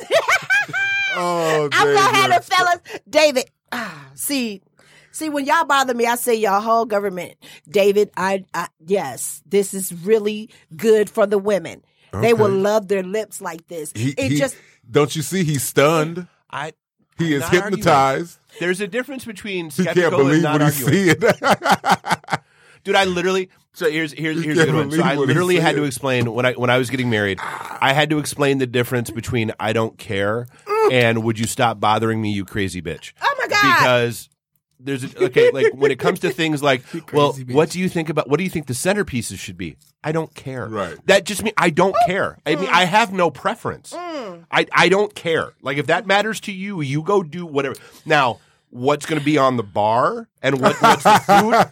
[SPEAKER 2] oh,
[SPEAKER 1] I
[SPEAKER 2] Dave,
[SPEAKER 1] know how
[SPEAKER 2] you're-
[SPEAKER 1] the fellas David ah, see see when y'all bother me, I say y'all whole government. David, I, I yes, this is really good for the women. They will
[SPEAKER 2] Okay.
[SPEAKER 1] love their lips like this.
[SPEAKER 2] He,
[SPEAKER 1] it
[SPEAKER 2] he-
[SPEAKER 1] just
[SPEAKER 2] don't you see he's stunned?
[SPEAKER 4] I.
[SPEAKER 2] He is
[SPEAKER 4] not arguing.
[SPEAKER 2] hypnotized.
[SPEAKER 4] There's a difference between
[SPEAKER 2] He can't
[SPEAKER 4] skeptical and
[SPEAKER 2] believe
[SPEAKER 4] not
[SPEAKER 2] what he's
[SPEAKER 4] arguing.
[SPEAKER 2] seeing.
[SPEAKER 4] dude i literally so here's here's
[SPEAKER 2] You
[SPEAKER 4] here's a good
[SPEAKER 2] can't
[SPEAKER 4] one so
[SPEAKER 2] believe
[SPEAKER 4] i
[SPEAKER 2] what he
[SPEAKER 4] literally had to
[SPEAKER 2] said.
[SPEAKER 4] explain when i when i was getting married i had to explain the difference between i don't care and would you stop bothering me you crazy bitch
[SPEAKER 1] Oh my God.
[SPEAKER 4] because there's a, okay like when it comes to things like well
[SPEAKER 3] bitch.
[SPEAKER 4] what do you think about what do you think the centerpieces should be i don't care
[SPEAKER 2] Right.
[SPEAKER 4] that just means i don't care i mean i have no preference i i don't care like if that matters to you you go do whatever now what's going to be on the bar and what, what's the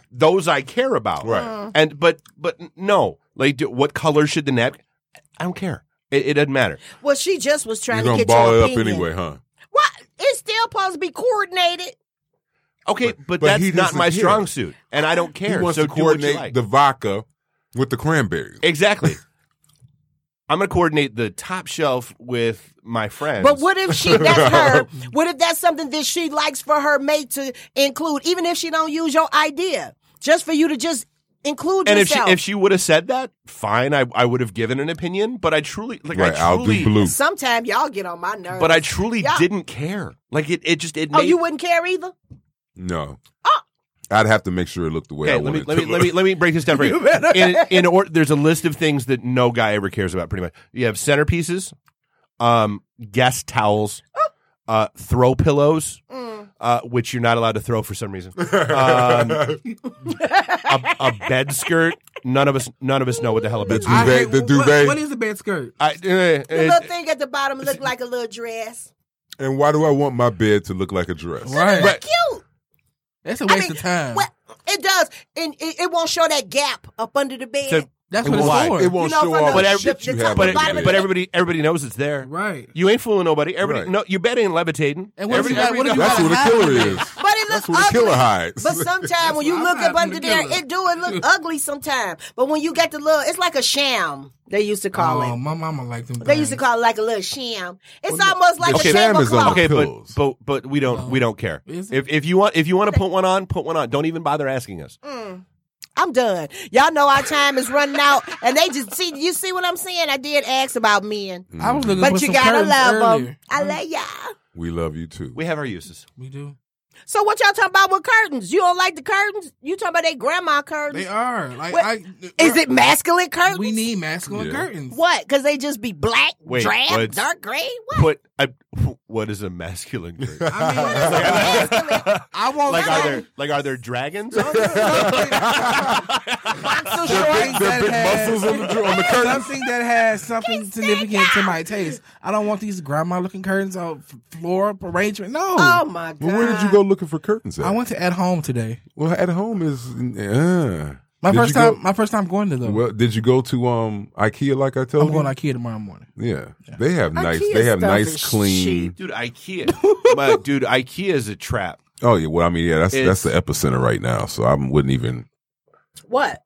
[SPEAKER 4] food those i care about
[SPEAKER 2] Right. Mm.
[SPEAKER 4] and but but no like do, what color should the napkin i don't care it, it doesn't matter
[SPEAKER 1] well she just was
[SPEAKER 2] You're
[SPEAKER 1] trying to
[SPEAKER 2] gonna
[SPEAKER 1] get
[SPEAKER 2] ball
[SPEAKER 1] your
[SPEAKER 2] it up
[SPEAKER 1] opinion.
[SPEAKER 2] anyway, huh?
[SPEAKER 1] What? It's still supposed to be coordinated.
[SPEAKER 4] okay but,
[SPEAKER 2] But- but he
[SPEAKER 4] that's not my
[SPEAKER 2] doesn't care.
[SPEAKER 4] strong suit and i don't care
[SPEAKER 2] He wants to
[SPEAKER 4] so do what you
[SPEAKER 2] coordinate
[SPEAKER 4] like.
[SPEAKER 2] the vodka with the cranberries.
[SPEAKER 4] Exactly. I'm going to coordinate the top shelf with my friends.
[SPEAKER 1] But what if she that's her? What if that's something that she likes for her mate to include, even if she don't use your idea, just for you to just include
[SPEAKER 4] And if she
[SPEAKER 1] yourself?
[SPEAKER 4] if she would have said that, fine, I, I would have given an opinion. But I truly like
[SPEAKER 2] Right,
[SPEAKER 4] I
[SPEAKER 2] I'll
[SPEAKER 4] truly,
[SPEAKER 2] do blue.
[SPEAKER 1] Sometimes y'all get on my nerves.
[SPEAKER 4] But I truly
[SPEAKER 1] Yeah.
[SPEAKER 4] didn't care. Like it, it just it.
[SPEAKER 1] oh,
[SPEAKER 4] made,
[SPEAKER 1] you wouldn't care either.
[SPEAKER 2] No,
[SPEAKER 3] Oh.
[SPEAKER 2] I'd have to make sure it looked the way
[SPEAKER 4] Okay,
[SPEAKER 2] I
[SPEAKER 4] let me
[SPEAKER 2] wanted
[SPEAKER 4] let
[SPEAKER 2] it
[SPEAKER 4] me,
[SPEAKER 2] to
[SPEAKER 4] let me let me break this down for you. In, in or, there's a list of things that no guy ever cares about. Pretty much, you have centerpieces, um, guest towels, uh, throw pillows,
[SPEAKER 1] Mm.
[SPEAKER 4] uh, which you're not allowed to throw for some reason. Um, a, a bed skirt. None of us none of us know what the hell a bed
[SPEAKER 2] duvet,
[SPEAKER 3] I
[SPEAKER 4] skirt. is.
[SPEAKER 2] do- the
[SPEAKER 3] what-
[SPEAKER 2] duvet.
[SPEAKER 3] what is a bed skirt?
[SPEAKER 4] I, uh,
[SPEAKER 1] The
[SPEAKER 4] uh,
[SPEAKER 1] little thing at the bottom looked like a little dress.
[SPEAKER 2] And why do I want my bed to look like a dress?
[SPEAKER 3] Right.
[SPEAKER 4] Right.
[SPEAKER 1] Cute.
[SPEAKER 3] That's a
[SPEAKER 1] I
[SPEAKER 3] waste
[SPEAKER 1] mean,
[SPEAKER 3] of time.
[SPEAKER 1] Well, it does, and it, it won't show that gap up under the bed.
[SPEAKER 4] So-
[SPEAKER 3] That's what
[SPEAKER 4] Why?
[SPEAKER 3] it's for.
[SPEAKER 2] It won't
[SPEAKER 1] You know,
[SPEAKER 2] show
[SPEAKER 1] from
[SPEAKER 2] all
[SPEAKER 1] the-
[SPEAKER 2] the,
[SPEAKER 4] the-
[SPEAKER 2] shit
[SPEAKER 1] the
[SPEAKER 2] you
[SPEAKER 1] top
[SPEAKER 2] have.
[SPEAKER 1] to
[SPEAKER 4] but
[SPEAKER 2] under
[SPEAKER 1] bottom
[SPEAKER 2] the
[SPEAKER 1] of
[SPEAKER 4] but
[SPEAKER 2] bed.
[SPEAKER 4] everybody everybody knows it's there.
[SPEAKER 3] Right.
[SPEAKER 4] You ain't fooling nobody. Everybody,
[SPEAKER 2] Right.
[SPEAKER 4] no, your bed ain't levitating.
[SPEAKER 3] And what if you got- what if you
[SPEAKER 2] That's
[SPEAKER 3] gotta
[SPEAKER 2] what a
[SPEAKER 3] hide
[SPEAKER 2] killer
[SPEAKER 3] it?
[SPEAKER 2] is.
[SPEAKER 1] But it looks
[SPEAKER 2] That's what a
[SPEAKER 1] ugly.
[SPEAKER 2] killer hides.
[SPEAKER 1] But sometimes when you
[SPEAKER 3] why
[SPEAKER 1] look
[SPEAKER 3] I'm
[SPEAKER 1] up
[SPEAKER 3] not
[SPEAKER 1] under
[SPEAKER 3] the
[SPEAKER 1] there,
[SPEAKER 3] killer.
[SPEAKER 1] it do it look ugly sometimes. But when you got the little, it's like a sham. They used to call
[SPEAKER 3] Oh,
[SPEAKER 1] it.
[SPEAKER 3] my mama liked them.
[SPEAKER 1] They used to
[SPEAKER 3] things.
[SPEAKER 1] call it like a little sham. It's almost like
[SPEAKER 2] the
[SPEAKER 1] a
[SPEAKER 2] sham is
[SPEAKER 1] tablecloth.
[SPEAKER 2] on the
[SPEAKER 4] okay, but,
[SPEAKER 2] pills.
[SPEAKER 4] but but we don't we don't care.
[SPEAKER 3] Is it?
[SPEAKER 4] If if you want if you want to put one on, put one on. Don't even bother asking us.
[SPEAKER 1] I'm done. Y'all know our time is running out, and they just see. You see what I'm saying? I did ask about men,
[SPEAKER 3] I was looking for
[SPEAKER 1] but you
[SPEAKER 3] some
[SPEAKER 1] gotta
[SPEAKER 3] curtains
[SPEAKER 1] love
[SPEAKER 3] earlier.
[SPEAKER 1] them. I love y'all.
[SPEAKER 2] We love you too.
[SPEAKER 4] We have our uses.
[SPEAKER 3] We do.
[SPEAKER 1] So what y'all talking about with curtains? You don't like the curtains? You talking about they grandma curtains?
[SPEAKER 3] They
[SPEAKER 2] uh,
[SPEAKER 3] are like.
[SPEAKER 1] What-
[SPEAKER 3] I,
[SPEAKER 1] Is it masculine curtains?
[SPEAKER 3] We need masculine curtains.
[SPEAKER 1] what? Because they just be black,
[SPEAKER 4] Wait,
[SPEAKER 1] drab,
[SPEAKER 4] what's-
[SPEAKER 1] dark gray. What?
[SPEAKER 4] What I, what is a masculine curtain?
[SPEAKER 3] I mean,
[SPEAKER 1] Masculine.
[SPEAKER 3] I won't
[SPEAKER 4] like are
[SPEAKER 3] lie.
[SPEAKER 4] there like are there dragons?
[SPEAKER 1] Boxer
[SPEAKER 3] Something
[SPEAKER 1] shorts.
[SPEAKER 3] that
[SPEAKER 2] big
[SPEAKER 3] has-
[SPEAKER 2] muscles on the- on the curtains.
[SPEAKER 3] Something that has something significant to my taste. I don't want these grandma looking curtains on f- floor arrangement. No.
[SPEAKER 1] Oh my god!
[SPEAKER 2] Well, where did you go looking for curtains at?
[SPEAKER 3] I went to at home today.
[SPEAKER 2] well, at home is uh,
[SPEAKER 3] My
[SPEAKER 2] Did
[SPEAKER 3] first
[SPEAKER 2] you go-
[SPEAKER 3] time. my first time going to them.
[SPEAKER 2] well, did you go to um IKEA like I told
[SPEAKER 3] I'm
[SPEAKER 2] you?
[SPEAKER 3] going to IKEA tomorrow morning.
[SPEAKER 2] Yeah. They have nice
[SPEAKER 1] IKEA
[SPEAKER 2] they have
[SPEAKER 1] stuff
[SPEAKER 2] nice
[SPEAKER 1] is
[SPEAKER 2] clean.
[SPEAKER 4] dude, IKEA. My, dude, IKEA is a trap.
[SPEAKER 2] Oh yeah, well I mean yeah, that's that's
[SPEAKER 4] It's-
[SPEAKER 2] the epicenter right now. So I wouldn't even
[SPEAKER 1] What?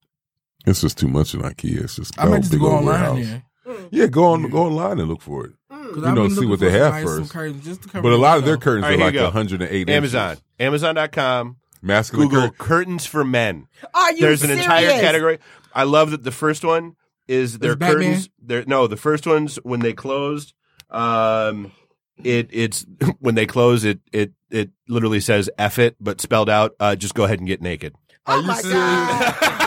[SPEAKER 2] it's just too much in IKEA. It's just
[SPEAKER 3] I might
[SPEAKER 2] that
[SPEAKER 3] just
[SPEAKER 2] big
[SPEAKER 3] go
[SPEAKER 2] old
[SPEAKER 3] online
[SPEAKER 2] warehouse.
[SPEAKER 3] here.
[SPEAKER 2] Yeah, go on go online and look for it.
[SPEAKER 3] 'Cause
[SPEAKER 2] You
[SPEAKER 3] I've
[SPEAKER 2] know,
[SPEAKER 3] been
[SPEAKER 2] see
[SPEAKER 3] looking
[SPEAKER 2] what
[SPEAKER 3] for
[SPEAKER 2] they
[SPEAKER 3] some
[SPEAKER 2] have
[SPEAKER 3] nice- some
[SPEAKER 2] first.
[SPEAKER 3] curtains just to cover
[SPEAKER 2] But a lot of
[SPEAKER 3] myself.
[SPEAKER 2] their curtains
[SPEAKER 4] All right,
[SPEAKER 2] are
[SPEAKER 4] here
[SPEAKER 2] like
[SPEAKER 4] you go.
[SPEAKER 2] 108
[SPEAKER 4] Amazon,
[SPEAKER 2] inches.
[SPEAKER 4] Amazon.com.
[SPEAKER 2] Masculine
[SPEAKER 4] Google
[SPEAKER 2] cur-
[SPEAKER 4] curtains for men.
[SPEAKER 1] Are you?
[SPEAKER 4] There's an
[SPEAKER 1] serious?
[SPEAKER 4] entire category. I love that the first one is their
[SPEAKER 3] it Batman?
[SPEAKER 4] curtains. Their, no, the first ones when they closed, um, it it's when they close it it it literally says "f it" but spelled out. Uh, just go ahead and get naked.
[SPEAKER 1] Oh my god!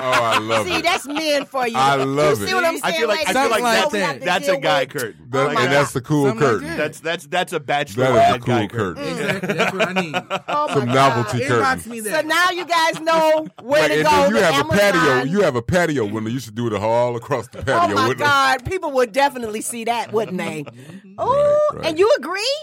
[SPEAKER 2] Oh, I love
[SPEAKER 1] See,
[SPEAKER 2] it.
[SPEAKER 1] that's men for you.
[SPEAKER 2] I love
[SPEAKER 1] you
[SPEAKER 2] it.
[SPEAKER 1] See what I'm saying?
[SPEAKER 4] I feel like, I feel
[SPEAKER 3] Something
[SPEAKER 4] like
[SPEAKER 3] like
[SPEAKER 4] that's,
[SPEAKER 3] that.
[SPEAKER 4] that's a guy curtain.
[SPEAKER 2] That-
[SPEAKER 1] Oh my
[SPEAKER 2] and that's
[SPEAKER 1] God.
[SPEAKER 2] the cool
[SPEAKER 3] Something like
[SPEAKER 2] curtain.
[SPEAKER 3] that.
[SPEAKER 4] That's that's that's a bachelor
[SPEAKER 2] That is a
[SPEAKER 4] bad guy
[SPEAKER 2] cool
[SPEAKER 4] curtain.
[SPEAKER 1] Mm.
[SPEAKER 2] curtain.
[SPEAKER 3] Exactly. That's what I need.
[SPEAKER 1] Oh
[SPEAKER 2] Some
[SPEAKER 1] my
[SPEAKER 2] novelty
[SPEAKER 1] God.
[SPEAKER 2] curtains.
[SPEAKER 3] Inbox me
[SPEAKER 1] So
[SPEAKER 3] that.
[SPEAKER 1] now you guys know where
[SPEAKER 2] Like,
[SPEAKER 1] to
[SPEAKER 2] and
[SPEAKER 1] go.
[SPEAKER 2] then you
[SPEAKER 1] The
[SPEAKER 2] have a patio.
[SPEAKER 1] Amazon.
[SPEAKER 2] You have a patio window. You should do it all across the patio
[SPEAKER 1] Oh my
[SPEAKER 2] window.
[SPEAKER 1] God! People would definitely see that, wouldn't they? Oh,
[SPEAKER 2] right.
[SPEAKER 1] and you agree?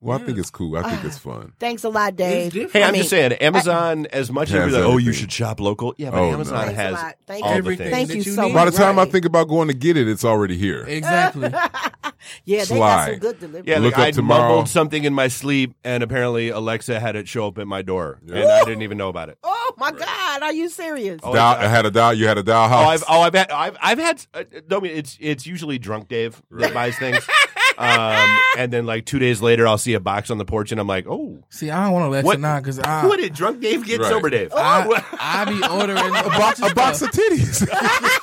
[SPEAKER 2] Well, I think it's cool. I think
[SPEAKER 1] Ah.
[SPEAKER 2] it's fun.
[SPEAKER 1] Thanks a lot, Dave.
[SPEAKER 3] different.
[SPEAKER 4] Hey,
[SPEAKER 1] I
[SPEAKER 4] I'm
[SPEAKER 1] mean,
[SPEAKER 4] just saying, Amazon. as much as
[SPEAKER 2] Has
[SPEAKER 4] we like, oh, you
[SPEAKER 2] everything.
[SPEAKER 4] should shop local. Yeah, but
[SPEAKER 2] Oh, no.
[SPEAKER 4] Amazon
[SPEAKER 1] Thanks a
[SPEAKER 4] has
[SPEAKER 1] lot. Thank
[SPEAKER 4] all
[SPEAKER 1] you.
[SPEAKER 4] the
[SPEAKER 3] Everything
[SPEAKER 4] things.
[SPEAKER 1] Thank
[SPEAKER 3] that
[SPEAKER 1] you
[SPEAKER 3] you
[SPEAKER 1] so
[SPEAKER 3] need.
[SPEAKER 1] much.
[SPEAKER 2] By the time I
[SPEAKER 1] Right.
[SPEAKER 2] think about going to get it, it's already here.
[SPEAKER 3] Exactly.
[SPEAKER 1] yeah, they got some
[SPEAKER 2] Slide.
[SPEAKER 1] good delivery.
[SPEAKER 4] Yeah,
[SPEAKER 2] Look
[SPEAKER 4] like
[SPEAKER 2] up
[SPEAKER 4] I
[SPEAKER 2] tomorrow.
[SPEAKER 4] mumbled something in my sleep, and apparently Alexa had it show up at my door, and I didn't even know about it.
[SPEAKER 1] Oh my God! Are you serious?
[SPEAKER 4] Oh,
[SPEAKER 2] Dial-
[SPEAKER 4] it's-
[SPEAKER 2] I had a dial. You had a dial
[SPEAKER 4] Oh,
[SPEAKER 2] house.
[SPEAKER 4] I've oh, I've had I've I've had. Uh, don't mean it's it's usually drunk Dave that buys things, um, and then like two days later, I'll see a box on the porch, and I'm like, oh,
[SPEAKER 3] See, I don't want to let
[SPEAKER 4] What-
[SPEAKER 3] you know because I,
[SPEAKER 4] what did drunk Dave get
[SPEAKER 2] Right.
[SPEAKER 4] sober Dave?
[SPEAKER 3] ah.
[SPEAKER 4] Oh,
[SPEAKER 3] I, I be ordering a box,
[SPEAKER 2] a box of titties.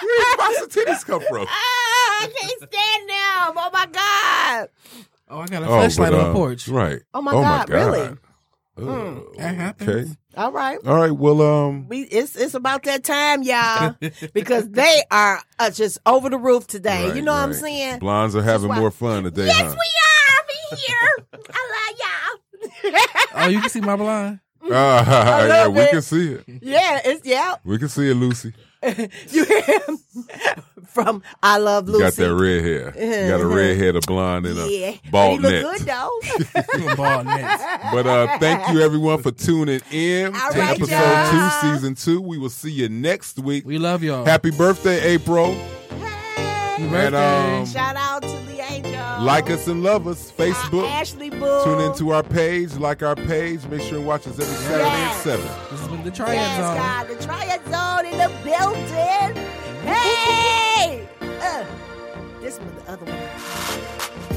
[SPEAKER 2] Where did a box of titties come from?
[SPEAKER 1] Ah, I can't stand them. Oh my God!
[SPEAKER 3] Oh, I got a
[SPEAKER 2] Oh,
[SPEAKER 3] flashlight
[SPEAKER 2] but,
[SPEAKER 3] on the
[SPEAKER 2] uh,
[SPEAKER 3] porch. Hmm.
[SPEAKER 2] Right.
[SPEAKER 1] Oh my God, really?
[SPEAKER 2] Oh,
[SPEAKER 3] That happens.
[SPEAKER 2] okay.
[SPEAKER 1] All right.
[SPEAKER 2] All right. Well, um,
[SPEAKER 1] We, it's it's about that time, y'all, because they are uh, just over the roof today.
[SPEAKER 2] right,
[SPEAKER 1] you know what I'm
[SPEAKER 2] right.
[SPEAKER 1] saying?
[SPEAKER 2] Blondes are having
[SPEAKER 1] why-
[SPEAKER 2] more fun today, huh?
[SPEAKER 1] we are. We here. I love y'all.
[SPEAKER 3] Oh, you can see my blind.
[SPEAKER 2] Ah, yeah,
[SPEAKER 1] love
[SPEAKER 2] we
[SPEAKER 1] it.
[SPEAKER 2] can see it.
[SPEAKER 1] yeah, it's yeah.
[SPEAKER 2] We can see it, Lucy.
[SPEAKER 1] You hear him from I Love
[SPEAKER 2] You
[SPEAKER 1] Lucy. Uh-huh,
[SPEAKER 2] got that red hair. You got a red head, a blonde, and a
[SPEAKER 1] yeah,
[SPEAKER 2] bald
[SPEAKER 1] but he
[SPEAKER 2] neck.
[SPEAKER 1] look good though.
[SPEAKER 3] You a bald neck.
[SPEAKER 2] But uh, thank you everyone for tuning in
[SPEAKER 1] All
[SPEAKER 2] to
[SPEAKER 1] right,
[SPEAKER 2] episode
[SPEAKER 1] y'all.
[SPEAKER 2] two, season two. We will see you next week.
[SPEAKER 3] We love y'all.
[SPEAKER 2] Happy birthday, April.
[SPEAKER 1] Hey,
[SPEAKER 3] Happy
[SPEAKER 2] and, um,
[SPEAKER 1] shout out to the angel.
[SPEAKER 2] Like us and love us.
[SPEAKER 1] Uh,
[SPEAKER 2] Facebook.
[SPEAKER 1] Ashley Bull.
[SPEAKER 2] Tune into our page, like our page. Make sure and watch us every Saturday
[SPEAKER 1] Yes.
[SPEAKER 2] at 7.
[SPEAKER 3] this has been the Triad
[SPEAKER 1] Yes,
[SPEAKER 3] Zone.
[SPEAKER 1] God, the Triad Zone in the building. Hey, uh, this was the other one.